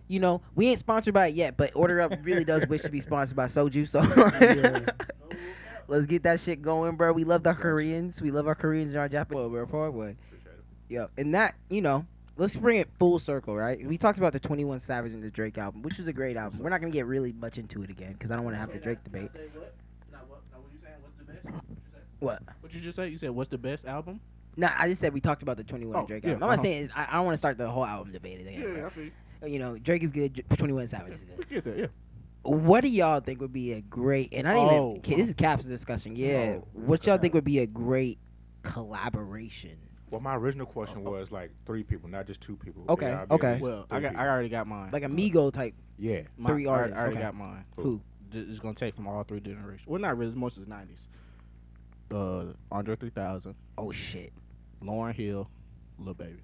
[SPEAKER 3] You know, we ain't sponsored by it yet, but Order Up really does wish to be sponsored by Soju. So
[SPEAKER 2] Yeah.
[SPEAKER 3] let's get that shit going, bro. We love the
[SPEAKER 1] Gotcha.
[SPEAKER 3] Koreans. We love our Koreans and our Japanese. Well, bro, boy. Yeah, and that you know, let's bring it full circle, right? We talked about the Twenty One Savage and the Drake album, which was a great album. We're not gonna get really much into it again because I don't want to have the Drake debate. What?
[SPEAKER 4] What you just said? You said what's the best album?
[SPEAKER 3] No, I just said we talked about the Twenty One
[SPEAKER 4] Oh,
[SPEAKER 3] and Drake
[SPEAKER 4] yeah,
[SPEAKER 3] album. I'm
[SPEAKER 4] uh-huh.
[SPEAKER 3] not saying it's, I, I don't want to start the whole album debate again. bro.
[SPEAKER 4] I feel. you.
[SPEAKER 3] You know, Drake is good. Twenty One Savage
[SPEAKER 4] Yeah,
[SPEAKER 3] is good.
[SPEAKER 4] we get that. Yeah.
[SPEAKER 3] what do y'all think would be a great and I didn't
[SPEAKER 4] Oh.
[SPEAKER 3] even K- this is Cap's discussion, yeah.
[SPEAKER 1] Oh,
[SPEAKER 3] what y'all
[SPEAKER 1] okay.
[SPEAKER 3] think would be a great collaboration?
[SPEAKER 1] Well, my original question was like three people, not just two people.
[SPEAKER 3] Okay,
[SPEAKER 1] Yeah, I'll be at
[SPEAKER 3] okay.
[SPEAKER 1] least
[SPEAKER 4] Well,
[SPEAKER 1] three
[SPEAKER 4] I got.
[SPEAKER 1] people.
[SPEAKER 4] I already got mine.
[SPEAKER 3] Like a
[SPEAKER 4] Uh,
[SPEAKER 3] Migo type
[SPEAKER 1] yeah.
[SPEAKER 4] my-
[SPEAKER 3] three
[SPEAKER 4] I already-
[SPEAKER 3] artists,
[SPEAKER 4] I already
[SPEAKER 3] okay.
[SPEAKER 4] got mine.
[SPEAKER 3] who?
[SPEAKER 4] Th- It's gonna take from all three generations. Well, not really. As much as nineties. Uh, Andre three thousand,
[SPEAKER 3] Oh shit.
[SPEAKER 4] Lauren Hill, Lil Baby.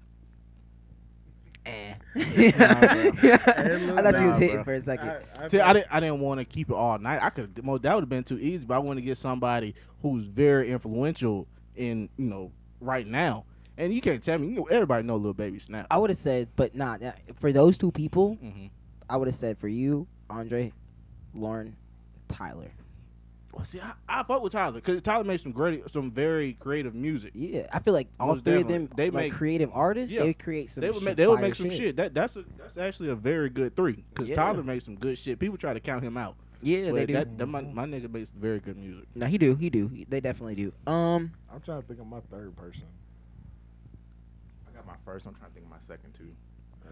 [SPEAKER 3] Eh.
[SPEAKER 2] look,
[SPEAKER 3] I thought you
[SPEAKER 2] nah,
[SPEAKER 3] was hitting
[SPEAKER 4] bro.
[SPEAKER 3] for a second.
[SPEAKER 2] I, I,
[SPEAKER 4] See, I didn't. I didn't want to keep it all night. I could. Well, that would have been too easy. But I want to get somebody who's very influential in you know right now. And you can't tell me. You know, everybody know Lil Baby Snap.
[SPEAKER 3] I would have said, but not nah, for those two people,
[SPEAKER 4] hmm
[SPEAKER 3] I would have said for you, Andre, Lauren, Tyler.
[SPEAKER 4] Well, see, I, I fuck with Tyler because Tyler makes some great, some very creative music.
[SPEAKER 3] Yeah. I feel like all
[SPEAKER 4] Most
[SPEAKER 3] three of
[SPEAKER 4] definitely.
[SPEAKER 3] them
[SPEAKER 4] They
[SPEAKER 3] they like
[SPEAKER 4] make-
[SPEAKER 3] creative artists,
[SPEAKER 4] Yeah.
[SPEAKER 3] they create some
[SPEAKER 4] they would
[SPEAKER 3] shit
[SPEAKER 4] make, they would
[SPEAKER 3] fire
[SPEAKER 4] make some shit. That that's a, that's actually a very good three because
[SPEAKER 3] Yeah.
[SPEAKER 4] Tyler makes some good shit. People try to count him out.
[SPEAKER 3] Yeah,
[SPEAKER 4] but
[SPEAKER 3] they do.
[SPEAKER 4] That, that my, my nigga makes very good music.
[SPEAKER 3] no, he do, he do. He- They definitely do. Um
[SPEAKER 2] I'm trying to think of my third person.
[SPEAKER 1] I got my first. I'm trying to think of my second too.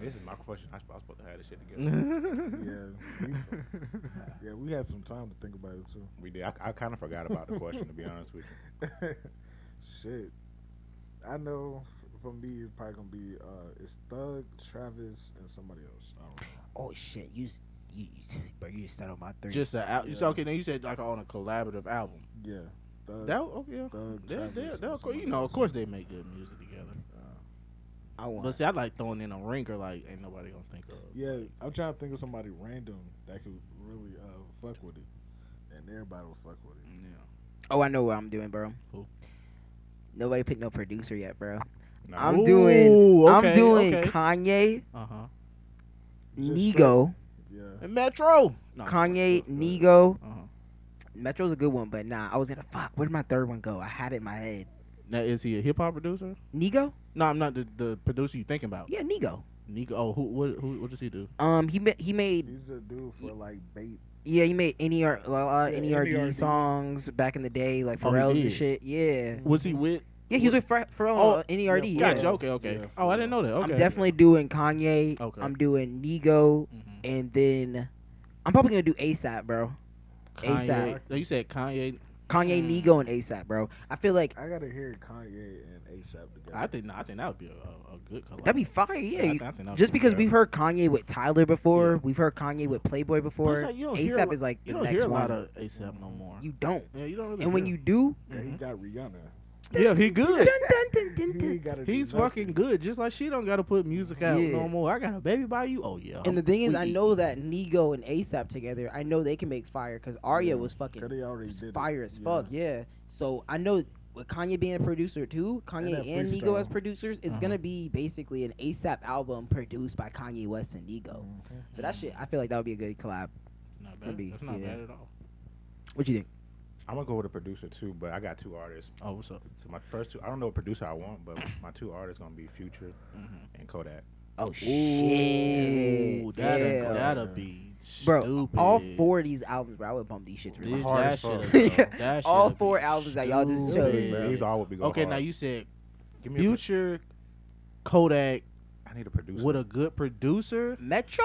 [SPEAKER 1] This is my question. I sp- I was supposed to have this shit together.
[SPEAKER 4] yeah.
[SPEAKER 2] Yeah, we, yeah, we had some time to think about it too.
[SPEAKER 1] we did. I, I kind of forgot about the question to be honest with you.
[SPEAKER 2] Shit, I know. For me, it's probably gonna be uh, it's Thug, Travis, and somebody else. I don't know.
[SPEAKER 3] Oh shit, you, s- you, you bro, you just settled my three.
[SPEAKER 4] Just an al- you
[SPEAKER 2] Yeah.
[SPEAKER 4] said okay. Now you said like on a collaborative album.
[SPEAKER 2] Yeah,
[SPEAKER 3] Uh,
[SPEAKER 2] Thug.
[SPEAKER 4] That okay. Yeah.
[SPEAKER 2] Thug,
[SPEAKER 4] They,
[SPEAKER 2] Travis,
[SPEAKER 4] they,
[SPEAKER 2] and
[SPEAKER 4] they, of course, you
[SPEAKER 2] somebody
[SPEAKER 4] know, of
[SPEAKER 2] else.
[SPEAKER 4] course, they make good music together.
[SPEAKER 3] I want.
[SPEAKER 4] But see, I like throwing in a ringer like ain't nobody gonna think of.
[SPEAKER 2] Yeah, I'm trying to think of somebody random that could really uh, fuck with it, and everybody will fuck with it.
[SPEAKER 4] Yeah.
[SPEAKER 3] oh, I know what I'm doing, bro.
[SPEAKER 4] Who?
[SPEAKER 3] Nobody picked no producer yet, bro.
[SPEAKER 1] No.
[SPEAKER 3] I'm doing.
[SPEAKER 4] Ooh,
[SPEAKER 3] I'm
[SPEAKER 4] okay,
[SPEAKER 3] doing
[SPEAKER 4] okay.
[SPEAKER 3] Kanye,
[SPEAKER 4] Uh huh.
[SPEAKER 2] Just
[SPEAKER 3] Nigo,
[SPEAKER 2] Yeah,
[SPEAKER 4] And Metro. No,
[SPEAKER 3] Kanye,
[SPEAKER 4] Nigo.
[SPEAKER 3] Nigo.
[SPEAKER 4] Uh-huh.
[SPEAKER 3] Metro's a good one, but nah, I was gonna fuck. Where did my third one go? I had it in my head.
[SPEAKER 4] Now is he a hip hop producer?
[SPEAKER 3] Nigo?
[SPEAKER 4] No, I'm not the, the producer you thinking about.
[SPEAKER 3] Yeah, Nigo.
[SPEAKER 4] Nico. Oh, who? What? Who? What does he do?
[SPEAKER 3] Um, he ma- he made
[SPEAKER 2] he's a dude for like bait.
[SPEAKER 3] yeah he made NER, a lot
[SPEAKER 2] Yeah,
[SPEAKER 3] of NERD,
[SPEAKER 2] NERD.
[SPEAKER 3] songs back in the day, like
[SPEAKER 4] E Oh, he
[SPEAKER 3] Pharrell's and
[SPEAKER 4] did.
[SPEAKER 3] shit. Yeah,
[SPEAKER 4] Was he with?
[SPEAKER 3] yeah, he was with Fre- Pharrell.
[SPEAKER 4] Oh,
[SPEAKER 3] uh, NERD.
[SPEAKER 2] yeah,
[SPEAKER 3] Yeah,
[SPEAKER 4] Gotcha. Okay. Okay.
[SPEAKER 2] Yeah,
[SPEAKER 4] oh, I didn't know that. Okay.
[SPEAKER 3] I'm definitely doing Kanye.
[SPEAKER 4] Okay.
[SPEAKER 3] I'm doing Nigo,
[SPEAKER 4] Mhm.
[SPEAKER 3] and then I'm probably gonna do ASAP, bro.
[SPEAKER 4] Kanye.
[SPEAKER 3] ASAP.
[SPEAKER 4] So you said Kanye.
[SPEAKER 3] Kanye,
[SPEAKER 4] Mm.
[SPEAKER 3] Nigo, and ASAP, bro. I feel like
[SPEAKER 2] I gotta hear Kanye and ASAP together.
[SPEAKER 4] I think. I think that would be a, a, a good collab.
[SPEAKER 3] that'd be fire. Yeah.
[SPEAKER 4] I
[SPEAKER 3] you-
[SPEAKER 4] thi- I think that would
[SPEAKER 3] just
[SPEAKER 4] be
[SPEAKER 3] because
[SPEAKER 4] good.
[SPEAKER 3] we've heard Kanye with Tyler before,
[SPEAKER 4] Yeah.
[SPEAKER 3] we've heard Kanye with Playboy
[SPEAKER 4] But it's
[SPEAKER 3] before.
[SPEAKER 4] like you don't hear a
[SPEAKER 3] ASAP
[SPEAKER 4] lot-
[SPEAKER 3] is like the
[SPEAKER 4] you don't
[SPEAKER 3] next
[SPEAKER 4] hear a
[SPEAKER 3] one.
[SPEAKER 4] lot of ASAP no more.
[SPEAKER 3] you don't.
[SPEAKER 4] yeah, you don't really.
[SPEAKER 3] And when
[SPEAKER 4] hear-
[SPEAKER 3] you do,
[SPEAKER 2] yeah, he
[SPEAKER 4] Mhm.
[SPEAKER 2] got Rihanna.
[SPEAKER 4] yeah, he
[SPEAKER 3] dun,
[SPEAKER 4] good.
[SPEAKER 3] dun, dun, dun,
[SPEAKER 2] He
[SPEAKER 3] dun.
[SPEAKER 2] ain't gotta do
[SPEAKER 4] He's
[SPEAKER 2] nothing.
[SPEAKER 4] fucking good. Just like she don't gotta put music out
[SPEAKER 3] Yeah.
[SPEAKER 4] no more. I got a baby by you. Oh yeah.
[SPEAKER 3] and the thing is,
[SPEAKER 4] we
[SPEAKER 3] I
[SPEAKER 4] eat.
[SPEAKER 3] know that Nigo and ASAP together, I know they can make fire because Arya
[SPEAKER 2] Yeah,
[SPEAKER 3] was fucking
[SPEAKER 2] 'Cause they already
[SPEAKER 3] s-
[SPEAKER 2] did it.
[SPEAKER 3] fire as
[SPEAKER 2] Yeah. Mm-hmm.
[SPEAKER 3] fuck. Yeah. So I know with Kanye being a producer too, Kanye
[SPEAKER 2] that
[SPEAKER 3] and, Nigo as
[SPEAKER 2] freestyle.
[SPEAKER 3] producers, it's
[SPEAKER 4] Uh-huh.
[SPEAKER 3] gonna be basically an ASAP album produced by Kanye West and Nigo.
[SPEAKER 2] Mhm.
[SPEAKER 3] So that shit, I feel like that would be a good collab.
[SPEAKER 4] Not
[SPEAKER 3] would
[SPEAKER 4] bad.
[SPEAKER 3] be,
[SPEAKER 4] That's not
[SPEAKER 3] yeah.
[SPEAKER 4] bad at all.
[SPEAKER 3] What you think?
[SPEAKER 1] I'm gonna go with a producer too, but I got two artists.
[SPEAKER 4] Oh, what's up?
[SPEAKER 1] So my first two. I don't know what producer I want, but my two artists gonna be Future
[SPEAKER 4] Mm-hmm.
[SPEAKER 1] and Kodak.
[SPEAKER 3] Oh shit!
[SPEAKER 4] Ooh, that'll,
[SPEAKER 3] Yeah.
[SPEAKER 4] that'll be
[SPEAKER 3] bro,
[SPEAKER 4] stupid.
[SPEAKER 3] all four of these albums, bro. I would bump these shits.
[SPEAKER 4] This-
[SPEAKER 3] Really hard.
[SPEAKER 1] hard as
[SPEAKER 4] that
[SPEAKER 1] fuck,
[SPEAKER 4] shit'll-
[SPEAKER 1] bro.
[SPEAKER 4] that shit'll
[SPEAKER 3] All
[SPEAKER 4] be
[SPEAKER 3] four albums that y'all just chose,
[SPEAKER 4] stupid.
[SPEAKER 3] bro.
[SPEAKER 1] These all would be going
[SPEAKER 4] Okay,
[SPEAKER 1] hard.
[SPEAKER 4] now you said
[SPEAKER 1] give me a pro-
[SPEAKER 4] Future, Kodak
[SPEAKER 1] I need a producer.
[SPEAKER 4] with a good producer.
[SPEAKER 3] Metro.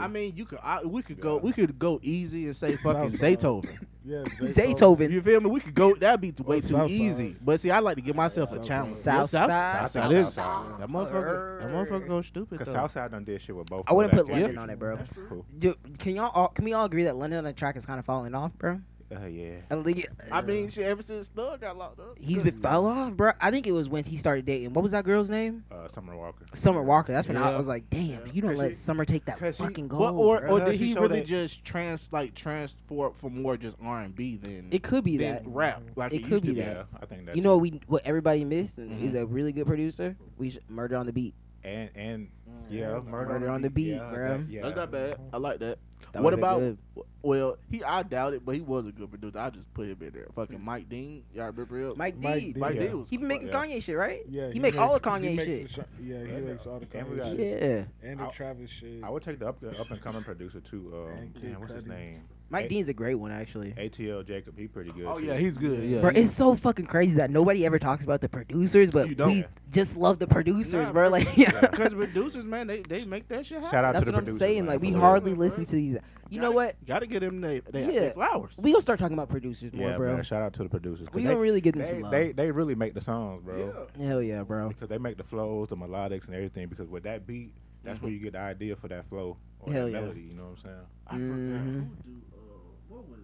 [SPEAKER 4] I mean, you could I, we could go
[SPEAKER 1] Yeah.
[SPEAKER 4] we could go easy and say fucking
[SPEAKER 2] Southside.
[SPEAKER 4] Zaytoven.
[SPEAKER 2] Yeah, Zaytoven.
[SPEAKER 3] Zaytoven.
[SPEAKER 4] You feel me? We could go. That'd be way
[SPEAKER 2] Or
[SPEAKER 4] too
[SPEAKER 2] Southside.
[SPEAKER 4] easy. But see, I like to give myself
[SPEAKER 2] Southside.
[SPEAKER 4] a challenge.
[SPEAKER 3] Southside.
[SPEAKER 4] Yeah,
[SPEAKER 1] Southside.
[SPEAKER 4] Southside.
[SPEAKER 1] Southside.
[SPEAKER 4] That motherfucker. That motherfucker goes stupid.
[SPEAKER 1] Because
[SPEAKER 4] Though.
[SPEAKER 1] Southside done did shit with both.
[SPEAKER 3] I wouldn't
[SPEAKER 1] Kodak
[SPEAKER 3] put
[SPEAKER 1] and
[SPEAKER 3] London
[SPEAKER 1] Future.
[SPEAKER 3] on it, bro.
[SPEAKER 5] That's true.
[SPEAKER 3] Dude, can y'all all, can we all agree that London on the track is kind of falling off, bro?
[SPEAKER 1] Uh, yeah.
[SPEAKER 3] I think-
[SPEAKER 4] I mean, shit. Ever since Thug got locked up,
[SPEAKER 3] he's been fell off, bro. I think it was when he started dating. What was that girl's name?
[SPEAKER 1] Uh, Summer Walker.
[SPEAKER 3] Summer Walker. That's when I
[SPEAKER 4] Yeah.
[SPEAKER 3] was like, damn,
[SPEAKER 4] Yeah.
[SPEAKER 3] you don't
[SPEAKER 1] 'Cause
[SPEAKER 3] let
[SPEAKER 1] she-
[SPEAKER 3] Summer take that
[SPEAKER 1] 'cause she-
[SPEAKER 3] fucking goal.
[SPEAKER 4] But, or
[SPEAKER 3] Oh, bro.
[SPEAKER 4] or
[SPEAKER 1] Nah,
[SPEAKER 4] did
[SPEAKER 1] she
[SPEAKER 4] he
[SPEAKER 1] showed
[SPEAKER 4] really
[SPEAKER 1] that-
[SPEAKER 4] just trans like transform from more just R and B than
[SPEAKER 3] it could be
[SPEAKER 4] than
[SPEAKER 3] that.
[SPEAKER 4] rap? Like
[SPEAKER 3] It
[SPEAKER 4] it,
[SPEAKER 3] could
[SPEAKER 4] used
[SPEAKER 3] be
[SPEAKER 4] to
[SPEAKER 3] that.
[SPEAKER 1] Yeah, I think that's
[SPEAKER 3] You know what we what everybody missed and
[SPEAKER 4] Mhm.
[SPEAKER 3] is a really good producer. We should murder on the beat.
[SPEAKER 1] and and
[SPEAKER 4] Mm,
[SPEAKER 1] yeah, murder,
[SPEAKER 3] Murder on the Beat,
[SPEAKER 1] yeah,
[SPEAKER 3] bro.
[SPEAKER 1] that- yeah.
[SPEAKER 4] That's not bad. I like that.
[SPEAKER 3] That
[SPEAKER 4] What
[SPEAKER 3] would've been
[SPEAKER 4] about-
[SPEAKER 3] good.
[SPEAKER 4] Well, he I doubt it, but he was a good producer. I just put him in there. Fucking Mike Dean, y'all remember him?
[SPEAKER 3] Mike D?
[SPEAKER 2] Mike D.
[SPEAKER 4] Mike
[SPEAKER 1] Yeah.
[SPEAKER 4] Dean was
[SPEAKER 3] He been making
[SPEAKER 1] Yeah.
[SPEAKER 3] Kanye shit, right?
[SPEAKER 2] Yeah,
[SPEAKER 3] He make all
[SPEAKER 2] makes-
[SPEAKER 3] the Kanye
[SPEAKER 2] he makes
[SPEAKER 3] shit.
[SPEAKER 2] the Sha- yeah, he
[SPEAKER 1] Yeah.
[SPEAKER 2] makes all the
[SPEAKER 1] And we
[SPEAKER 2] Kanye
[SPEAKER 1] got-
[SPEAKER 2] shit.
[SPEAKER 3] Yeah.
[SPEAKER 2] And the
[SPEAKER 1] I-
[SPEAKER 2] Travis shit.
[SPEAKER 1] I would take the up up and coming producer too. Um,
[SPEAKER 2] And Kid
[SPEAKER 1] man, what's his
[SPEAKER 2] Cudi.
[SPEAKER 1] name?
[SPEAKER 3] Mike
[SPEAKER 1] Hey.
[SPEAKER 3] Dean's a great one actually.
[SPEAKER 1] ATL Jacob. He pretty good.
[SPEAKER 4] Oh
[SPEAKER 1] too.
[SPEAKER 4] yeah, he's good. Yeah,
[SPEAKER 3] Bro,
[SPEAKER 4] he-
[SPEAKER 3] it's so fucking crazy that nobody ever talks about the producers, but
[SPEAKER 4] You don't.
[SPEAKER 3] we just love the producers,
[SPEAKER 4] Nah,
[SPEAKER 3] bro.
[SPEAKER 4] bro.
[SPEAKER 3] Like,
[SPEAKER 4] Cause producers, man, they, they make that shit happen.
[SPEAKER 1] Shout out
[SPEAKER 3] that's
[SPEAKER 1] to the
[SPEAKER 3] what I'm
[SPEAKER 1] producers,
[SPEAKER 3] saying.
[SPEAKER 1] man,
[SPEAKER 3] Like, we
[SPEAKER 1] for real.
[SPEAKER 3] hardly
[SPEAKER 4] real,
[SPEAKER 3] listen
[SPEAKER 4] bro.
[SPEAKER 3] to these. You know
[SPEAKER 4] Gotta-
[SPEAKER 3] what?
[SPEAKER 4] Gotta get them they, they,
[SPEAKER 3] Yeah.
[SPEAKER 4] they flowers.
[SPEAKER 3] We gonna start talking about producers more,
[SPEAKER 1] Yeah,
[SPEAKER 3] bro.
[SPEAKER 1] man, shout out to the producers. 'cause
[SPEAKER 3] We
[SPEAKER 1] they,
[SPEAKER 3] don't really get this
[SPEAKER 1] they,
[SPEAKER 3] love.
[SPEAKER 1] they they really make the songs, bro.
[SPEAKER 3] Hell yeah, bro.
[SPEAKER 1] Because they make the flows, the melodics, and everything. Because with that beat, that's
[SPEAKER 4] Mm-hmm.
[SPEAKER 1] where you get the idea for that flow or
[SPEAKER 3] Hell
[SPEAKER 1] that
[SPEAKER 3] yeah.
[SPEAKER 1] melody. You know what I'm saying?
[SPEAKER 5] I forgot who
[SPEAKER 3] Mhm.
[SPEAKER 5] do uh what was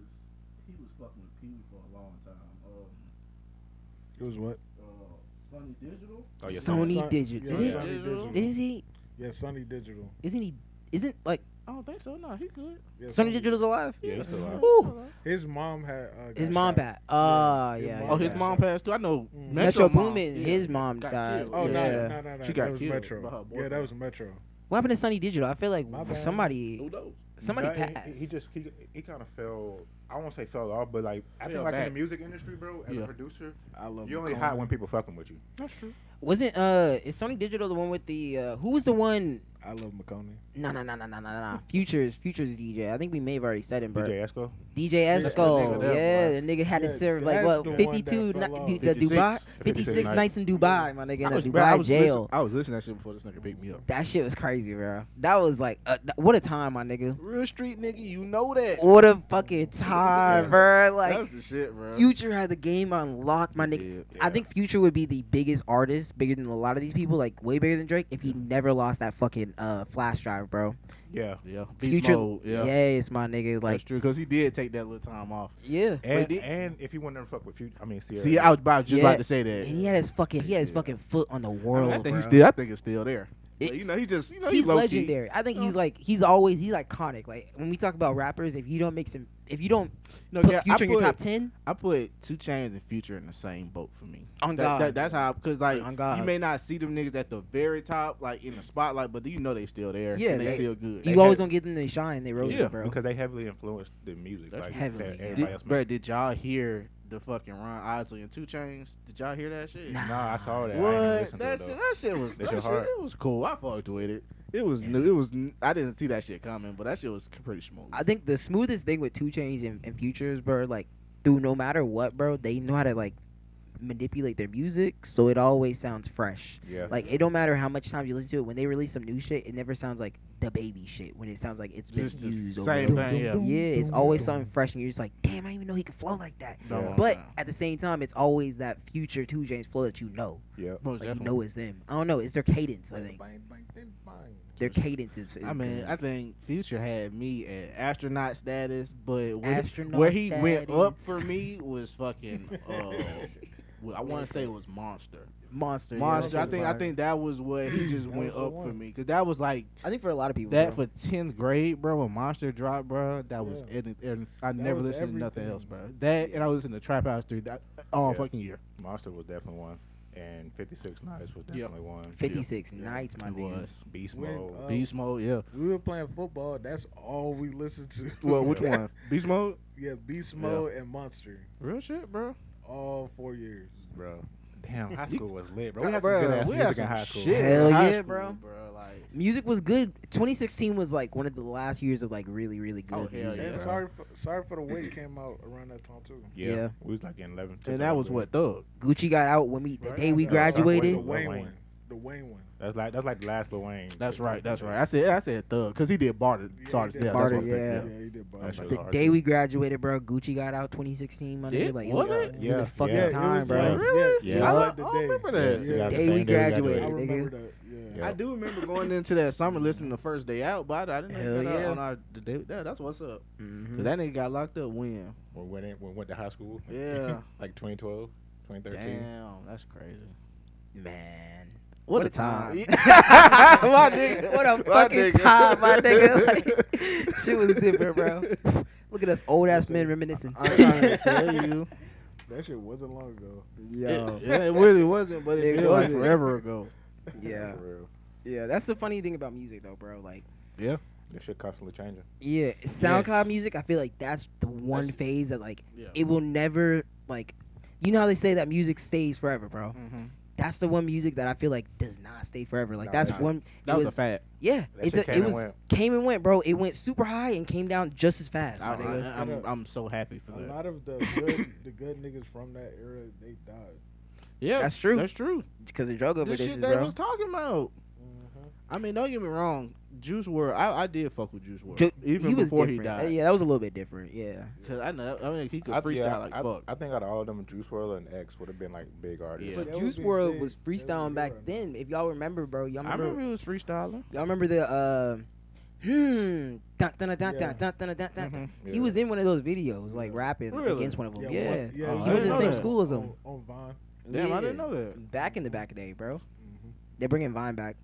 [SPEAKER 5] he was fucking with Pee Wee for a long time. Um
[SPEAKER 2] It was what?
[SPEAKER 5] uh Sunny Digital.
[SPEAKER 1] Oh yeah,
[SPEAKER 3] Sony
[SPEAKER 2] Son-
[SPEAKER 3] Digit.
[SPEAKER 2] Yeah,
[SPEAKER 3] Is he-
[SPEAKER 2] Sony
[SPEAKER 4] Yeah.
[SPEAKER 2] Digital.
[SPEAKER 3] Is he?
[SPEAKER 2] Yeah, Sony Digital.
[SPEAKER 3] Isn't he? Isn't like
[SPEAKER 4] I don't think so. No, he good.
[SPEAKER 2] Yeah,
[SPEAKER 3] Sony Digital's alive?
[SPEAKER 1] Yeah, he's still out.
[SPEAKER 3] Ooh.
[SPEAKER 2] His mom had. Uh,
[SPEAKER 3] His
[SPEAKER 2] got
[SPEAKER 3] mom
[SPEAKER 2] shot.
[SPEAKER 3] died. Oh
[SPEAKER 2] his
[SPEAKER 3] yeah. Mm-hmm.
[SPEAKER 2] mom-
[SPEAKER 4] Oh, his
[SPEAKER 2] Yeah.
[SPEAKER 4] mom passed too. I know
[SPEAKER 2] Mm.
[SPEAKER 3] Metro,
[SPEAKER 4] Metro, mom,
[SPEAKER 3] Boomin.
[SPEAKER 4] yeah,
[SPEAKER 3] His mom
[SPEAKER 4] got
[SPEAKER 3] died.
[SPEAKER 4] killed.
[SPEAKER 2] Oh
[SPEAKER 3] yeah.
[SPEAKER 2] no, no, no, no!
[SPEAKER 4] She
[SPEAKER 2] that
[SPEAKER 4] got
[SPEAKER 2] was
[SPEAKER 4] killed by her
[SPEAKER 2] Metro. Yeah, that
[SPEAKER 4] boyfriend.
[SPEAKER 2] was Metro.
[SPEAKER 3] What happened to Sonny Digital? I feel like
[SPEAKER 2] My bad.
[SPEAKER 3] somebody,
[SPEAKER 4] Who knows?
[SPEAKER 3] somebody
[SPEAKER 1] Nah, he-
[SPEAKER 3] passed.
[SPEAKER 1] He, he just he, he kind of fell. I won't say fell off, but like I
[SPEAKER 4] Fell
[SPEAKER 1] think like in
[SPEAKER 4] back.
[SPEAKER 1] the music industry, bro, as
[SPEAKER 4] Yeah.
[SPEAKER 1] a producer,
[SPEAKER 2] I love.
[SPEAKER 1] you only
[SPEAKER 2] McCoy.
[SPEAKER 1] hot when people fucking with you.
[SPEAKER 4] That's true.
[SPEAKER 3] Wasn't uh? Is Sony Digital the one with the uh? Who was the one?
[SPEAKER 2] I love McConaughey.
[SPEAKER 3] No, no, no, no, no, no, no. Futures, Futures DJ. I think we may have already said him, bro. DJ,
[SPEAKER 1] DJ Esco.
[SPEAKER 2] That's the
[SPEAKER 3] Esco.
[SPEAKER 4] nigga that
[SPEAKER 3] yeah,
[SPEAKER 4] one.
[SPEAKER 3] the nigga had to
[SPEAKER 2] Yeah,
[SPEAKER 3] serve like
[SPEAKER 2] that's
[SPEAKER 3] what
[SPEAKER 2] the one
[SPEAKER 3] fifty-two,
[SPEAKER 2] that
[SPEAKER 3] ni-
[SPEAKER 2] fell
[SPEAKER 3] du-
[SPEAKER 2] off.
[SPEAKER 3] the Dubai,
[SPEAKER 4] 56.
[SPEAKER 3] fifty-six
[SPEAKER 1] nights.
[SPEAKER 3] nights in Dubai, my nigga, in
[SPEAKER 4] I
[SPEAKER 3] a
[SPEAKER 4] was, bro, I
[SPEAKER 3] Dubai
[SPEAKER 4] was listen-
[SPEAKER 3] jail.
[SPEAKER 4] I was listening to that shit before this nigga picked me up.
[SPEAKER 3] That shit was crazy, bro. That was like, uh, th- what a time, my nigga.
[SPEAKER 4] Real street nigga, you know that.
[SPEAKER 3] What a fucking time,
[SPEAKER 4] Yeah.
[SPEAKER 3] bro.
[SPEAKER 4] that
[SPEAKER 3] Like,
[SPEAKER 4] was the shit, bro.
[SPEAKER 3] Future had the game unlocked, my
[SPEAKER 4] He
[SPEAKER 3] nigga.
[SPEAKER 4] did.
[SPEAKER 3] I think Future would be the biggest artist, bigger than a lot of these people, like way bigger than Drake, if he never lost that fucking uh, flash drive, bro.
[SPEAKER 1] Yeah,
[SPEAKER 4] Yeah, beast
[SPEAKER 3] Future,
[SPEAKER 4] mode. Yeah,
[SPEAKER 3] yes, my nigga,
[SPEAKER 4] that's
[SPEAKER 3] like,
[SPEAKER 4] true. Cause he did take that little time off.
[SPEAKER 3] yeah.
[SPEAKER 1] and
[SPEAKER 4] did-
[SPEAKER 1] and if you would never fuck with you, I mean, Sierra.
[SPEAKER 4] See, I was about just
[SPEAKER 3] Yeah.
[SPEAKER 4] about to say that.
[SPEAKER 3] And he had his fucking, he had his
[SPEAKER 4] Yeah.
[SPEAKER 3] fucking foot on the
[SPEAKER 4] I, mean,
[SPEAKER 3] world.
[SPEAKER 4] I think he's
[SPEAKER 3] bro.
[SPEAKER 4] still. I think it's still there.
[SPEAKER 3] It-
[SPEAKER 4] But, you know, he just. You know,
[SPEAKER 3] He's
[SPEAKER 4] he low key.
[SPEAKER 3] legendary. I think
[SPEAKER 4] you
[SPEAKER 3] he's
[SPEAKER 4] know?
[SPEAKER 3] like, he's always, he's iconic. Like when we talk about rappers, if you don't make some, if you don't
[SPEAKER 4] No,
[SPEAKER 3] put
[SPEAKER 4] yeah, I
[SPEAKER 3] Future in your
[SPEAKER 4] put-
[SPEAKER 3] top ten,
[SPEAKER 4] I put Two Chains and Future in the same boat for me.
[SPEAKER 3] on
[SPEAKER 4] That,
[SPEAKER 3] God,
[SPEAKER 4] that, that's how, because like
[SPEAKER 3] On God.
[SPEAKER 4] you may not see them niggas at the very top, like in the spotlight, but you know they still there.
[SPEAKER 3] Yeah,
[SPEAKER 4] and they,
[SPEAKER 3] they-
[SPEAKER 4] still good.
[SPEAKER 1] they
[SPEAKER 3] you always
[SPEAKER 1] have-
[SPEAKER 3] don't give them the shine they wrote,
[SPEAKER 4] Yeah,
[SPEAKER 3] bro.
[SPEAKER 1] because they heavily influenced the music,
[SPEAKER 4] That's
[SPEAKER 1] like
[SPEAKER 3] heavily,
[SPEAKER 1] that
[SPEAKER 3] yeah.
[SPEAKER 1] everybody
[SPEAKER 4] did,
[SPEAKER 1] else.
[SPEAKER 4] bro, did y'all hear the fucking Ron Isley and Two Chains? Did y'all hear that shit?
[SPEAKER 3] Nah.
[SPEAKER 1] No, I saw that. I didn't
[SPEAKER 4] What?
[SPEAKER 1] listen
[SPEAKER 4] That
[SPEAKER 1] to
[SPEAKER 4] shit,
[SPEAKER 1] it, though.
[SPEAKER 4] that shit was
[SPEAKER 1] That's
[SPEAKER 4] that
[SPEAKER 1] your
[SPEAKER 4] shit,
[SPEAKER 1] heart.
[SPEAKER 4] it was cool. I fucked with it. It was new. It was. n- I didn't see that shit coming, but that shit was pretty smooth.
[SPEAKER 3] I think the smoothest thing with Two Chains and, and Futures, bro, like through no matter what, bro, they know how to like manipulate their music so it always sounds fresh.
[SPEAKER 1] Yeah,
[SPEAKER 3] Like it don't matter how much time you listen to it. When they release some new shit, it never sounds like the baby shit. When it sounds like it's been
[SPEAKER 4] Just the
[SPEAKER 3] used over
[SPEAKER 4] same
[SPEAKER 3] and
[SPEAKER 4] thing,
[SPEAKER 3] over.
[SPEAKER 4] yeah.
[SPEAKER 3] it's always something fresh, and you're just like, damn, I didn't even know he could flow like that.
[SPEAKER 4] Don't
[SPEAKER 1] Yeah.
[SPEAKER 4] want
[SPEAKER 3] But
[SPEAKER 4] that.
[SPEAKER 3] at the same time, it's always that future Two Chains flow that you know,
[SPEAKER 1] yeah.
[SPEAKER 4] Most
[SPEAKER 3] like you
[SPEAKER 4] definitely.
[SPEAKER 3] know it's them. I don't know, it's their cadence. I think
[SPEAKER 2] Bang, bang, bang, bang.
[SPEAKER 3] their cadence is. is
[SPEAKER 4] I mean,
[SPEAKER 3] good.
[SPEAKER 4] I think Future had me at astronaut status, but where,
[SPEAKER 3] Astronaut
[SPEAKER 4] where he went up
[SPEAKER 3] status.
[SPEAKER 4] for me was fucking. Uh, well, I want to say it was Monster.
[SPEAKER 3] monster. yeah,
[SPEAKER 4] Monster. I
[SPEAKER 3] Monster's
[SPEAKER 4] think I
[SPEAKER 3] fire.
[SPEAKER 4] think that was where he just
[SPEAKER 2] That
[SPEAKER 4] went
[SPEAKER 2] was the
[SPEAKER 4] up for
[SPEAKER 2] one.
[SPEAKER 4] me because that was like
[SPEAKER 3] I think for a lot of people
[SPEAKER 4] that
[SPEAKER 3] bro.
[SPEAKER 4] for tenth grade, bro. When Monster dropped, bro, that was
[SPEAKER 2] Yeah.
[SPEAKER 4] any, any- I never
[SPEAKER 2] was
[SPEAKER 4] listened to nothing
[SPEAKER 2] everything.
[SPEAKER 4] else, bro. That and I listened to Trap House Three that all
[SPEAKER 1] Yeah.
[SPEAKER 4] fucking year.
[SPEAKER 1] Monster was definitely one, and 56 Nights was
[SPEAKER 4] Yeah.
[SPEAKER 1] definitely one.
[SPEAKER 3] 56
[SPEAKER 1] Yeah.
[SPEAKER 3] nights, my
[SPEAKER 4] It
[SPEAKER 3] nigga.
[SPEAKER 4] was
[SPEAKER 1] Beast
[SPEAKER 2] When,
[SPEAKER 1] Mode.
[SPEAKER 2] uh,
[SPEAKER 4] Beast Mode, yeah.
[SPEAKER 2] We were playing football. That's all we listened to.
[SPEAKER 4] Well, which one? Beast Mode.
[SPEAKER 2] Yeah, Beast Mode and Monster.
[SPEAKER 4] Real shit, bro.
[SPEAKER 2] All four years.
[SPEAKER 1] bro. Damn, high
[SPEAKER 4] You-
[SPEAKER 1] school was lit, bro. We had some
[SPEAKER 4] Bruh,
[SPEAKER 1] good ass
[SPEAKER 4] we
[SPEAKER 1] music in
[SPEAKER 4] had some
[SPEAKER 1] high school.
[SPEAKER 4] shit in
[SPEAKER 3] Hell
[SPEAKER 4] high
[SPEAKER 3] yeah,
[SPEAKER 4] school,
[SPEAKER 3] bro.
[SPEAKER 4] bro. Like,
[SPEAKER 3] Music was good. 2016 was like one of the last years of like really, really good.
[SPEAKER 4] Oh, hell
[SPEAKER 3] music,
[SPEAKER 4] yeah.
[SPEAKER 2] And
[SPEAKER 3] bro.
[SPEAKER 2] sorry, for, sorry for the wait came out around that time too.
[SPEAKER 1] Yeah,
[SPEAKER 3] Yeah.
[SPEAKER 1] we was like in 11.
[SPEAKER 4] and that was
[SPEAKER 1] 12, bro.
[SPEAKER 4] what Thug.
[SPEAKER 3] Gucci got out when we the
[SPEAKER 2] Right
[SPEAKER 3] day we
[SPEAKER 2] after
[SPEAKER 1] Starboy
[SPEAKER 2] that,
[SPEAKER 3] graduated.
[SPEAKER 2] The
[SPEAKER 1] Lil
[SPEAKER 2] Wayne
[SPEAKER 1] Wayne.
[SPEAKER 2] one. The Wayne one.
[SPEAKER 1] That's like that's like the last Lil Wayne.
[SPEAKER 4] That's
[SPEAKER 1] that
[SPEAKER 4] right.
[SPEAKER 1] did
[SPEAKER 4] That's
[SPEAKER 1] that.
[SPEAKER 4] right. I said I said Thug because he did Barter.
[SPEAKER 2] Yeah, he
[SPEAKER 4] Sorry,
[SPEAKER 2] did
[SPEAKER 4] yeah,
[SPEAKER 3] Barter,
[SPEAKER 4] that's what I'm thinking,
[SPEAKER 3] yeah.
[SPEAKER 2] Yeah, he did. Bobby.
[SPEAKER 1] That shit was
[SPEAKER 2] Like,
[SPEAKER 3] The
[SPEAKER 1] hard
[SPEAKER 3] day
[SPEAKER 1] to-
[SPEAKER 3] we graduated, bro, Gucci got out 2016. My nigga,
[SPEAKER 4] Did-
[SPEAKER 3] like
[SPEAKER 4] was
[SPEAKER 3] was,
[SPEAKER 4] it?
[SPEAKER 3] it? was
[SPEAKER 1] Yeah,
[SPEAKER 3] a fucking
[SPEAKER 1] yeah, it
[SPEAKER 3] time,
[SPEAKER 1] was
[SPEAKER 3] bro.
[SPEAKER 1] like-
[SPEAKER 2] Yeah,
[SPEAKER 1] Yeah.
[SPEAKER 2] yeah.
[SPEAKER 1] I
[SPEAKER 2] like
[SPEAKER 4] don't
[SPEAKER 2] the day.
[SPEAKER 4] remember
[SPEAKER 1] Yeah,
[SPEAKER 4] that.
[SPEAKER 1] she
[SPEAKER 2] Yeah.
[SPEAKER 1] got the
[SPEAKER 3] Day we
[SPEAKER 1] same
[SPEAKER 2] I
[SPEAKER 3] graduated.
[SPEAKER 2] remember
[SPEAKER 3] nigga.
[SPEAKER 2] that. Yeah.
[SPEAKER 1] Yeah.
[SPEAKER 4] I do remember going into that summer listening the first day out, but I didn't
[SPEAKER 3] Hell
[SPEAKER 4] know that
[SPEAKER 3] yeah.
[SPEAKER 4] on our the day. That, that's what's up.
[SPEAKER 3] Mhm.
[SPEAKER 4] Cause that nigga got locked up when.
[SPEAKER 1] When we went in, when we went to high school.
[SPEAKER 4] Yeah.
[SPEAKER 1] like 2012, 2013.
[SPEAKER 4] Damn, that's crazy.
[SPEAKER 3] Man, What
[SPEAKER 4] What, a
[SPEAKER 3] a
[SPEAKER 4] time.
[SPEAKER 3] time. My nigga, what a fucking time, my nigga. Like, shit was different, bro. look at us old ass
[SPEAKER 2] Listen,
[SPEAKER 3] men reminiscing.
[SPEAKER 4] I'm trying to tell you.
[SPEAKER 2] That shit wasn't long ago.
[SPEAKER 3] Yo,
[SPEAKER 4] It, yeah, it really wasn't, but it,
[SPEAKER 3] It
[SPEAKER 4] feels like
[SPEAKER 3] wasn't.
[SPEAKER 4] forever ago.
[SPEAKER 3] yeah,
[SPEAKER 2] For real.
[SPEAKER 3] yeah. That's the funny thing about music, though, bro. Like.
[SPEAKER 1] That shit constantly changing.
[SPEAKER 3] Yeah, SoundCloud music. I feel like that's the one phase that like
[SPEAKER 4] Yeah.
[SPEAKER 3] it will never like. You know how they say that music stays forever, bro.
[SPEAKER 4] Mm-hmm.
[SPEAKER 3] That's the one music that I feel like does not stay forever. Like
[SPEAKER 1] Nah,
[SPEAKER 3] that's
[SPEAKER 1] nah.
[SPEAKER 3] one.
[SPEAKER 4] That
[SPEAKER 3] it
[SPEAKER 4] was,
[SPEAKER 3] was,
[SPEAKER 4] a fact.
[SPEAKER 3] yeah.
[SPEAKER 1] That
[SPEAKER 3] It's
[SPEAKER 1] shit
[SPEAKER 3] a,
[SPEAKER 1] came and
[SPEAKER 3] it was
[SPEAKER 1] went.
[SPEAKER 3] came and went, bro. It went super high and came down just as fast.
[SPEAKER 4] I,
[SPEAKER 3] my nigga.
[SPEAKER 4] I, am I'm so happy for
[SPEAKER 2] A
[SPEAKER 4] that.
[SPEAKER 2] lot of the good, the good niggas from that era, they died.
[SPEAKER 4] Yeah,
[SPEAKER 3] That's true.
[SPEAKER 4] That's true.
[SPEAKER 3] Because of drug
[SPEAKER 4] The
[SPEAKER 3] overdoses,
[SPEAKER 4] shit they
[SPEAKER 3] bro.
[SPEAKER 4] was talking about. I mean, don't get me wrong. Juice World, I, I did fuck with Juice World
[SPEAKER 3] Ju-
[SPEAKER 4] even
[SPEAKER 3] was
[SPEAKER 4] before he
[SPEAKER 3] different. Uh,
[SPEAKER 4] died.
[SPEAKER 3] Yeah, that was a little bit different. Yeah.
[SPEAKER 4] Cause I know I mean, he could
[SPEAKER 1] I-
[SPEAKER 4] freestyle
[SPEAKER 1] yeah,
[SPEAKER 4] like
[SPEAKER 1] I,
[SPEAKER 4] fuck.
[SPEAKER 1] I think out of all of them, Juice WRLD and X would have been like big artists.
[SPEAKER 4] Yeah.
[SPEAKER 3] But
[SPEAKER 2] That would
[SPEAKER 3] Juice
[SPEAKER 2] be
[SPEAKER 3] World
[SPEAKER 2] big.
[SPEAKER 3] was
[SPEAKER 2] That would be
[SPEAKER 3] freestyling back
[SPEAKER 2] good.
[SPEAKER 3] then. If y'all remember, bro, y'all
[SPEAKER 4] I
[SPEAKER 3] remember,
[SPEAKER 4] remember he was freestyling.
[SPEAKER 3] y'all remember the uh, hmm, dun dun dun dun
[SPEAKER 2] Yeah.
[SPEAKER 3] dun dun dun dun dun.
[SPEAKER 4] Mhm.
[SPEAKER 1] Mm-hmm.
[SPEAKER 3] He was in one of those videos, like
[SPEAKER 2] Yeah.
[SPEAKER 3] rapping
[SPEAKER 4] Really?
[SPEAKER 3] against one of them. Yeah,
[SPEAKER 4] Oh, I
[SPEAKER 2] one- you
[SPEAKER 3] he was
[SPEAKER 4] didn't
[SPEAKER 3] in
[SPEAKER 4] know
[SPEAKER 3] the same
[SPEAKER 4] that.
[SPEAKER 3] school as them.
[SPEAKER 2] On, on Vine.
[SPEAKER 4] Damn, I didn't know that.
[SPEAKER 3] Back in the back of the day, bro.
[SPEAKER 2] Mhm.
[SPEAKER 3] They're bringing Vine back.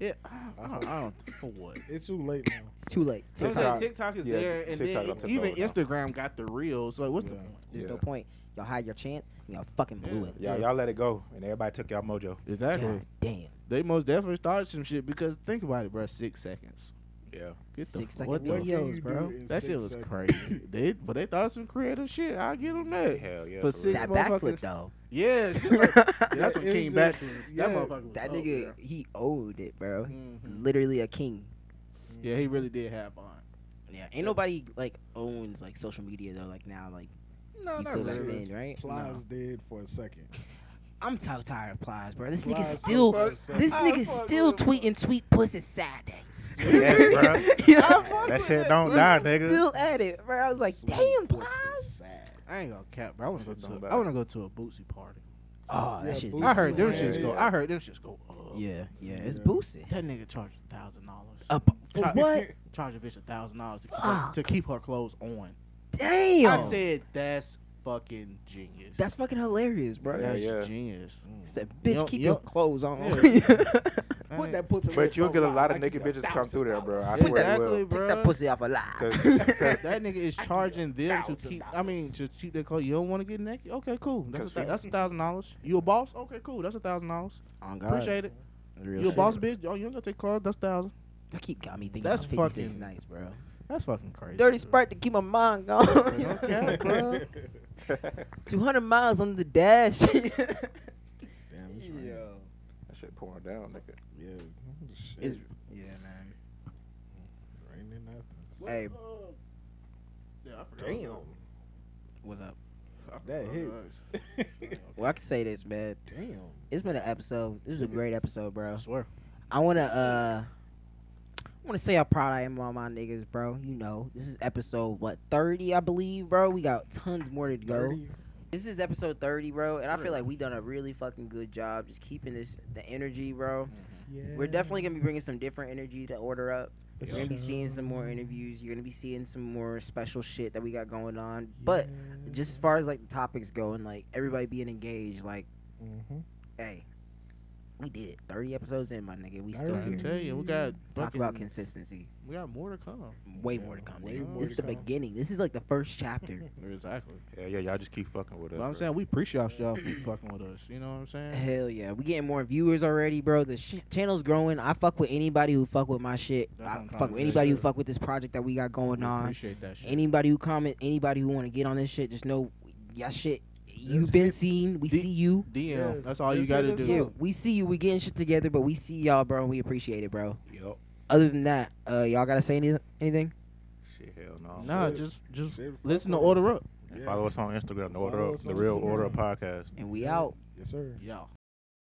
[SPEAKER 4] Yeah, I don't, I don't for what.
[SPEAKER 2] It's too late now.
[SPEAKER 3] It's too late.
[SPEAKER 1] So
[SPEAKER 4] TikTok,
[SPEAKER 1] it's like
[SPEAKER 4] TikTok is
[SPEAKER 1] yeah,
[SPEAKER 4] there, and
[SPEAKER 1] TikTok
[SPEAKER 4] then
[SPEAKER 1] got took
[SPEAKER 4] even
[SPEAKER 1] over now.
[SPEAKER 4] Instagram got the reels. Like, what's the
[SPEAKER 2] Yeah.
[SPEAKER 4] point?
[SPEAKER 3] There's no
[SPEAKER 1] Yeah.
[SPEAKER 3] point. Y'all had your chance. And y'all fucking blew it.
[SPEAKER 1] Yeah, y'all let it go, and everybody took y'all mojo.
[SPEAKER 4] Exactly.
[SPEAKER 3] God damn.
[SPEAKER 4] They most definitely started some shit because think about it, bro. Six seconds.
[SPEAKER 1] Yeah,
[SPEAKER 4] Get the
[SPEAKER 3] Six
[SPEAKER 4] fuck-
[SPEAKER 3] second
[SPEAKER 4] what the
[SPEAKER 2] What
[SPEAKER 4] fuck?
[SPEAKER 2] can
[SPEAKER 3] Videos,
[SPEAKER 2] you do
[SPEAKER 3] bro.
[SPEAKER 2] in
[SPEAKER 4] That
[SPEAKER 2] six
[SPEAKER 4] shit was
[SPEAKER 2] seconds?
[SPEAKER 4] crazy. they but they thought of some creative shit. I give them that.
[SPEAKER 1] hell yeah.
[SPEAKER 4] For
[SPEAKER 1] real.
[SPEAKER 4] six-
[SPEAKER 3] That
[SPEAKER 4] motherfuckers-
[SPEAKER 3] backflip though.
[SPEAKER 4] Yeah, shit like- yeah, Oh, that's when
[SPEAKER 2] It was
[SPEAKER 4] King
[SPEAKER 2] just-
[SPEAKER 4] Batch was.
[SPEAKER 2] yeah.
[SPEAKER 4] That motherfucker was.
[SPEAKER 3] that
[SPEAKER 4] up
[SPEAKER 3] nigga,
[SPEAKER 4] there.
[SPEAKER 3] he owed it, bro. He
[SPEAKER 4] Mhm.
[SPEAKER 3] Literally a king.
[SPEAKER 4] Yeah, he really did have on.
[SPEAKER 3] Yeah. Ain't nobody like owns like social media though. Like now, like
[SPEAKER 4] No,
[SPEAKER 3] you
[SPEAKER 4] not
[SPEAKER 3] could
[SPEAKER 4] really.
[SPEAKER 3] back
[SPEAKER 2] really.
[SPEAKER 3] then, right?
[SPEAKER 2] Plies did for a second.
[SPEAKER 3] I'm so tired of Plies, bro. This
[SPEAKER 2] Plies
[SPEAKER 3] nigga still,
[SPEAKER 2] did for a second.
[SPEAKER 3] this
[SPEAKER 4] I
[SPEAKER 3] nigga
[SPEAKER 4] fuck
[SPEAKER 3] still
[SPEAKER 4] with him.
[SPEAKER 3] tweeting tweet pussy Saturdays.
[SPEAKER 1] Yes,
[SPEAKER 3] Yeah.
[SPEAKER 4] I fuck
[SPEAKER 1] That
[SPEAKER 4] with
[SPEAKER 1] shit
[SPEAKER 4] it.
[SPEAKER 1] don't
[SPEAKER 4] Listen,
[SPEAKER 1] die, nigga.
[SPEAKER 3] still at it, bro. I was like,
[SPEAKER 2] Sweet
[SPEAKER 3] damn,
[SPEAKER 2] pussy
[SPEAKER 3] Plies.
[SPEAKER 2] sad.
[SPEAKER 4] I ain't gonna cap, bro. I wanna go
[SPEAKER 1] Shit
[SPEAKER 4] to.
[SPEAKER 1] don't
[SPEAKER 4] A,
[SPEAKER 1] die.
[SPEAKER 4] I wanna go to a Bootsy party.
[SPEAKER 3] Oh,
[SPEAKER 2] Yeah,
[SPEAKER 3] that shit.
[SPEAKER 2] Boosie
[SPEAKER 4] I heard them
[SPEAKER 2] Yeah,
[SPEAKER 4] shits go.
[SPEAKER 2] yeah.
[SPEAKER 4] I heard them shits go. Up.
[SPEAKER 3] Yeah, Oh. yeah, it's
[SPEAKER 2] Yeah.
[SPEAKER 3] Boosie.
[SPEAKER 4] That nigga charged a thousand dollars.
[SPEAKER 3] Up for
[SPEAKER 4] Try-
[SPEAKER 3] what?
[SPEAKER 4] Charge a bitch a thousand dollars to keep her-
[SPEAKER 3] Fuck.
[SPEAKER 4] to keep her clothes on.
[SPEAKER 3] Damn.
[SPEAKER 4] I said that's fucking genius.
[SPEAKER 3] that's fucking hilarious, bro.
[SPEAKER 1] Yeah,
[SPEAKER 4] That's
[SPEAKER 1] yeah.
[SPEAKER 4] genius.
[SPEAKER 3] He said,
[SPEAKER 4] You
[SPEAKER 3] bitch,
[SPEAKER 4] don't-
[SPEAKER 3] keep
[SPEAKER 4] you
[SPEAKER 3] your
[SPEAKER 4] don't-
[SPEAKER 3] clothes on.
[SPEAKER 2] Put that pussy
[SPEAKER 1] But
[SPEAKER 2] lips
[SPEAKER 1] you'll
[SPEAKER 2] on
[SPEAKER 1] get a
[SPEAKER 2] mine
[SPEAKER 1] lot of
[SPEAKER 2] like
[SPEAKER 1] naked
[SPEAKER 2] it's a
[SPEAKER 1] bitches come through there, bro. I
[SPEAKER 2] thousand
[SPEAKER 1] swear it will.
[SPEAKER 4] exactly,
[SPEAKER 3] Take
[SPEAKER 4] bro.
[SPEAKER 3] that pussy off alive.
[SPEAKER 1] 'Cause- 'cause
[SPEAKER 4] that nigga is
[SPEAKER 2] I give you
[SPEAKER 4] charging them to
[SPEAKER 2] $1,000.
[SPEAKER 4] keep. I mean, to keep their clothes. You don't want to get naked. Okay, cool. That's a,
[SPEAKER 1] Cause
[SPEAKER 4] thou-
[SPEAKER 1] we-
[SPEAKER 4] that's a thousand dollars. You a boss? Okay, cool. That's a thousand dollars.
[SPEAKER 3] On Oh, God.
[SPEAKER 4] Appreciate it.
[SPEAKER 3] Real
[SPEAKER 4] You a
[SPEAKER 3] shit.
[SPEAKER 4] boss bitch? Oh, you don't gotta take clothes. That's thousand.
[SPEAKER 3] That keep got me thinking.
[SPEAKER 4] That's
[SPEAKER 3] That's I'm 56
[SPEAKER 4] fucking-
[SPEAKER 3] nights, bro.
[SPEAKER 4] That's fucking crazy.
[SPEAKER 3] Dirty
[SPEAKER 4] dude.
[SPEAKER 3] Sprite to keep my mind
[SPEAKER 4] Don't
[SPEAKER 3] gone.
[SPEAKER 4] cap, bro.
[SPEAKER 1] that
[SPEAKER 3] 200 miles under the dash.
[SPEAKER 2] Damn, it's raining.
[SPEAKER 3] Yo.
[SPEAKER 1] shit pouring down, nigga.
[SPEAKER 2] Yeah. Shit.
[SPEAKER 3] It's, yeah, man.
[SPEAKER 2] raining nothing.
[SPEAKER 5] What,
[SPEAKER 3] Hey.
[SPEAKER 5] uh, yeah, I forgot.
[SPEAKER 2] Damn.
[SPEAKER 3] What's up?
[SPEAKER 2] That hit.
[SPEAKER 3] Well, I can say this, man.
[SPEAKER 2] Damn.
[SPEAKER 3] It's been an episode. This is a great episode, bro.
[SPEAKER 4] I swear.
[SPEAKER 3] I wanna uh I wanna say how proud I am of all my niggas, bro. You know, this is episode what thirty, I believe, bro. We got tons more to go.
[SPEAKER 2] 30.
[SPEAKER 3] This is episode thirty, bro, and I
[SPEAKER 4] Really?
[SPEAKER 3] feel like we done a really fucking good job just keeping this the energy, bro.
[SPEAKER 2] Yeah.
[SPEAKER 3] We're definitely gonna be bringing some different energy to order up.
[SPEAKER 2] For
[SPEAKER 3] You're gonna be
[SPEAKER 2] sure.
[SPEAKER 3] seeing some more interviews. You're gonna be seeing some more special shit that we got going on. But just as far as like the topics go and like everybody being engaged, like,
[SPEAKER 2] hmm
[SPEAKER 3] hey, we did it. Thirty episodes in, my nigga. We still
[SPEAKER 4] I
[SPEAKER 2] Alright.
[SPEAKER 3] here.
[SPEAKER 4] tell you, we got
[SPEAKER 3] Talk
[SPEAKER 4] fucking-
[SPEAKER 3] about consistency.
[SPEAKER 4] we got more to come.
[SPEAKER 3] Way
[SPEAKER 2] Yeah,
[SPEAKER 3] more to come.
[SPEAKER 2] way
[SPEAKER 3] nigga.
[SPEAKER 2] more
[SPEAKER 3] this
[SPEAKER 2] to
[SPEAKER 3] is the
[SPEAKER 2] come.
[SPEAKER 3] beginning. This is like the first chapter.
[SPEAKER 4] Exactly.
[SPEAKER 1] Yeah, yeah, y'all just keep fucking with us.
[SPEAKER 4] But I'm
[SPEAKER 1] bro.
[SPEAKER 4] saying we appreciate y'all for fucking with us. You know what I'm saying?
[SPEAKER 3] Hell yeah, we getting more viewers already, bro. The sh- channel's growing. I fuck with anybody who fuck with my shit.
[SPEAKER 4] That's what
[SPEAKER 3] I
[SPEAKER 4] I'm trying
[SPEAKER 3] fuck
[SPEAKER 4] to
[SPEAKER 3] with
[SPEAKER 4] say.
[SPEAKER 3] anybody who
[SPEAKER 4] Sure.
[SPEAKER 3] fuck with this project that we got going
[SPEAKER 4] we
[SPEAKER 3] on.
[SPEAKER 4] appreciate that shit.
[SPEAKER 3] Anybody who comment, anybody who want to get on this shit, just know y'all shit You've been seen. We
[SPEAKER 4] D-
[SPEAKER 3] see you.
[SPEAKER 4] DM.
[SPEAKER 2] Yeah,
[SPEAKER 4] that's all you
[SPEAKER 2] just hit
[SPEAKER 4] gotta
[SPEAKER 2] us
[SPEAKER 4] do.
[SPEAKER 2] up.
[SPEAKER 3] Yeah, we see you. We getting shit together, but we see y'all, bro, and we appreciate it, bro.
[SPEAKER 1] Yup.
[SPEAKER 3] Other than that, uh, y'all gotta say any- anything?
[SPEAKER 1] Shit, hell no.
[SPEAKER 4] Nah,
[SPEAKER 2] Shit.
[SPEAKER 4] just just
[SPEAKER 2] Shit, fuck
[SPEAKER 4] listen to
[SPEAKER 2] with it.
[SPEAKER 4] order up.
[SPEAKER 2] Yeah.
[SPEAKER 1] Follow us on Instagram, the
[SPEAKER 2] Follow
[SPEAKER 1] Order Up,
[SPEAKER 2] us
[SPEAKER 1] the
[SPEAKER 2] on
[SPEAKER 1] Real
[SPEAKER 2] Instagram.
[SPEAKER 1] Order Up Podcast.
[SPEAKER 3] And we
[SPEAKER 2] Yeah.
[SPEAKER 3] out.
[SPEAKER 2] Yes, sir.
[SPEAKER 4] Y'all.